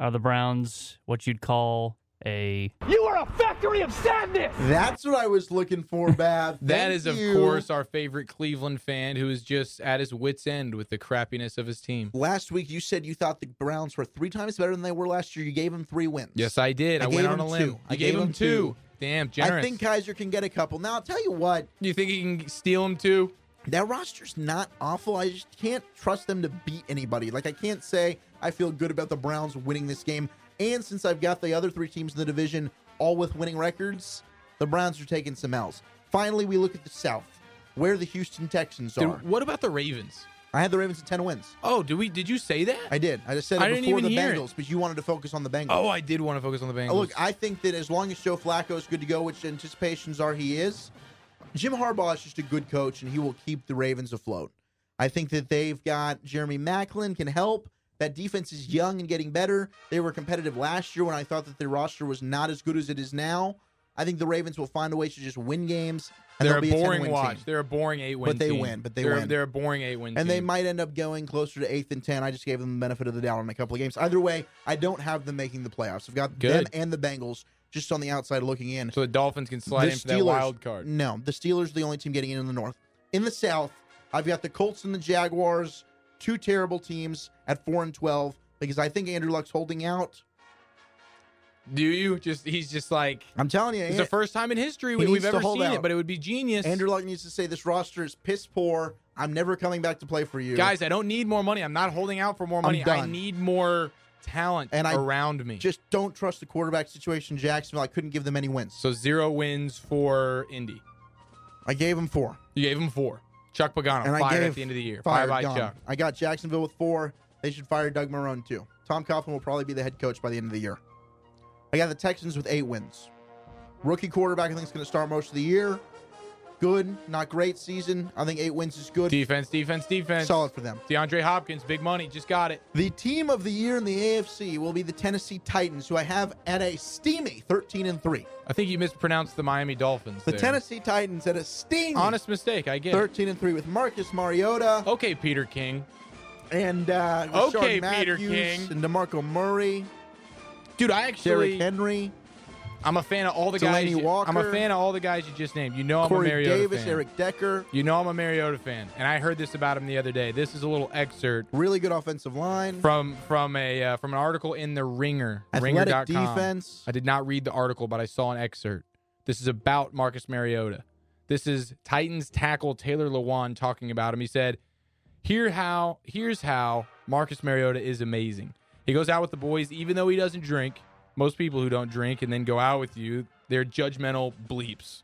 Speaker 3: Are the Browns what you'd call a?
Speaker 9: You are a factory of sadness!
Speaker 1: That's what I was looking for, Bab.
Speaker 2: That
Speaker 1: Thank
Speaker 2: is, of
Speaker 1: you.
Speaker 2: course, our favorite Cleveland fan who is just at his wits' end with the crappiness of his team.
Speaker 1: Last week, you said you thought the Browns were three times better than they were last year. You gave them three wins.
Speaker 2: Yes, I did.
Speaker 1: I
Speaker 2: I,
Speaker 1: gave
Speaker 2: went on
Speaker 1: him
Speaker 2: a limb.
Speaker 1: two.
Speaker 2: You
Speaker 1: I
Speaker 2: gave,
Speaker 1: gave him
Speaker 2: him two. Damn, generous.
Speaker 1: I think Kaiser can get a couple. Now, I'll tell you what,
Speaker 2: you think he can steal him too?
Speaker 1: that roster's not awful. I just can't trust them to beat anybody. Like I can't say I feel good about the Browns winning this game. And since I've got the other three teams in the division all with winning records, the Browns are taking some L's. Finally, we look at the South, where the Houston Texans
Speaker 2: Dude,
Speaker 1: are.
Speaker 2: what about the Ravens?
Speaker 1: I had the Ravens at ten wins.
Speaker 2: Oh, do we? Did you say that?
Speaker 1: I did. I just said it
Speaker 2: I didn't
Speaker 1: before
Speaker 2: even
Speaker 1: the
Speaker 2: hear it.
Speaker 1: Bengals, but you wanted to focus on the Bengals.
Speaker 2: Oh, I did want to focus on the Bengals.
Speaker 1: Uh, Look, I think that as long as Joe Flacco is good to go, which anticipations are he is, Jim Harbaugh is just a good coach and he will keep the Ravens afloat. I think that they've got Jeremy Macklin can help. That defense is young and getting better. They were competitive last year when I thought that their roster was not as good as it is now. I think the Ravens will find a way to just win games. And
Speaker 2: they're
Speaker 1: they'll be
Speaker 2: a
Speaker 1: 10
Speaker 2: boring
Speaker 1: win
Speaker 2: watch.
Speaker 1: team.
Speaker 2: They're a boring eight win.
Speaker 1: But they win, but they
Speaker 2: are
Speaker 1: win.
Speaker 2: They're a boring eight win.
Speaker 1: And they
Speaker 2: team.
Speaker 1: might end up going closer to eighth and ten. I just gave them the benefit of the doubt on a couple of games. Either way, I don't have them making the playoffs. I've got them
Speaker 2: Good.
Speaker 1: and the Bengals just on the outside looking in.
Speaker 2: So the Dolphins can slide in for that wild card.
Speaker 1: No, the Steelers are the only team getting in in the North. In the South, I've got the Colts and the Jaguars, two terrible teams at four and twelve, because I think Andrew Luck's holding out.
Speaker 2: Do you just? He's just like
Speaker 1: I'm telling you,
Speaker 2: It's the
Speaker 1: An-
Speaker 2: first time in history
Speaker 1: he
Speaker 2: we, we've
Speaker 1: needs to
Speaker 2: ever
Speaker 1: hold
Speaker 2: seen
Speaker 1: out.
Speaker 2: it, but it would be genius.
Speaker 1: Andrew Luck needs to say this roster is piss poor. I'm never coming back to play for you,
Speaker 2: Guys, I don't need more money. I'm not holding out for more
Speaker 1: I'm
Speaker 2: money. I
Speaker 1: done.
Speaker 2: need more talent
Speaker 1: And I
Speaker 2: around me.
Speaker 1: Just don't trust the quarterback situation. in Jacksonville, I couldn't give them any wins.
Speaker 2: So zero wins for Indy.
Speaker 1: I gave them four.
Speaker 2: You gave him four. Chuck Pagano
Speaker 1: and I
Speaker 2: fired
Speaker 1: gave
Speaker 2: at the end of the year.
Speaker 1: Fired
Speaker 2: Bye bye,
Speaker 1: gone.
Speaker 2: Chuck.
Speaker 1: I got Jacksonville with four. They should fire Doug Marone too. Tom Coughlin will probably be the head coach by the end of the year. I got the Texans with eight wins. Rookie quarterback, I think, is going to start most of the year. Good, not great season. I think eight wins is good.
Speaker 2: Defense, defense, defense.
Speaker 1: Solid for them.
Speaker 2: DeAndre Hopkins, big money, just got it.
Speaker 1: The team of the year in the AFC will be the Tennessee Titans, who I have at a steamy 13 and 3.
Speaker 2: I think you mispronounced the Miami Dolphins.
Speaker 1: The
Speaker 2: there.
Speaker 1: Tennessee Titans at a steamy
Speaker 2: Honest mistake, I get. it.
Speaker 1: 13 and 3 with Marcus Mariota
Speaker 2: Okay, Peter King.
Speaker 1: and uh, Rashard
Speaker 2: Okay, Peter
Speaker 1: Matthews
Speaker 2: King.
Speaker 1: and DeMarco Murray,
Speaker 2: Dude, I
Speaker 1: Derrick
Speaker 2: actually
Speaker 1: Henry.
Speaker 2: I'm a fan of all the
Speaker 1: Delaney
Speaker 2: guys. you-
Speaker 1: Walker.
Speaker 2: I'm a fan of all the guys you just named. You know I'm
Speaker 1: Corey
Speaker 2: a Mariota
Speaker 1: Davis,
Speaker 2: fan.
Speaker 1: Eric Decker.
Speaker 2: You know I'm a Mariota fan, and I heard this about him the other day. This is a little excerpt
Speaker 1: Really good offensive line.
Speaker 2: from from a uh, from an article in the Ringer,
Speaker 1: Athletic
Speaker 2: ringer.com.
Speaker 1: defense.
Speaker 2: I did not read the article, but I saw an excerpt. This is about Marcus Mariota. This is Titans tackle Taylor Lewan talking about him. He said, "Here how here's how Marcus Mariota is amazing. He goes out with the boys even though he doesn't drink. Most people who don't drink and then go out with you, they're judgmental bleeps.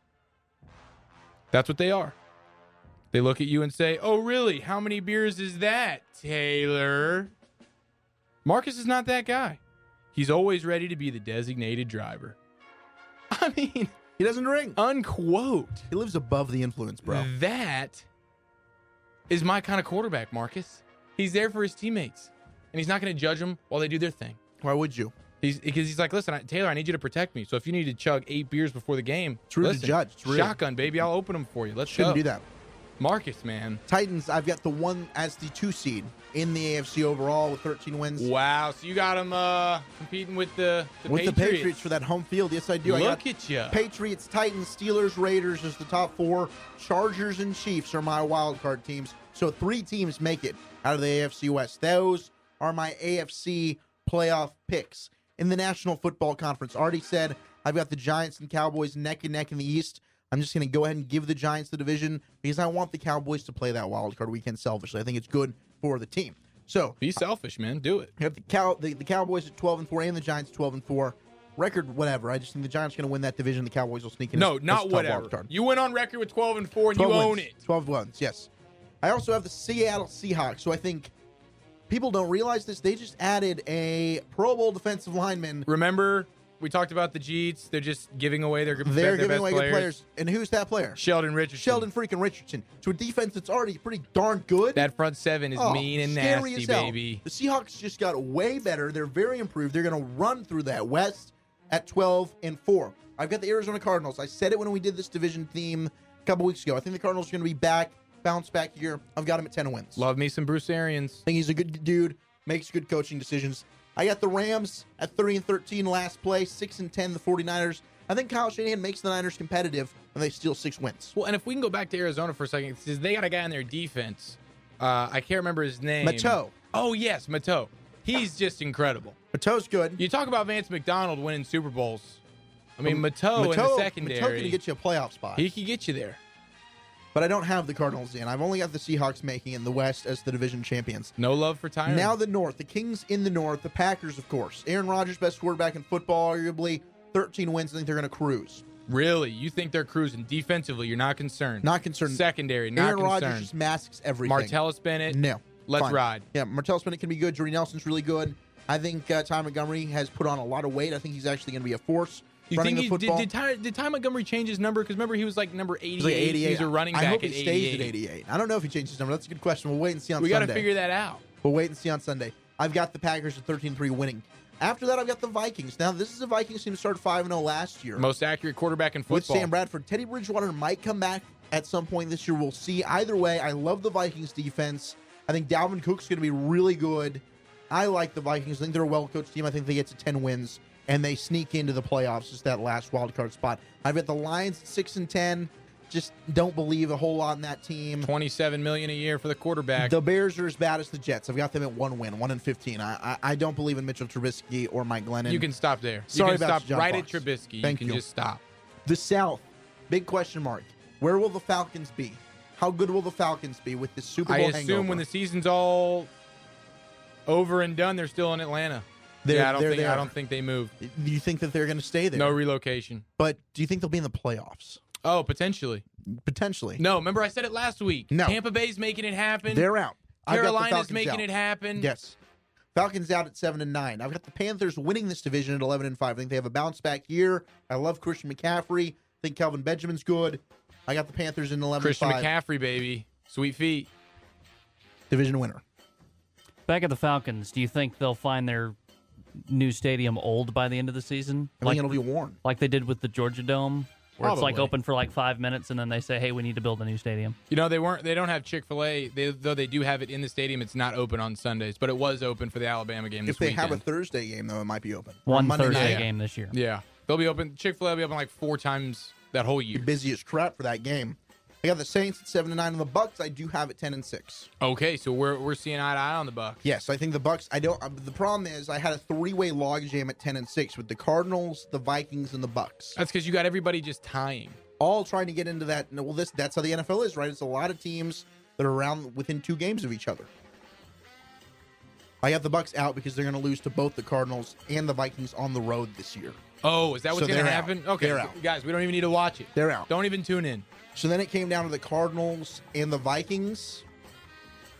Speaker 2: That's what they are. They look at you and say, "Oh, really? How many beers is that, Taylor?" Marcus is not that guy. He's always ready to be the designated driver. I mean,
Speaker 1: he doesn't drink.
Speaker 2: Unquote.
Speaker 1: He lives above the influence, bro.
Speaker 2: Mm. That is my kind of quarterback, Marcus. He's there for his teammates, and he's not going to judge them while they do their thing.
Speaker 1: Why would you?
Speaker 2: He's because he's like, listen, I, Taylor, I need you to protect me. So if you need to chug eight beers before the game,
Speaker 1: It's rude to
Speaker 2: listen,
Speaker 1: judge. It's rude.
Speaker 2: Shotgun, baby, I'll open them for you. Let's
Speaker 1: Shouldn't
Speaker 2: go.
Speaker 1: do that.
Speaker 2: Marcus, man.
Speaker 1: Titans, I've got the one as the two seed in the AFC overall with 13 wins.
Speaker 2: Wow. So you got him uh, competing with the, the
Speaker 1: with
Speaker 2: Patriots.
Speaker 1: the Patriots for that home field. Yes, I do. I
Speaker 2: Look
Speaker 1: got
Speaker 2: at ya.
Speaker 1: Patriots, Titans, Steelers, Raiders is the top four. Chargers and Chiefs are my wild card teams. So three teams make it out of the AFC West. Those are my AFC playoff picks in the National Football Conference. Already said I've got the Giants and Cowboys neck and neck in the East. I'm just going to go ahead and give the Giants the division because I want the Cowboys to play that wild card weekend selfishly. I think it's good for the team. So
Speaker 2: Be selfish, man. Do it.
Speaker 1: you have the cow the, the Cowboys at twelve and four and the Giants twelve and four. Record whatever. I just think the Giants are going to win that division. The Cowboys will sneak in. as-
Speaker 2: No,
Speaker 1: as
Speaker 2: not
Speaker 1: top wild
Speaker 2: whatever.
Speaker 1: card.
Speaker 2: You went on record with 12 and 4 and
Speaker 1: 12
Speaker 2: you own
Speaker 1: wins.
Speaker 2: it.
Speaker 1: 12 wins, yes. I also have the Seattle Seahawks, so I think people don't realize this. They just added a Pro Bowl defensive lineman.
Speaker 2: Remember, we talked about the Jeets. They're just giving away their,
Speaker 1: They're
Speaker 2: their
Speaker 1: giving
Speaker 2: best
Speaker 1: away
Speaker 2: players.
Speaker 1: good players. And who's that player?
Speaker 2: Sheldon Richardson.
Speaker 1: Sheldon freaking Richardson. To a defense that's already pretty darn good.
Speaker 2: That front seven is
Speaker 1: Oh,
Speaker 2: mean and
Speaker 1: scary
Speaker 2: nasty,
Speaker 1: as hell.
Speaker 2: baby.
Speaker 1: The Seahawks just got way better. They're very improved. They're going to run through that West at 12 and 4. I've got the Arizona Cardinals. I said it when we did this division theme a couple weeks ago. I think the Cardinals are going to be back, bounce back here. I've got him at 10 wins.
Speaker 2: Love me some Bruce Arians.
Speaker 1: I think he's a good dude, makes good coaching decisions. I got the Rams at 30 and 13 last place, 6 and 10 the 49ers. I think Kyle Shanahan makes the Niners competitive when they steal 6 wins.
Speaker 2: Well, and if we can go back to Arizona for a second, because they got a guy in their defense. Uh, I can't remember his name.
Speaker 1: Mateau.
Speaker 2: Oh, yes, Mateau. He's just incredible.
Speaker 1: Mateau's good.
Speaker 2: You talk about Vance McDonald winning Super Bowls. I mean, Mateau, in
Speaker 1: Mateau-
Speaker 2: the
Speaker 1: Mateau
Speaker 2: secondary.
Speaker 1: Um, can get you a playoff spot.
Speaker 2: he could get you there.
Speaker 1: but I don't have the Cardinals in. I've only got the Seahawks making it in the West as the division champions.
Speaker 2: No love for Tyron.
Speaker 1: Now the North, the Kings in the North, the Packers, of course. Aaron Rodgers, best quarterback in football, arguably 13 wins. I think they're going to cruise.
Speaker 2: Really? You think they're cruising defensively? You're not concerned.
Speaker 1: Not concerned.
Speaker 2: Secondary, not
Speaker 1: Aaron Rodgers
Speaker 2: concerned.
Speaker 1: just masks everything.
Speaker 2: Martellus Bennett.
Speaker 1: No.
Speaker 2: Let's
Speaker 1: Fine.
Speaker 2: ride.
Speaker 1: Yeah, Martellus Bennett can be good. Jordy Nelson's really good. I think uh, Ty Montgomery has put on a lot of weight. I think he's actually going to be a force.
Speaker 2: You
Speaker 1: running
Speaker 2: think he
Speaker 1: the
Speaker 2: did,
Speaker 1: football.
Speaker 2: did, Ty, did Ty Montgomery change his number? Because remember he was like number 88.
Speaker 1: He's like 88.
Speaker 2: He's a running back
Speaker 1: I hope
Speaker 2: at
Speaker 1: he stays at 88. I don't know if he changed his number. That's a good question. We'll wait and see on
Speaker 2: We got
Speaker 1: Sunday.
Speaker 2: to figure that out.
Speaker 1: We'll wait and see on Sunday. I've got the Packers at 13-3 winning. After that, I've got the Vikings. Now, this is a Vikings team that started 5-0 last year.
Speaker 2: Most accurate quarterback in
Speaker 1: with
Speaker 2: football.
Speaker 1: Sam Bradford. Teddy Bridgewater might come back at some point this year. We'll see. Either way, I love the Vikings defense. I think Dalvin Cook's going to be really good. I like the Vikings. I think they're a well coached team. I think they get to 10 wins and they sneak into the playoffs as that last wild card spot. I've got the Lions at 6 and 10. just don't believe a whole lot in that team.
Speaker 2: Twenty-seven million a year for the quarterback.
Speaker 1: The Bears are as bad as the Jets. I've got them at one win, one in fifteen. I I, I don't believe in Mitchell Trubisky or Mike Glennon.
Speaker 2: you can stop there. You
Speaker 1: Sorry
Speaker 2: can
Speaker 1: about
Speaker 2: stop
Speaker 1: you, John
Speaker 2: right
Speaker 1: Fox.
Speaker 2: at Trubisky.
Speaker 1: Thank
Speaker 2: you can just stop.
Speaker 1: The South, big question mark. Where will the Falcons be? How good will the Falcons be with this Super Bowl
Speaker 2: I assume
Speaker 1: hangover?
Speaker 2: when the season's all over and done, they're still in Atlanta.
Speaker 1: They're-
Speaker 2: yeah, I don't
Speaker 1: they're
Speaker 2: think I
Speaker 1: there.
Speaker 2: don't think they move.
Speaker 1: Do you think that they're going to stay there?
Speaker 2: No relocation.
Speaker 1: But do you think they'll be in the playoffs?
Speaker 2: Oh, potentially.
Speaker 1: Potentially.
Speaker 2: No, remember I said it last week.
Speaker 1: No.
Speaker 2: Tampa Bay's making it happen.
Speaker 1: They're out. I've got the
Speaker 2: Carolina's
Speaker 1: Falcons
Speaker 2: making
Speaker 1: out.
Speaker 2: it happen.
Speaker 1: Yes. Falcons out at seven and nine. I've got the Panthers winning this division at eleven and five. I think they have a bounce back year. I love Christian McCaffrey. I think Calvin Benjamin's good. I got the Panthers in eleven.
Speaker 2: Christian
Speaker 1: and five.
Speaker 2: McCaffrey, baby. Sweet feet.
Speaker 1: division winner.
Speaker 3: Back at the Falcons, do you think they'll find their new stadium old by the end of the season?
Speaker 1: I think it'll be worn,
Speaker 3: like they did with the Georgia Dome, where it's like
Speaker 2: Probably.
Speaker 3: open for like five minutes, and then they say, "Hey, we need to build a new stadium."
Speaker 2: You know they weren't. They don't have Chick Fil A. They, though they do have it in the stadium. It's not open on Sundays, but it was open for the Alabama game.
Speaker 1: If
Speaker 2: this
Speaker 1: they
Speaker 2: weekend.
Speaker 1: have a Thursday game though, it might be open.
Speaker 3: One
Speaker 1: Monday
Speaker 3: Thursday
Speaker 1: night.
Speaker 3: game this year.
Speaker 2: yeah, they'll be open. Chick Fil A will be open like four times that whole year.
Speaker 1: Busy as crap for that game. I got the Saints at seven and nine, and the Bucks I do have at ten and six.
Speaker 2: Okay, so we're we're seeing eye to eye on the Buck.
Speaker 1: Yes, I think the Bucks. I don't. uh, the problem is I had a three way logjam at ten and six with the Cardinals, the Vikings, and the Bucks.
Speaker 2: That's because you got everybody just tying.
Speaker 1: all trying to get into that. no, Well, this that's how the NFL is, right? It's a lot of teams that are around within two games of each other. I got the Bucks out because they're going to lose to both the Cardinals and the Vikings on the road this year.
Speaker 2: Oh, is that what's
Speaker 1: So
Speaker 2: going to
Speaker 1: they're out.
Speaker 2: happen? Okay,
Speaker 1: They're out.
Speaker 2: guys, we don't even need to watch it.
Speaker 1: They're out.
Speaker 2: Don't even tune in.
Speaker 1: So then it came down to the Cardinals and the Vikings.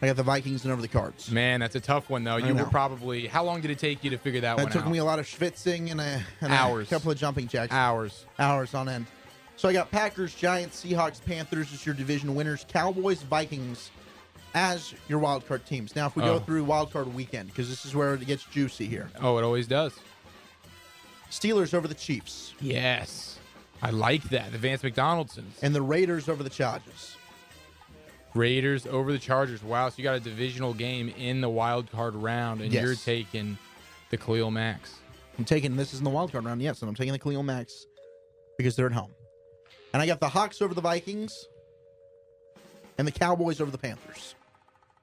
Speaker 1: I got the Vikings and over the Cards.
Speaker 2: Man, that's a tough one though.
Speaker 1: I
Speaker 2: You
Speaker 1: know.
Speaker 2: were probably. How long did it take you to figure that,
Speaker 1: That
Speaker 2: one
Speaker 1: took
Speaker 2: out?
Speaker 1: me a lot of schwitzing and a, and a
Speaker 2: Hours.
Speaker 1: couple of jumping jacks.
Speaker 2: Hours.
Speaker 1: Hours on end. So I got Packers, Giants, Seahawks, Panthers as your division winners, Cowboys, Vikings as your wild card teams. Now, if we
Speaker 2: Oh.
Speaker 1: go through wild card weekend, because this is where it gets juicy here.
Speaker 2: Oh, it always does.
Speaker 1: Steelers over the Chiefs
Speaker 2: Yes, I like that. The Vance McDonaldsons.
Speaker 1: and the Raiders over the Chargers.
Speaker 2: Raiders over the Chargers. Wow, so you got a divisional game in the wild card round, and
Speaker 1: Yes.
Speaker 2: you're taking the Khalil Max.
Speaker 1: I'm taking this is in the wild card round, yes, and I'm taking the Cleo Max because they're at home. And I got the Hawks over the Vikings and the Cowboys over the Panthers.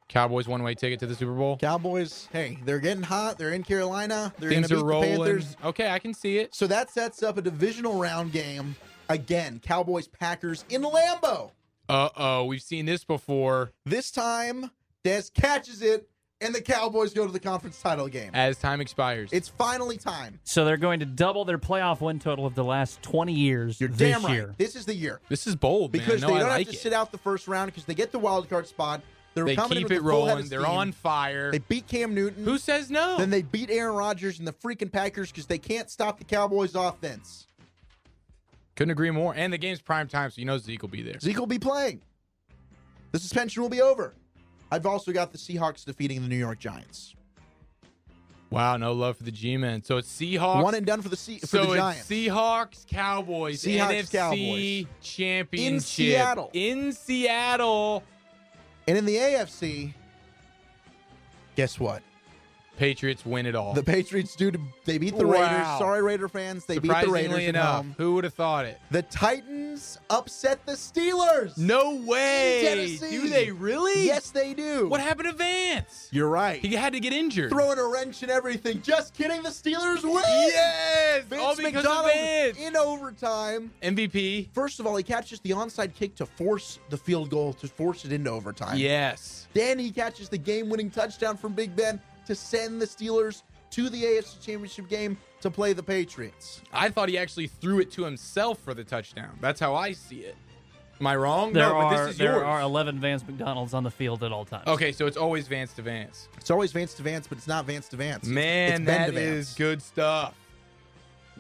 Speaker 2: Cowboys one way ticket to the Super Bowl.
Speaker 1: Cowboys, hey, they're getting hot. They're in Carolina. They're going
Speaker 2: Things
Speaker 1: to beat
Speaker 2: are rolling.
Speaker 1: the Panthers.
Speaker 2: Okay, I can see it.
Speaker 1: So that sets up a divisional round game again. Cowboys Packers in Lambeau.
Speaker 2: Uh oh, we've seen this before.
Speaker 1: This time, Des catches it, and the Cowboys go to the conference title game.
Speaker 2: As time expires,
Speaker 1: It's finally time.
Speaker 3: So they're going to double their playoff win total of the last twenty years You're this
Speaker 1: Damn right.
Speaker 3: year.
Speaker 1: This is the year
Speaker 2: this is bold man.
Speaker 1: because
Speaker 2: No,
Speaker 1: they
Speaker 2: I
Speaker 1: don't
Speaker 2: like
Speaker 1: have to
Speaker 2: it.
Speaker 1: sit out the first round because they get the wild card spot. They're
Speaker 2: They
Speaker 1: coming in
Speaker 2: keep
Speaker 1: with
Speaker 2: it
Speaker 1: a full head of
Speaker 2: rolling. They're
Speaker 1: steam.
Speaker 2: on fire.
Speaker 1: They beat Cam Newton.
Speaker 2: Who says no?
Speaker 1: Then they beat Aaron Rodgers and the freaking Packers because they can't stop the Cowboys' offense.
Speaker 2: Couldn't agree more. And the game's prime time, so you know Zeke will be there.
Speaker 1: Zeke will be playing. The suspension will be over. I've also got the Seahawks defeating the New York Giants.
Speaker 2: Wow, no love for the G-men. So it's Seahawks.
Speaker 1: One and done for the Se- for
Speaker 2: so
Speaker 1: the Giants.
Speaker 2: it's Seahawks, Cowboys,
Speaker 1: Seahawks,
Speaker 2: NFC
Speaker 1: Cowboys.
Speaker 2: championship
Speaker 1: In Seattle.
Speaker 2: In Seattle,
Speaker 1: and in the AFC, guess what?
Speaker 2: Patriots win it all.
Speaker 1: The Patriots do. They beat the
Speaker 2: Wow.
Speaker 1: Raiders. Sorry, Raider fans. They beat the
Speaker 2: Surprisingly
Speaker 1: Raiders at
Speaker 2: enough,
Speaker 1: home.
Speaker 2: who would have thought it?
Speaker 1: The Titans upset the Steelers.
Speaker 2: No
Speaker 1: In
Speaker 2: way.
Speaker 1: Tennessee.
Speaker 2: Do they really?
Speaker 1: Yes, they do.
Speaker 2: What happened to Vance?
Speaker 1: You're right.
Speaker 2: He had to get injured.
Speaker 1: Throwing a wrench and everything. Just kidding. The Steelers win.
Speaker 2: Yes,
Speaker 1: Vince
Speaker 2: all because
Speaker 1: McDonald
Speaker 2: of Vance.
Speaker 1: in overtime.
Speaker 2: MVP.
Speaker 1: First of all, he catches the onside kick to force the field goal to force it into overtime.
Speaker 2: Yes.
Speaker 1: Then he catches the game-winning touchdown from Big Ben to send the Steelers to the AFC Championship game to play the Patriots.
Speaker 2: I thought he actually threw it to himself for the touchdown. That's how I see it. Am I wrong?
Speaker 3: There
Speaker 2: no,
Speaker 3: are
Speaker 2: but this is
Speaker 3: there
Speaker 2: yours.
Speaker 3: are eleven Vance McDonald's on the field at all times.
Speaker 2: Okay, so it's always Vance to Vance.
Speaker 1: It's always Vance to Vance, but it's not Vance to Vance. It's- it's Ben
Speaker 2: Man, that
Speaker 1: to
Speaker 2: is
Speaker 1: Vance.
Speaker 2: good stuff.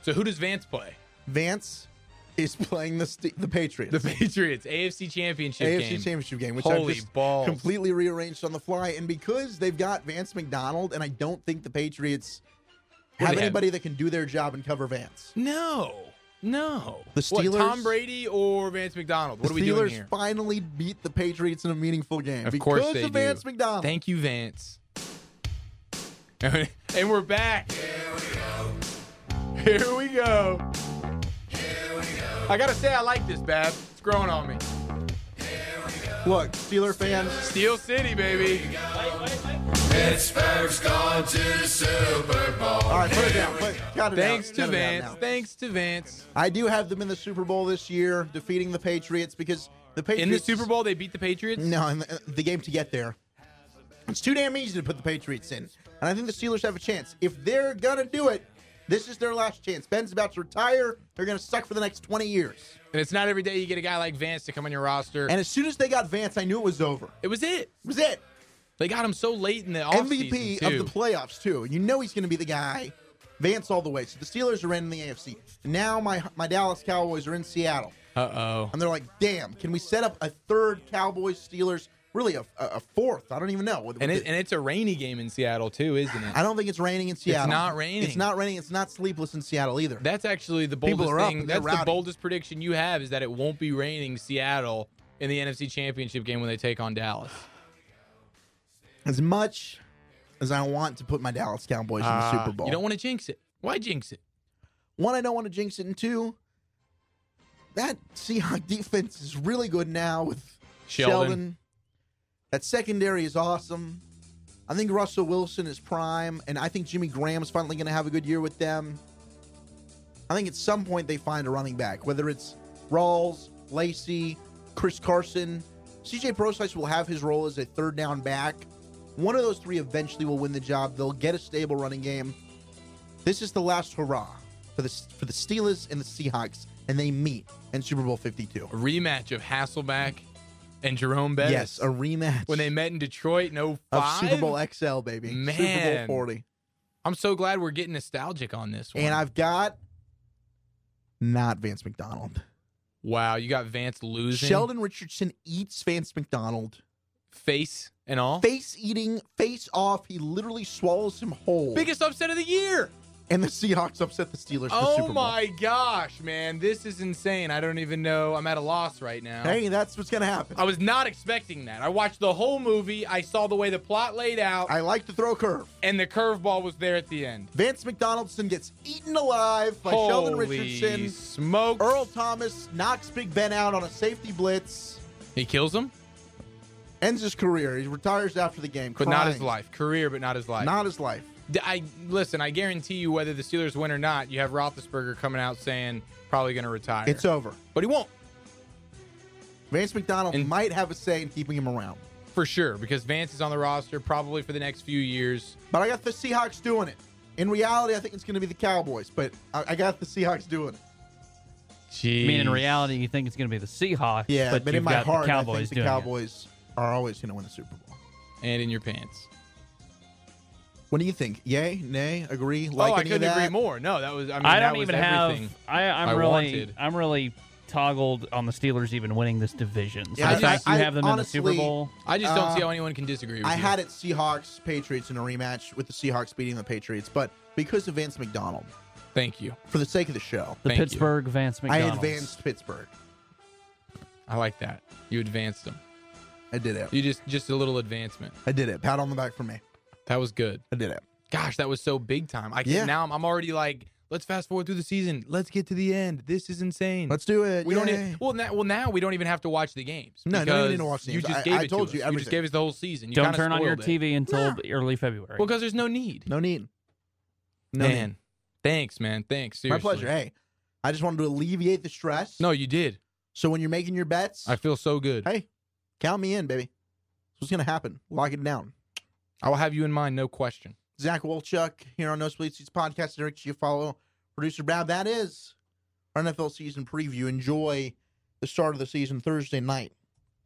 Speaker 2: So who does Vance play?
Speaker 1: Vance is playing the Ste the Patriots.
Speaker 2: The Patriots AFC Championship
Speaker 1: AFC
Speaker 2: game.
Speaker 1: Championship game, which
Speaker 2: Holy
Speaker 1: I've just
Speaker 2: balls.
Speaker 1: completely rearranged on the fly. And because they've got Vance McDonald, and I don't think the Patriots
Speaker 2: What do
Speaker 1: have
Speaker 2: they have?
Speaker 1: anybody that can do their job and cover Vance.
Speaker 2: No, no.
Speaker 1: The
Speaker 2: What,
Speaker 1: Steelers-
Speaker 2: Tom Brady or Vance McDonald? What
Speaker 1: the
Speaker 2: are we
Speaker 1: Steelers
Speaker 2: doing here?
Speaker 1: finally beat the Patriots in a meaningful game.
Speaker 2: Of
Speaker 1: because
Speaker 2: course they
Speaker 1: of Vance
Speaker 2: do.
Speaker 1: McDonald.
Speaker 2: Thank you, Vance. and we're back. Here we go. Here we go. I gotta say, I like this, Bab. It's growing on me.
Speaker 1: Look, Steeler fans.
Speaker 2: Steel City, baby.
Speaker 18: Pittsburgh's gone to the Super Bowl. All
Speaker 1: right, put it down. Put, got it
Speaker 2: Thanks
Speaker 1: out,
Speaker 2: to
Speaker 1: got it out
Speaker 2: Vance.
Speaker 1: now.
Speaker 2: Thanks to Vance.
Speaker 1: I do have them in the Super Bowl this year, defeating the Patriots because the Patriots
Speaker 2: In the Super Bowl, they beat the Patriots.
Speaker 1: No, in the, the game to get there. It's too damn easy to put the Patriots in, and I think the Steelers have a chance. If they're gonna do it, this is their last chance. Ben's about to retire. They're gonna suck for the next twenty years.
Speaker 2: And it's not every day you get a guy like Vance to come on your roster.
Speaker 1: And as soon as they got Vance, I knew it was over.
Speaker 2: It was it. It
Speaker 1: was it.
Speaker 2: They got him so late in the offseason,
Speaker 1: MVP
Speaker 2: too.
Speaker 1: of the playoffs too. You know he's going to be the guy. Vance all the way. So the Steelers are in the AFC. Now my my Dallas Cowboys are in Seattle,
Speaker 2: Uh oh.
Speaker 1: and they're like, "Damn, can we set up a third Cowboys Steelers? Really a, a a fourth? I don't even know."
Speaker 2: And, it, and it's a rainy game in Seattle too, isn't it?
Speaker 1: I don't think it's raining in Seattle.
Speaker 2: not raining.
Speaker 1: It's not raining. It's not sleepless in Seattle either.
Speaker 2: That's actually the
Speaker 1: People
Speaker 2: boldest
Speaker 1: are up
Speaker 2: thing.
Speaker 1: and they're
Speaker 2: That's the
Speaker 1: rowdy.
Speaker 2: boldest prediction you have is that it won't be raining Seattle in the NFC Championship game when they take on Dallas.
Speaker 1: As much as I want to put my Dallas Cowboys
Speaker 2: Ah,
Speaker 1: in the Super Bowl,
Speaker 2: You don't want to jinx it. Why jinx it?
Speaker 1: One, I don't want to jinx it, and two, that Seahawks defense is really good now with
Speaker 2: Sheldon.
Speaker 1: Sheldon. That secondary is awesome. I think Russell Wilson is prime, and I think Jimmy Graham's finally going to have a good year with them. I think at some point they find a running back, whether it's Rawls, Lacey, Chris Carson. CJ Procise will have his role as a third down back. One of those three eventually will win the job. They'll get a stable running game. This is the last hurrah for the for the Steelers and the Seahawks, and they meet in Super Bowl Fifty Two.
Speaker 2: A rematch of Hasselback and Jerome Bettis.
Speaker 1: Yes, a rematch
Speaker 2: when they met in Detroit in 05.
Speaker 1: of Super Bowl XL, baby. Super Bowl
Speaker 2: Man.
Speaker 1: Forty,
Speaker 2: I'm so glad we're getting nostalgic on this one.
Speaker 1: and I've got not Vance McDonald.
Speaker 2: wow, you got Vance losing
Speaker 1: Sheldon Richardson eats Vance McDonald.
Speaker 2: face and all.
Speaker 1: Face eating, face off. He literally swallows him whole.
Speaker 2: Biggest upset of the year.
Speaker 1: and the Seahawks upset the Steelers. in the
Speaker 2: Oh
Speaker 1: Super Bowl.
Speaker 2: my gosh, man. This is insane. I don't even know. I'm at a loss right now.
Speaker 1: Hey, that's what's gonna happen.
Speaker 2: I was not expecting that. I watched the whole movie. I saw the way the plot laid out,
Speaker 1: I like to throw a curve.
Speaker 2: and the curveball was there at the end.
Speaker 1: Vance McDonaldson gets eaten alive by Sheldon
Speaker 2: Holy
Speaker 1: Richardson.
Speaker 2: Smoke.
Speaker 1: Earl Thomas knocks Big Ben out on a safety blitz.
Speaker 2: He kills him,
Speaker 1: Ends his career. He retires after the game.
Speaker 2: but not his
Speaker 1: crying.
Speaker 2: life. Career, but not his life.
Speaker 1: Not his life.
Speaker 2: D- I listen. I guarantee you, whether the Steelers win or not, you have Roethlisberger coming out saying probably going to retire.
Speaker 1: It's over.
Speaker 2: but he won't
Speaker 1: Vance McDonald might have a say in keeping him around.
Speaker 2: for sure because Vance is on the roster probably for the next few years.
Speaker 1: But I got the Seahawks doing it. In reality, I think it's going to be the Cowboys, but I, I got the Seahawks doing it.
Speaker 3: I mean, in
Speaker 2: Jeez.
Speaker 3: reality, you think it's going to be the Seahawks.
Speaker 1: Yeah, but,
Speaker 3: but,
Speaker 1: in
Speaker 3: you've
Speaker 1: my
Speaker 3: got
Speaker 1: heart,
Speaker 3: the
Speaker 1: I
Speaker 3: Cowboys
Speaker 1: think the
Speaker 3: doing it.
Speaker 1: Cowboys are always going to win the Super Bowl.
Speaker 2: and in your pants.
Speaker 1: Oh, What do you think? Yay? Nay? Agree? Like
Speaker 2: oh, I
Speaker 1: any of
Speaker 2: couldn't agree
Speaker 1: that?
Speaker 2: more. No, that was. I mean,
Speaker 3: I
Speaker 2: that
Speaker 3: don't
Speaker 2: was
Speaker 3: even
Speaker 2: everything
Speaker 3: have. I, I'm
Speaker 2: I
Speaker 3: really,
Speaker 2: wanted.
Speaker 3: I'm really toggled on the Steelers even winning this division. So
Speaker 1: Yeah, I
Speaker 3: the fact
Speaker 1: just- I-
Speaker 3: you have them in the
Speaker 1: honestly,
Speaker 3: Super Bowl.
Speaker 2: I just don't
Speaker 1: Uh,
Speaker 2: see how anyone can disagree. with
Speaker 1: I
Speaker 2: you.
Speaker 1: had it Seahawks Patriots in a rematch with the Seahawks beating the Patriots, but because of Vance McDonald,
Speaker 2: Thank you.
Speaker 1: for the sake of the show,
Speaker 3: The
Speaker 2: Thank you.
Speaker 3: Pittsburgh Vance
Speaker 1: I
Speaker 3: McDonald's.
Speaker 1: advanced Pittsburgh.
Speaker 2: I like that. You advanced them.
Speaker 1: I did it.
Speaker 2: You just just a little advancement.
Speaker 1: I did it. Pat on the back for me.
Speaker 2: That was good.
Speaker 1: I did it.
Speaker 2: Gosh, that was so big time. I can,
Speaker 1: Yeah.
Speaker 2: now I'm, I'm already like, let's fast forward through the season. Let's get to the end. This is insane.
Speaker 1: Let's do it.
Speaker 2: We don't.
Speaker 1: Yay.
Speaker 2: Even, well, now, well now we don't even have to watch the games.
Speaker 1: No, no, you didn't
Speaker 2: because
Speaker 1: watch the
Speaker 2: You
Speaker 1: games.
Speaker 2: just
Speaker 1: I-
Speaker 2: gave
Speaker 1: I
Speaker 2: it
Speaker 1: told
Speaker 2: to
Speaker 1: you
Speaker 2: us. You just
Speaker 1: everything.
Speaker 2: gave us the whole season. You
Speaker 3: Don't
Speaker 2: kinda
Speaker 3: turn on your
Speaker 2: spoiled it.
Speaker 3: TV until early February.
Speaker 2: Well, because there's no need.
Speaker 1: No need. No
Speaker 2: man, thanks, man, thanks.
Speaker 1: need. My
Speaker 2: Seriously.
Speaker 1: pleasure. Hey, I just wanted to alleviate the stress.
Speaker 2: No, you did.
Speaker 1: So when you're making your bets,
Speaker 2: I feel so good.
Speaker 1: hey, count me in, baby. That's what's gonna happen. Lock it down.
Speaker 2: I will have you in mind, no question.
Speaker 1: Zach Wolchuk here on No Split Seats Podcast. Eric Giafalo, producer Brad. That is our NFL season preview. Enjoy the start of the season Thursday night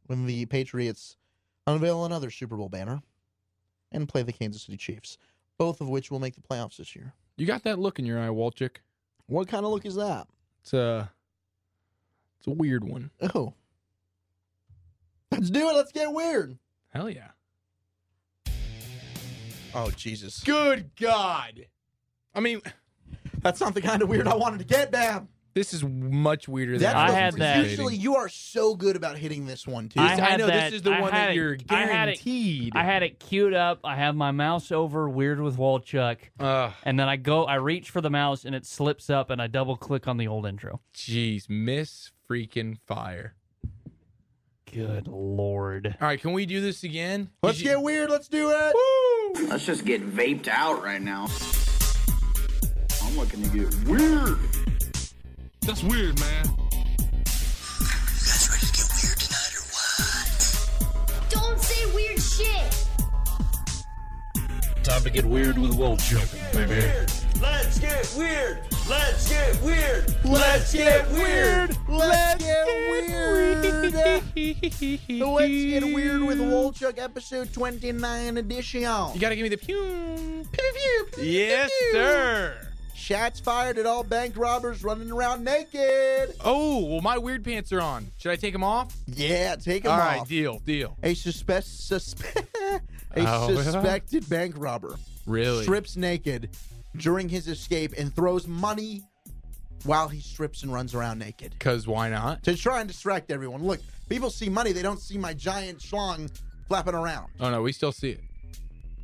Speaker 1: when the Patriots unveil another Super Bowl banner and play the Kansas City Chiefs, both of which will make the playoffs this year.
Speaker 2: You got that look in your eye, Walchick.
Speaker 1: What kind of look is that?
Speaker 2: It's a, it's a weird one.
Speaker 1: Oh. Let's do it. Let's get weird.
Speaker 2: Hell yeah.
Speaker 1: Oh, Jesus.
Speaker 2: Good God. I mean,
Speaker 1: That's not the kind of weird I wanted to get, Bab.
Speaker 2: this is much weirder than
Speaker 1: That's
Speaker 3: I
Speaker 1: the-
Speaker 3: had that.
Speaker 1: Usually you are so good about hitting this one, too.
Speaker 3: I, had
Speaker 2: know this
Speaker 3: that-
Speaker 2: is the
Speaker 3: I
Speaker 2: one
Speaker 3: had
Speaker 2: that
Speaker 3: it-
Speaker 2: you're
Speaker 3: I had it-
Speaker 2: guaranteed.
Speaker 3: I had it queued up. I have my mouse over Weird with Walchuk,
Speaker 2: Ugh,
Speaker 3: and then I go. I reach for the mouse, and it slips up, and I double click on the old intro.
Speaker 2: jeez, miss freaking fire.
Speaker 3: Good lord.
Speaker 2: All right, can we do this again?
Speaker 1: Let's get weird. Let's do it.
Speaker 19: Let's just get vaped out right now. I'm looking to get weird.
Speaker 18: That's weird, man.
Speaker 20: Don't say weird shit.
Speaker 18: Time to get weird with world jumping, baby.
Speaker 9: Let's get weird. Let's get weird.
Speaker 18: Let's get weird.
Speaker 1: Let's get weird. Let's get weird with Wolchuk episode 29 edition. You
Speaker 2: gotta give me the pew.
Speaker 1: Yes, Shots fired at all bank robbers running around naked.
Speaker 2: Oh, well, my weird pants are on. Should I take them off?
Speaker 1: Yeah, take 'em
Speaker 2: All right,
Speaker 1: off.
Speaker 2: deal, deal.
Speaker 1: A suspect suspe- a
Speaker 2: Oh, yeah.
Speaker 1: suspected bank robber
Speaker 2: Really?
Speaker 1: strips naked during his escape and throws money while he strips and runs around naked.
Speaker 2: Because why not?
Speaker 1: To try and distract everyone. Look, people see money, they don't see my giant schlong flapping around.
Speaker 2: Oh no, we still see it.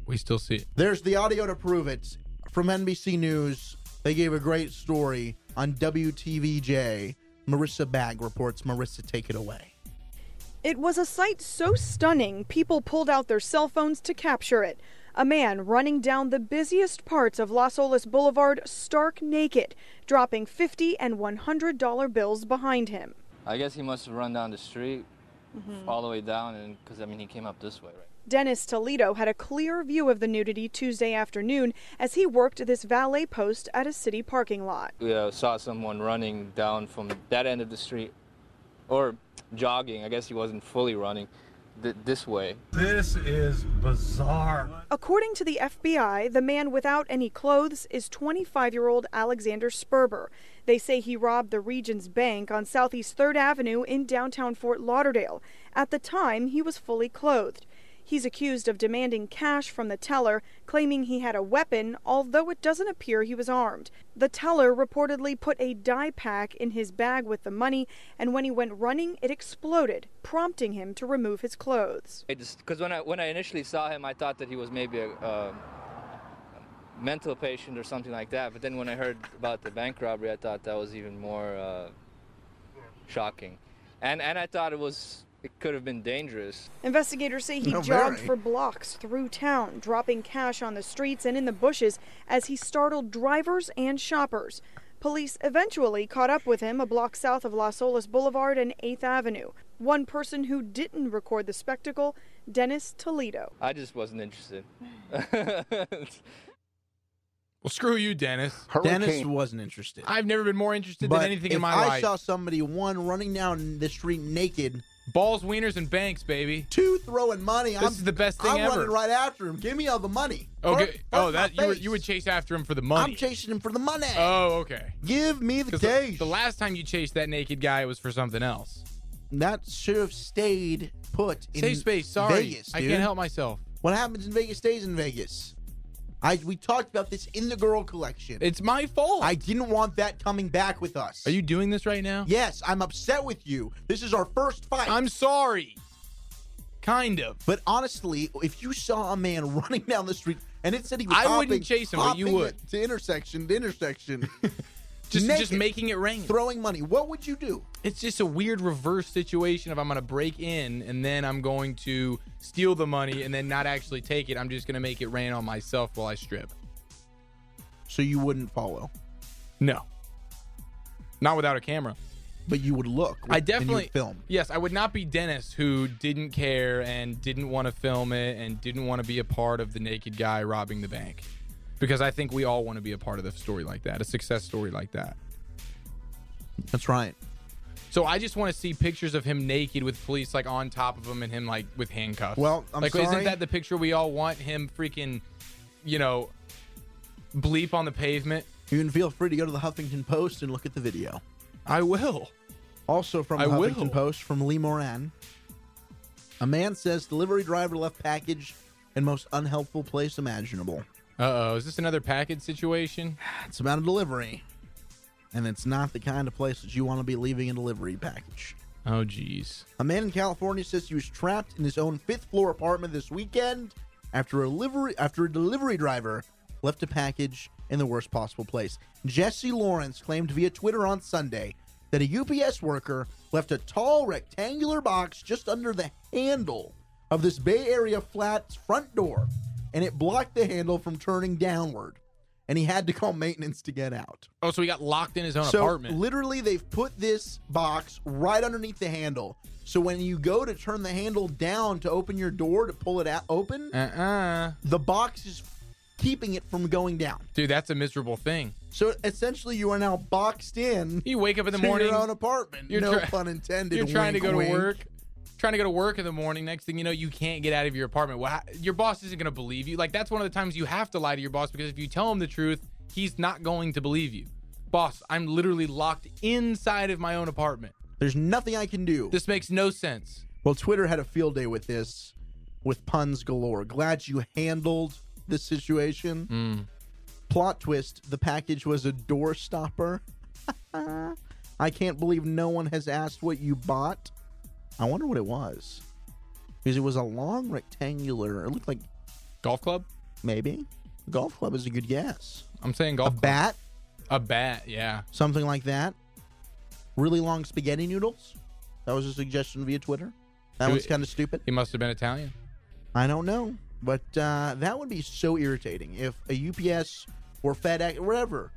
Speaker 2: We still see it.
Speaker 1: There's the audio to prove it from NBC News. They gave a great story on WTVJ. Marissa Bagg reports. Marissa, take it away.
Speaker 21: It was a sight so stunning, people pulled out their cell phones to capture it. A man running down the busiest parts of Las Olas Boulevard stark naked, dropping 50 and $100 bills behind him.
Speaker 22: I guess he must have run down the street,
Speaker 9: Mm-hmm.
Speaker 22: all the way down, and because I mean he came up this way, right?
Speaker 21: Dennis Toledo had a clear view of the nudity Tuesday afternoon as he worked this valet post at a city parking lot.
Speaker 22: Yeah, I uh, saw someone running down from that end of the street, or jogging. I guess he wasn't fully running, th- this way.
Speaker 18: This is bizarre.
Speaker 21: According to the FBI, the man without any clothes is 25 year old Alexander Sperber. They say he robbed the Regions Bank on Southeast 3rd Avenue in downtown Fort Lauderdale. At the time, he was fully clothed. He's accused of demanding cash from the teller, claiming he had a weapon, although it doesn't appear he was armed. The teller reportedly put a dye pack in his bag with the money, and when he went running, it exploded, prompting him to remove his clothes.
Speaker 22: I just because when I when I initially saw him, I thought that he was maybe a, um, a mental patient or something like that. But then when I heard about the bank robbery, I thought that was even more uh, shocking, and and I thought it was it could have been dangerous.
Speaker 21: Investigators say he
Speaker 22: No,
Speaker 21: jogged
Speaker 22: very.
Speaker 21: for blocks through town, dropping cash on the streets and in the bushes as he startled drivers and shoppers. Police eventually caught up with him a block south of Las Olas Boulevard and 8th Avenue. One person who didn't record the spectacle, Dennis Toledo.
Speaker 22: I just wasn't interested.
Speaker 2: Well, screw you, Dennis.
Speaker 1: Dennis wasn't interested.
Speaker 2: I've never been more interested
Speaker 1: But
Speaker 2: than anything
Speaker 1: if
Speaker 2: in my
Speaker 1: I
Speaker 2: life.
Speaker 1: saw somebody one running down the street naked,
Speaker 2: Balls, wieners, and banks, baby.
Speaker 1: two throwing money.
Speaker 2: This
Speaker 1: I'm,
Speaker 2: is the best thing
Speaker 1: I'm
Speaker 2: ever.
Speaker 1: running right after him. Give me all the money.
Speaker 2: Okay.
Speaker 1: Bark- bark
Speaker 2: oh,
Speaker 1: my
Speaker 2: that you, were,
Speaker 1: face.
Speaker 2: you would chase after him for the money.
Speaker 1: I'm chasing him for the money.
Speaker 2: Oh, okay.
Speaker 1: Give me the
Speaker 2: 'Cause
Speaker 1: cash.
Speaker 2: The last time you chased that naked guy, it was for something else.
Speaker 1: That should have stayed put. in
Speaker 2: Safe space. Sorry,
Speaker 1: Vegas,
Speaker 2: I
Speaker 1: dude.
Speaker 2: can't help myself.
Speaker 1: What happens in Vegas stays in Vegas. I we talked about this in the girl collection.
Speaker 2: It's my fault.
Speaker 1: I didn't want that coming back with us. Are you
Speaker 2: doing this right now?
Speaker 1: Yes, I'm upset with you. This is our first fight.
Speaker 2: I'm sorry. Kind of.
Speaker 1: But honestly, if you saw a man running down the street and it said he was
Speaker 2: I wouldn't
Speaker 1: hopping-
Speaker 2: chase him, but you
Speaker 1: hopping
Speaker 2: would.
Speaker 1: to intersection to intersection.
Speaker 2: Just just
Speaker 1: Naked.
Speaker 2: making it rain.
Speaker 1: Throwing money. What would you do?
Speaker 2: It's just a weird reverse situation of I'm going to break in and then I'm going to steal the money and then not actually take it. I'm just going to make it rain on myself while I strip.
Speaker 1: So you wouldn't follow.
Speaker 2: No. Not without a camera.
Speaker 1: But you would look.
Speaker 2: I
Speaker 1: and you'd
Speaker 2: definitely
Speaker 1: film.
Speaker 2: Yes, I would not be Dennis who didn't care and didn't want to film it and didn't want to be a part of the naked guy robbing the bank. Because I think we all want to be a part of a story like that, a success story like that.
Speaker 1: That's right.
Speaker 2: So I just want to see pictures of him naked with police like on top of him and him like with handcuffs.
Speaker 1: Well, I'm
Speaker 2: like
Speaker 1: sorry.
Speaker 2: isn't that the picture we all want? Him freaking, you know, bleep on the pavement.
Speaker 1: You can feel free to go to the Huffington Post and look at the video.
Speaker 2: I will.
Speaker 1: Also from
Speaker 2: I
Speaker 1: the Huffington
Speaker 2: will.
Speaker 1: Post from Lee Moran. A man says delivery driver left package in most unhelpful place imaginable.
Speaker 2: Uh oh, is this another package situation?
Speaker 1: It's about a delivery. And it's not the kind of place that you want to be leaving a delivery package.
Speaker 2: Oh jeez.
Speaker 1: A man in California says he was trapped in his own fifth floor apartment this weekend after a delivery after a delivery driver left a package in the worst possible place. Jesse Lawrence claimed via Twitter on Sunday that a UPS worker left a tall rectangular box just under the handle of this Bay Area flat's front door, and it blocked the handle from turning downward. And he had to call maintenance to get out.
Speaker 2: Oh, so he got locked in his own
Speaker 1: so
Speaker 2: apartment.
Speaker 1: literally, they've put this box right underneath the handle. So when you go to turn the handle down to open your door to pull it out open,
Speaker 2: uh-uh.
Speaker 1: the box is keeping it from going down.
Speaker 2: Dude, that's a miserable thing.
Speaker 1: So essentially, you are now boxed in.
Speaker 2: You wake up in the
Speaker 1: to
Speaker 2: morning,
Speaker 1: your own apartment.
Speaker 2: you're
Speaker 1: no
Speaker 2: try-
Speaker 1: pun intended.
Speaker 2: You're trying
Speaker 1: wink,
Speaker 2: to go
Speaker 1: wink.
Speaker 2: to work, trying to go to work in the morning. Next thing you know, you can't get out of your apartment. Well, how- your boss isn't going to believe you. Like that's one of the times you have to lie to your boss because if you tell him the truth, he's not going to believe you. Boss, I'm literally locked inside of my own apartment.
Speaker 1: There's nothing I can do.
Speaker 2: This makes no sense.
Speaker 1: Well, Twitter had a field day with this, with puns galore. Glad you handled this situation. Plot twist: the package was a door stopper. I can't believe no one has asked what you bought. I wonder what it was, because it was a long rectangular. It looked like
Speaker 2: golf club,
Speaker 1: maybe. Golf club is a good guess.
Speaker 2: I'm saying golf.
Speaker 1: A bat,
Speaker 2: A bat, yeah.
Speaker 1: something like that. Really long spaghetti noodles. That was a suggestion via Twitter. That
Speaker 2: Who-
Speaker 1: one's kind of stupid.
Speaker 2: He must have been Italian.
Speaker 1: I don't know, but uh, that would be so irritating if a UPS or FedEx, whatever,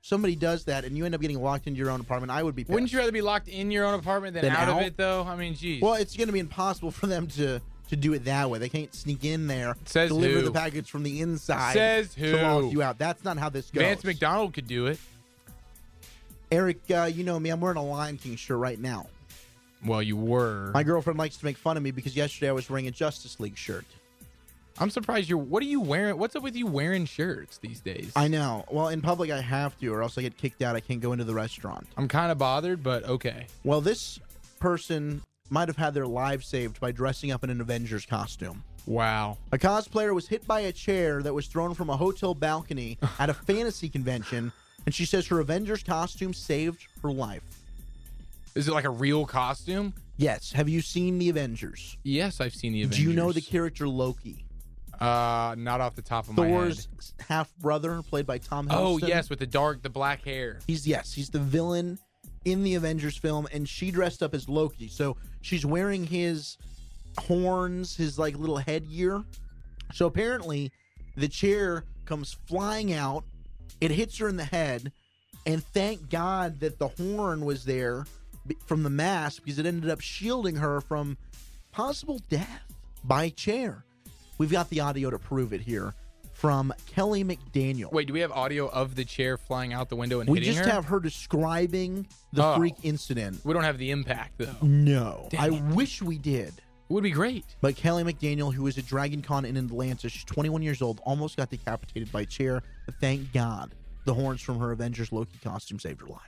Speaker 1: somebody does that and you end up getting locked into your own apartment. I would be. Pissed.
Speaker 2: Wouldn't you rather be locked in your own apartment than,
Speaker 1: Than
Speaker 2: out,
Speaker 1: out?
Speaker 2: of it, though? I mean, geez.
Speaker 1: Well, it's going to be impossible for them to to do it that way. They can't sneak in there,
Speaker 2: Says
Speaker 1: deliver
Speaker 2: who?
Speaker 1: the package from the inside,
Speaker 2: Says
Speaker 1: to
Speaker 2: who?
Speaker 1: lock you out. That's not how this goes.
Speaker 2: Vance McDonald could do it.
Speaker 1: Eric, uh, you know me. I'm wearing a Lion King shirt right now.
Speaker 2: Well, you were.
Speaker 1: My girlfriend likes to make fun of me because yesterday I was wearing a Justice League shirt.
Speaker 2: I'm surprised you're. What are you wearing? What's up with you wearing shirts these days?
Speaker 1: I know. Well, in public I have to, or else I get kicked out. I can't go into the restaurant.
Speaker 2: I'm kind of bothered, but okay.
Speaker 1: Well, this person might have had their lives saved by dressing up in an Avengers costume.
Speaker 2: Wow.
Speaker 1: A cosplayer was hit by a chair that was thrown from a hotel balcony at a fantasy convention, and she says her Avengers costume saved her life.
Speaker 2: Is it like a real costume?
Speaker 1: Yes. Have you seen the Avengers?
Speaker 2: Yes, I've seen the Avengers.
Speaker 1: Do you know the character Loki?
Speaker 2: Uh, not off the top of my head.
Speaker 1: Thor's half brother, played by Tom
Speaker 2: Oh
Speaker 1: Hiddleston.
Speaker 2: yes, with the dark, the black hair.
Speaker 1: He's yes, he's the villain in the Avengers film, and she dressed up as Loki. So she's wearing his horns, his like little headgear. So apparently, the chair comes flying out. It hits her in the head, and thank God that the horn was there b- from the mask because it ended up shielding her from possible death by chair. We've got the audio to prove it here from Kelly McDaniel.
Speaker 2: Wait, do we have audio of the chair flying out the window and
Speaker 1: We
Speaker 2: hitting
Speaker 1: just
Speaker 2: her?
Speaker 1: have her describing the
Speaker 2: Oh.
Speaker 1: freak incident.
Speaker 2: we don't have the impact though.
Speaker 1: No, I wish we did.
Speaker 2: Would be great.
Speaker 1: But Kelly McDaniel, who was at Dragon Con in Atlanta, she's 21 years old, almost got decapitated by a chair. But thank God, the horns from her Avengers Loki costume saved her life.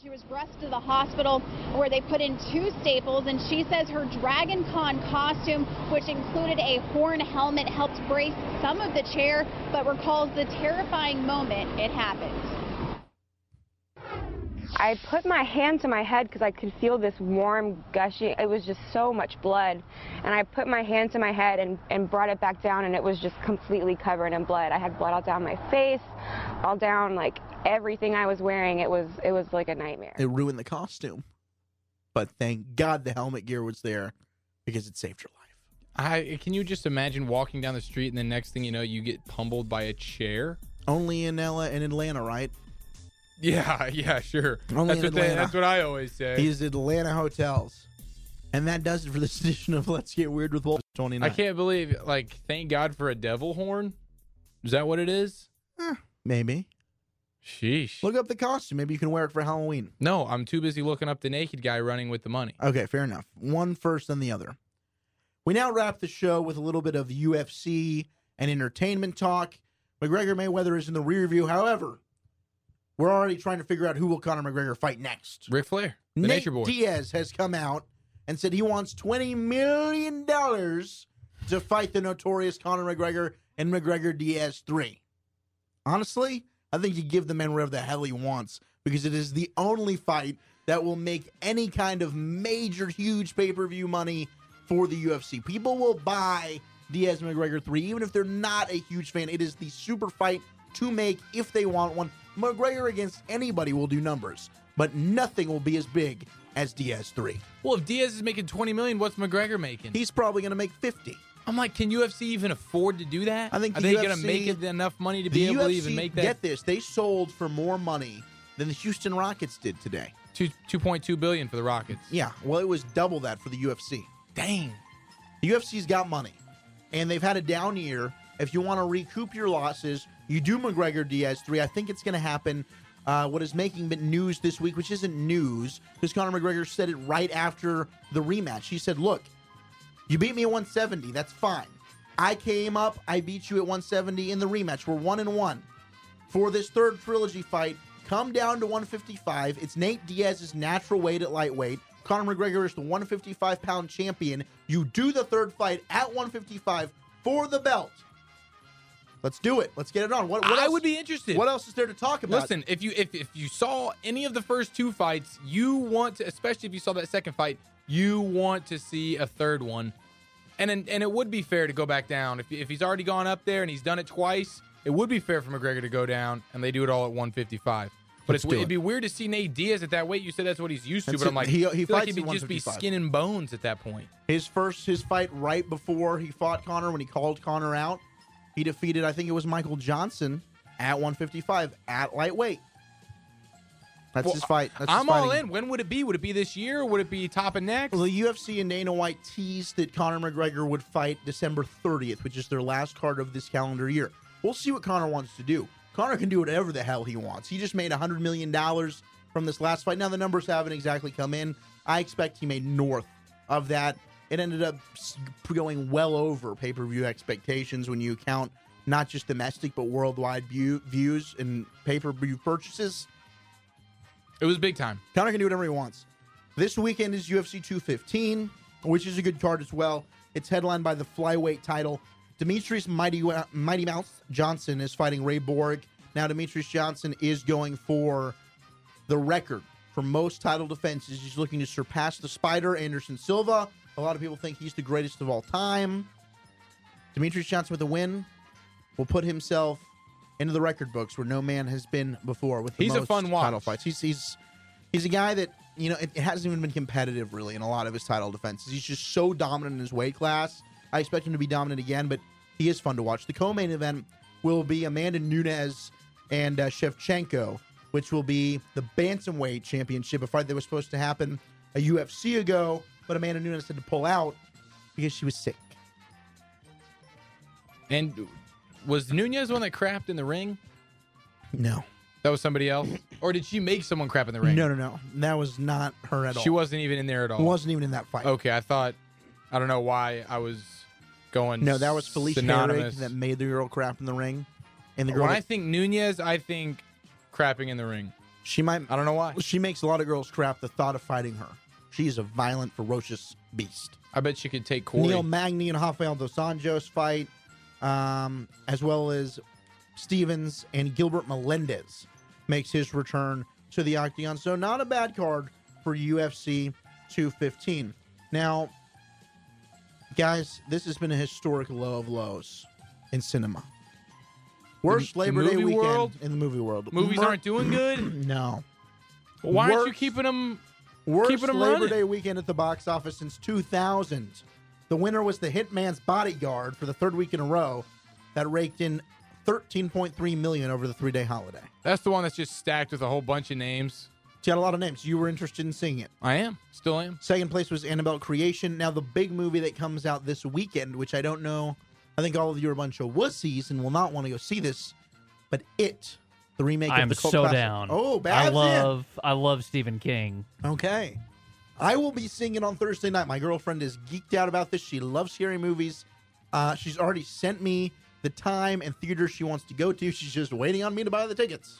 Speaker 5: She was rushed to the hospital where they put in two staples, and she says her Dragon Con costume, which included a horn helmet, helped brace some of the chair, but recalls the terrifying moment it happened.
Speaker 6: I put my hand to my head because I could feel this warm gushing. It was just so much blood. And I put my hand to my head and, and brought it back down, and it was just completely covered in blood. I had blood all down my face, all down like everything I was wearing. It was it was like a nightmare.
Speaker 1: It ruined the costume. But thank God the helmet gear was there because it saved her life.
Speaker 2: I can you just imagine walking down the street and the next thing you know you get pummeled by a chair?
Speaker 1: Only in LA and Atlanta, right?
Speaker 2: Yeah, yeah, sure.
Speaker 1: Only
Speaker 2: that's
Speaker 1: in
Speaker 2: what they,
Speaker 1: Atlanta.
Speaker 2: that's what I always say.
Speaker 1: He's Atlanta hotels. And that does it for this edition of Let's Get Weird with Wolf 29.
Speaker 2: I can't believe like thank God for a devil horn. Is that what it is?
Speaker 1: Maybe.
Speaker 2: Sheesh.
Speaker 1: Look up the costume. Maybe you can wear it for Halloween.
Speaker 2: No, I'm too busy looking up the naked guy running with the money.
Speaker 1: Okay, fair enough. One first, then the other. We now wrap the show with a little bit of UFC and entertainment talk. McGregor Mayweather is in the rear view. However, we're already trying to figure out who will Conor McGregor fight next.
Speaker 2: Ric Flair, the
Speaker 1: Nate
Speaker 2: Nature Boy.
Speaker 1: Diaz has come out and said he wants $20 million to fight the notorious Conor McGregor and McGregor Diaz 3. Honestly, I think you give the man whatever the hell he wants because it is the only fight that will make any kind of major, huge pay per view money for the UFC. People will buy Diaz McGregor 3, even if they're not a huge fan. It is the super fight to make if they want one. McGregor against anybody will do numbers. but nothing will be as big as DS3.
Speaker 2: Well, if Diaz is making 20 million, what's McGregor making?
Speaker 1: He's probably going to make 50.
Speaker 2: I'm like, can UFC even afford to do that?
Speaker 1: I think
Speaker 2: Are
Speaker 1: the
Speaker 2: they going to
Speaker 1: UFC
Speaker 2: make it enough money to
Speaker 1: the
Speaker 2: be able to
Speaker 1: UFC,
Speaker 2: even make that?
Speaker 1: Get this, they sold for more money than the Houston Rockets did today.
Speaker 2: Two two point two billion for the Rockets.
Speaker 1: Yeah, well, it was double that for the UFC.
Speaker 2: Dang,
Speaker 1: the UFC's got money, and they've had a down year. If you want to recoup your losses, you do McGregor Diaz three. I think it's going to happen. Uh, what is making bit news this week, which isn't news, because Conor McGregor said it right after the rematch. He said, "Look, you beat me at 170. That's fine. I came up. I beat you at 170 in the rematch. We're one and one for this third trilogy fight. Come down to 155. It's Nate Diaz's natural weight at lightweight. Conor McGregor is the 155 pound champion. You do the third fight at 155 for the belt. Let's do it. Let's get it on. What, what
Speaker 2: I
Speaker 1: else-
Speaker 2: would be interested.
Speaker 1: What else is there to talk about?
Speaker 2: Listen, if you if, if you saw any of the first two fights, you want to, especially if you saw that second fight, you want to see a third one, and and, and it would be fair to go back down if if he's already gone up there and he's done it twice. It would be fair for McGregor to go down, and they do it all at 155. But
Speaker 1: Let's
Speaker 2: it's,
Speaker 1: do
Speaker 2: it'd
Speaker 1: it.
Speaker 2: be weird to see Nate Diaz at that weight. You said that's what he's used to,
Speaker 1: That's
Speaker 2: but
Speaker 1: it.
Speaker 2: I'm like,
Speaker 1: He- he
Speaker 2: I feel
Speaker 1: fights
Speaker 2: like
Speaker 1: at
Speaker 2: he would just be
Speaker 1: 155.
Speaker 2: skin and bones at that point.
Speaker 1: His first his fight right before he fought Connor when he called Connor out, he defeated I think it was Michael Johnson at 155 at lightweight. That's
Speaker 2: Well,
Speaker 1: his fight. That's his
Speaker 2: I'm all
Speaker 1: fighting.
Speaker 2: in. When would it be? Would it be this year? Would it be top of next?
Speaker 1: Well, the UFC and Dana White teased that Conor McGregor would fight December 30th, which is their last card of this calendar year. We'll see what Conor wants to do. Conor can do whatever the hell he wants. He just made $100 million from this last fight. Now, the numbers haven't exactly come in. I expect he made north of that. It ended up s- going well over pay per view expectations when you count not just domestic, but worldwide view- views and pay per view purchases.
Speaker 2: It was big time.
Speaker 1: Conor can do whatever he wants. This weekend is UFC 215, which is a good card as well. It's headlined by the flyweight title. Demetrius Mighty, Mighty Mouth Johnson is fighting Ray Borg. Now, Demetrius Johnson is going for the record for most title defenses. He's looking to surpass the Spider, Anderson Silva. A lot of people think he's the greatest of all time. Demetrius Johnson with a win will put himself into the record books where no man has been before with the
Speaker 2: He's a
Speaker 1: most
Speaker 2: fun watch.
Speaker 1: title fights. He's he's he's a guy that you know it, it hasn't even been competitive really in a lot of his title defenses. He's just so dominant in his weight class. I expect him to be dominant again, but he is fun to watch. The co-main event will be Amanda Nunes and uh, Shevchenko, which will be the bantamweight championship, a fight that was supposed to happen a UFC ago, but Amanda Nunes had to pull out because she was sick.
Speaker 2: And was Nunez the one that crapped in the ring?
Speaker 1: No.
Speaker 2: That was somebody else? Or did she make someone crap in the ring?
Speaker 1: No, no, no. That was not her at all.
Speaker 2: She Oh, wasn't even in there at all.
Speaker 1: Wasn't even in that fight.
Speaker 2: Okay, I thought I don't know why I was going
Speaker 1: No, that was Felicia
Speaker 2: synonymous.
Speaker 1: Herrig that made the girl crap in the ring, and the girl
Speaker 2: When I
Speaker 1: that,
Speaker 2: think Nunez, I think crapping in the ring.
Speaker 1: she might.
Speaker 2: I don't know why.
Speaker 1: She makes a lot of girls crap the thought of fighting her. She is a violent, ferocious beast.
Speaker 2: I bet she could take Corey.
Speaker 1: Neil Magny and Rafael dos Anjos fight, um, as well as Stevens and Gilbert Melendez makes his return to the Octagon. So not a bad card for UFC 215. Now, guys, this has been a historic low of lows in cinema. Worst
Speaker 2: the
Speaker 1: Labor Day
Speaker 2: movie
Speaker 1: weekend
Speaker 2: world?
Speaker 1: in the movie world.
Speaker 2: Movies
Speaker 1: Mer-
Speaker 2: aren't doing good.
Speaker 1: No.
Speaker 2: Why aren't you
Speaker 1: Worst-
Speaker 2: keeping them?
Speaker 1: Worst
Speaker 2: keeping 'em
Speaker 1: Labor
Speaker 2: running.
Speaker 1: Day weekend at the box office since 2000. The winner was The Hitman's Bodyguard for the third week in a row, that raked in 13.3 million over the three-day holiday.
Speaker 2: That's the one that's just stacked with a whole bunch of names.
Speaker 1: She had a lot of names. You were interested in seeing it.
Speaker 2: I am. Still am.
Speaker 1: Second place was Annabelle Creation. Now the big movie that comes out this weekend, which I don't know, I think all of you are a bunch of wussies and will not want to go see this, but it, the remake of
Speaker 3: I'm
Speaker 1: the cult
Speaker 3: so
Speaker 1: classic-
Speaker 3: down.
Speaker 1: Oh, Babs
Speaker 3: I
Speaker 1: in.
Speaker 3: love I love Stephen King.
Speaker 1: Okay. I will be seeing it on Thursday night. My girlfriend is geeked out about this. She loves scary movies. Uh, she's already sent me the time and theater she wants to go to. She's just waiting on me to buy the tickets.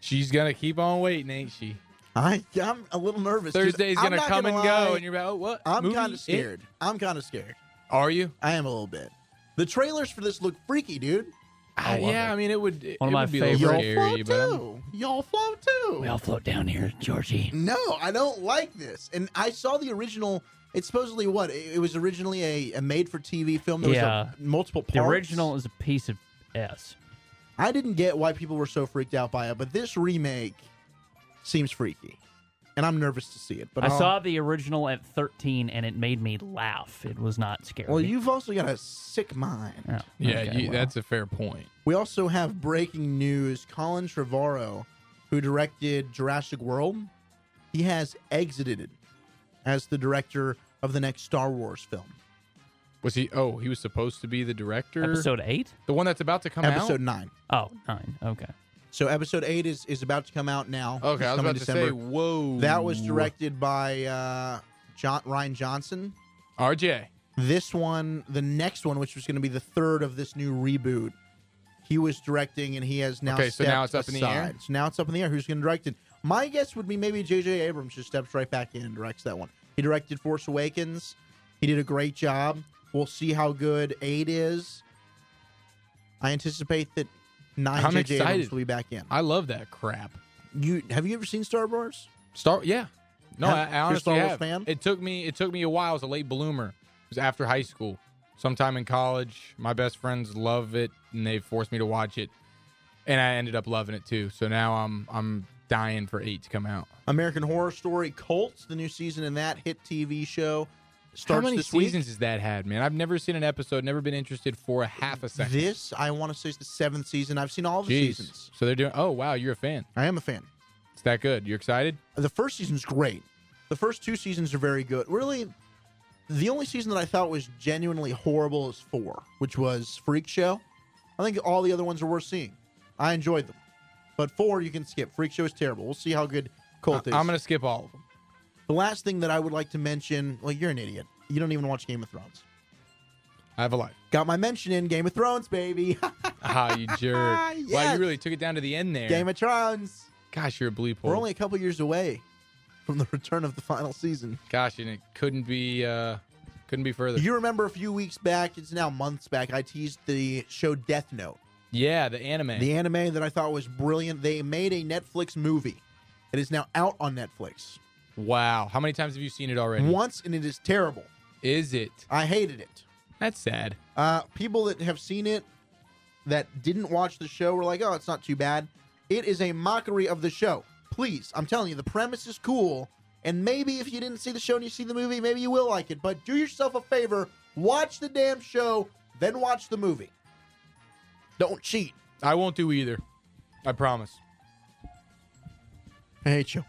Speaker 2: She's gonna keep on waiting, ain't she?
Speaker 1: I, I'm a little nervous. 'cause
Speaker 2: Thursday's
Speaker 1: I'm
Speaker 2: gonna
Speaker 1: not
Speaker 2: come
Speaker 1: gonna
Speaker 2: and go,
Speaker 1: lie,
Speaker 2: and you're about oh, what?
Speaker 1: I'm
Speaker 2: Movie?
Speaker 1: kind
Speaker 2: It?
Speaker 1: of scared. I'm kind of scared.
Speaker 2: Are you?
Speaker 1: I am a little bit. The trailers for this look freaky, dude.
Speaker 2: I
Speaker 1: love
Speaker 2: yeah, I mean, it would. It,
Speaker 3: One of
Speaker 2: it
Speaker 3: my
Speaker 2: would be a little
Speaker 3: favorite-
Speaker 2: scary, but I'm-
Speaker 1: Too. Y'all float too.
Speaker 3: We all float down here, Georgie.
Speaker 1: No, I don't like this. And I saw the original. It's supposedly what it it was originally a, a made-for-TV film. There
Speaker 3: Yeah.
Speaker 1: was a, multiple parts.
Speaker 3: The original is a piece of s.
Speaker 1: I didn't get why people were so freaked out by it, but this remake seems freaky, and I'm nervous to see it. But um,
Speaker 3: I
Speaker 1: I'll-
Speaker 3: saw the original at 13 and it made me laugh. It was not scary. Oh,
Speaker 1: Well, you've also got a sick mind.
Speaker 2: Yeah,
Speaker 3: Okay,
Speaker 2: you,
Speaker 3: well.
Speaker 2: that's a fair point.
Speaker 1: We also have breaking news. Colin Trevorrow, who directed Jurassic World, he has exited as the director of the next Star Wars film.
Speaker 2: Was he? Oh, he was supposed to be the director.
Speaker 1: Episode eight?
Speaker 2: the one that's about to come out.
Speaker 1: episode nine.
Speaker 3: Oh, nine. Okay.
Speaker 1: So episode eight is, is about to come out now.
Speaker 2: Okay,
Speaker 1: It's
Speaker 2: I was
Speaker 1: coming
Speaker 2: about to say, whoa.
Speaker 1: That was directed by uh, John Ryan Johnson.
Speaker 2: RJ.
Speaker 1: This one, the next one, which was going to be the third of this new reboot, he was directing, and he has now.
Speaker 2: Okay, so now
Speaker 1: stepped
Speaker 2: it's up in the air?
Speaker 1: aside. So now it's up in the air. Who's going to direct it? My guess would be maybe J.J. Abrams just steps right back in and directs that one. He directed Force Awakens. He did a great job. We'll see how good eight is. I anticipate that nine
Speaker 2: I'm
Speaker 1: J.J. Abrams
Speaker 2: excited.
Speaker 1: will be back in.
Speaker 2: I love that crap.
Speaker 1: You have you ever seen Star Wars?
Speaker 2: Star, yeah. No,
Speaker 1: Have-
Speaker 2: I,
Speaker 1: you're
Speaker 2: I
Speaker 1: a
Speaker 2: honestly
Speaker 1: Star Wars
Speaker 2: have.
Speaker 1: fan?
Speaker 2: It took me. It took me a while. I was a late bloomer. It was after high school. Sometime in college, my best friends love it, and they forced me to watch it, and I ended up loving it too. So now I'm I'm dying for eight to come out.
Speaker 1: American Horror Story Cults, the new season in that hit TV show starts
Speaker 2: How many
Speaker 1: this week.
Speaker 2: seasons has that had, man? I've never seen an episode. Never been interested for a half a second.
Speaker 1: This, I want to say, is the seventh season. I've seen all the
Speaker 2: Jeez.
Speaker 1: seasons.
Speaker 2: So they're doing. Oh wow, you're a fan.
Speaker 1: I am a fan.
Speaker 2: It's that good. You're excited.
Speaker 1: The first season's great. The first two seasons are very good. Really, the only season that I thought was genuinely horrible is four, which was Freak Show. I think all the other ones are worth seeing. I enjoyed them. But four, you can skip. Freak Show is terrible. We'll see how good Colt is.
Speaker 2: I'm gonna skip all of them.
Speaker 1: The last thing that I would like to mention well, you're an idiot. You don't even watch Game of Thrones.
Speaker 2: I have a life.
Speaker 1: Got my mention in Game of Thrones, baby.
Speaker 2: Ah, you jerk. Wow,
Speaker 1: Yes.
Speaker 2: you really took it down to the end there.
Speaker 1: Game of Thrones.
Speaker 2: Gosh, you're a bleep hole.
Speaker 1: We're only a couple years away from the return of the final season.
Speaker 2: Gosh, and it couldn't be uh couldn't be further.
Speaker 1: You remember a few weeks back, it's now months back, I teased the show Death Note,
Speaker 2: yeah, the anime.
Speaker 1: the anime that I thought was brilliant. They made a Netflix movie. It is now out on Netflix.
Speaker 2: wow. How many times have you seen it already?
Speaker 1: Once, and it is terrible.
Speaker 2: Is it?
Speaker 1: I hated it.
Speaker 2: That's sad.
Speaker 1: Uh, people that have seen it that didn't watch the show were like, oh, it's not too bad. It is a mockery of the show. Please, I'm telling you, the premise is cool. And maybe if you didn't see the show and you see the movie, maybe you will like it. But do yourself a favor watch the damn show, then watch the movie. Don't cheat.
Speaker 2: I won't do either. I promise.
Speaker 1: I hate you.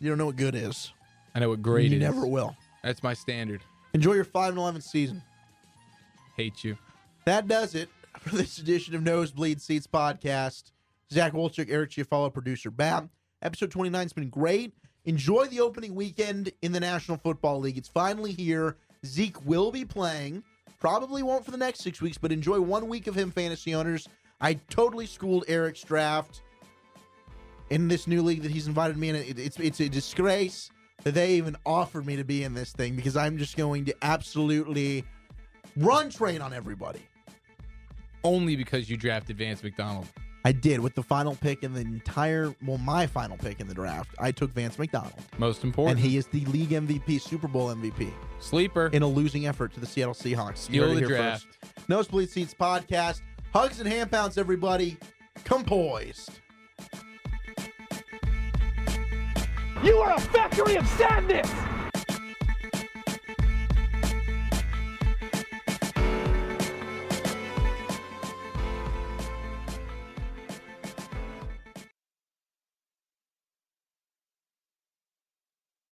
Speaker 1: You don't know what good is.
Speaker 2: I know what grade
Speaker 1: You
Speaker 2: it is.
Speaker 1: never will.
Speaker 2: That's my standard.
Speaker 1: Enjoy your 5 and 11 season.
Speaker 2: Hate you.
Speaker 1: That does it for this edition of Nosebleed Seats Podcast. Zach Wolchuk, Eric Chiafalo, producer Bab. Episode 29 has been great. Enjoy the opening weekend in the National Football League. It's finally here. Zeke will be playing. Probably won't for the next six weeks, but enjoy one week of him, fantasy owners. I totally schooled Eric's draft in this new league that he's invited me in. It, it's it's a disgrace that they even offered me to be in this thing because I'm just going to absolutely run train on everybody.
Speaker 2: Only because you drafted Vance McDonald.
Speaker 1: I did with the final pick in the entire, well, my final pick in the draft. I took Vance McDonald,
Speaker 2: Most important.
Speaker 1: and he is the league MVP, Super Bowl MVP,
Speaker 2: sleeper
Speaker 1: in a losing effort to the Seattle Seahawks. You
Speaker 2: Steal
Speaker 1: heard it
Speaker 2: the
Speaker 1: here
Speaker 2: draft.
Speaker 1: first. Nosebleed Seats podcast, hugs and hand pounds, everybody. Come poised.
Speaker 7: You are a factory of sadness!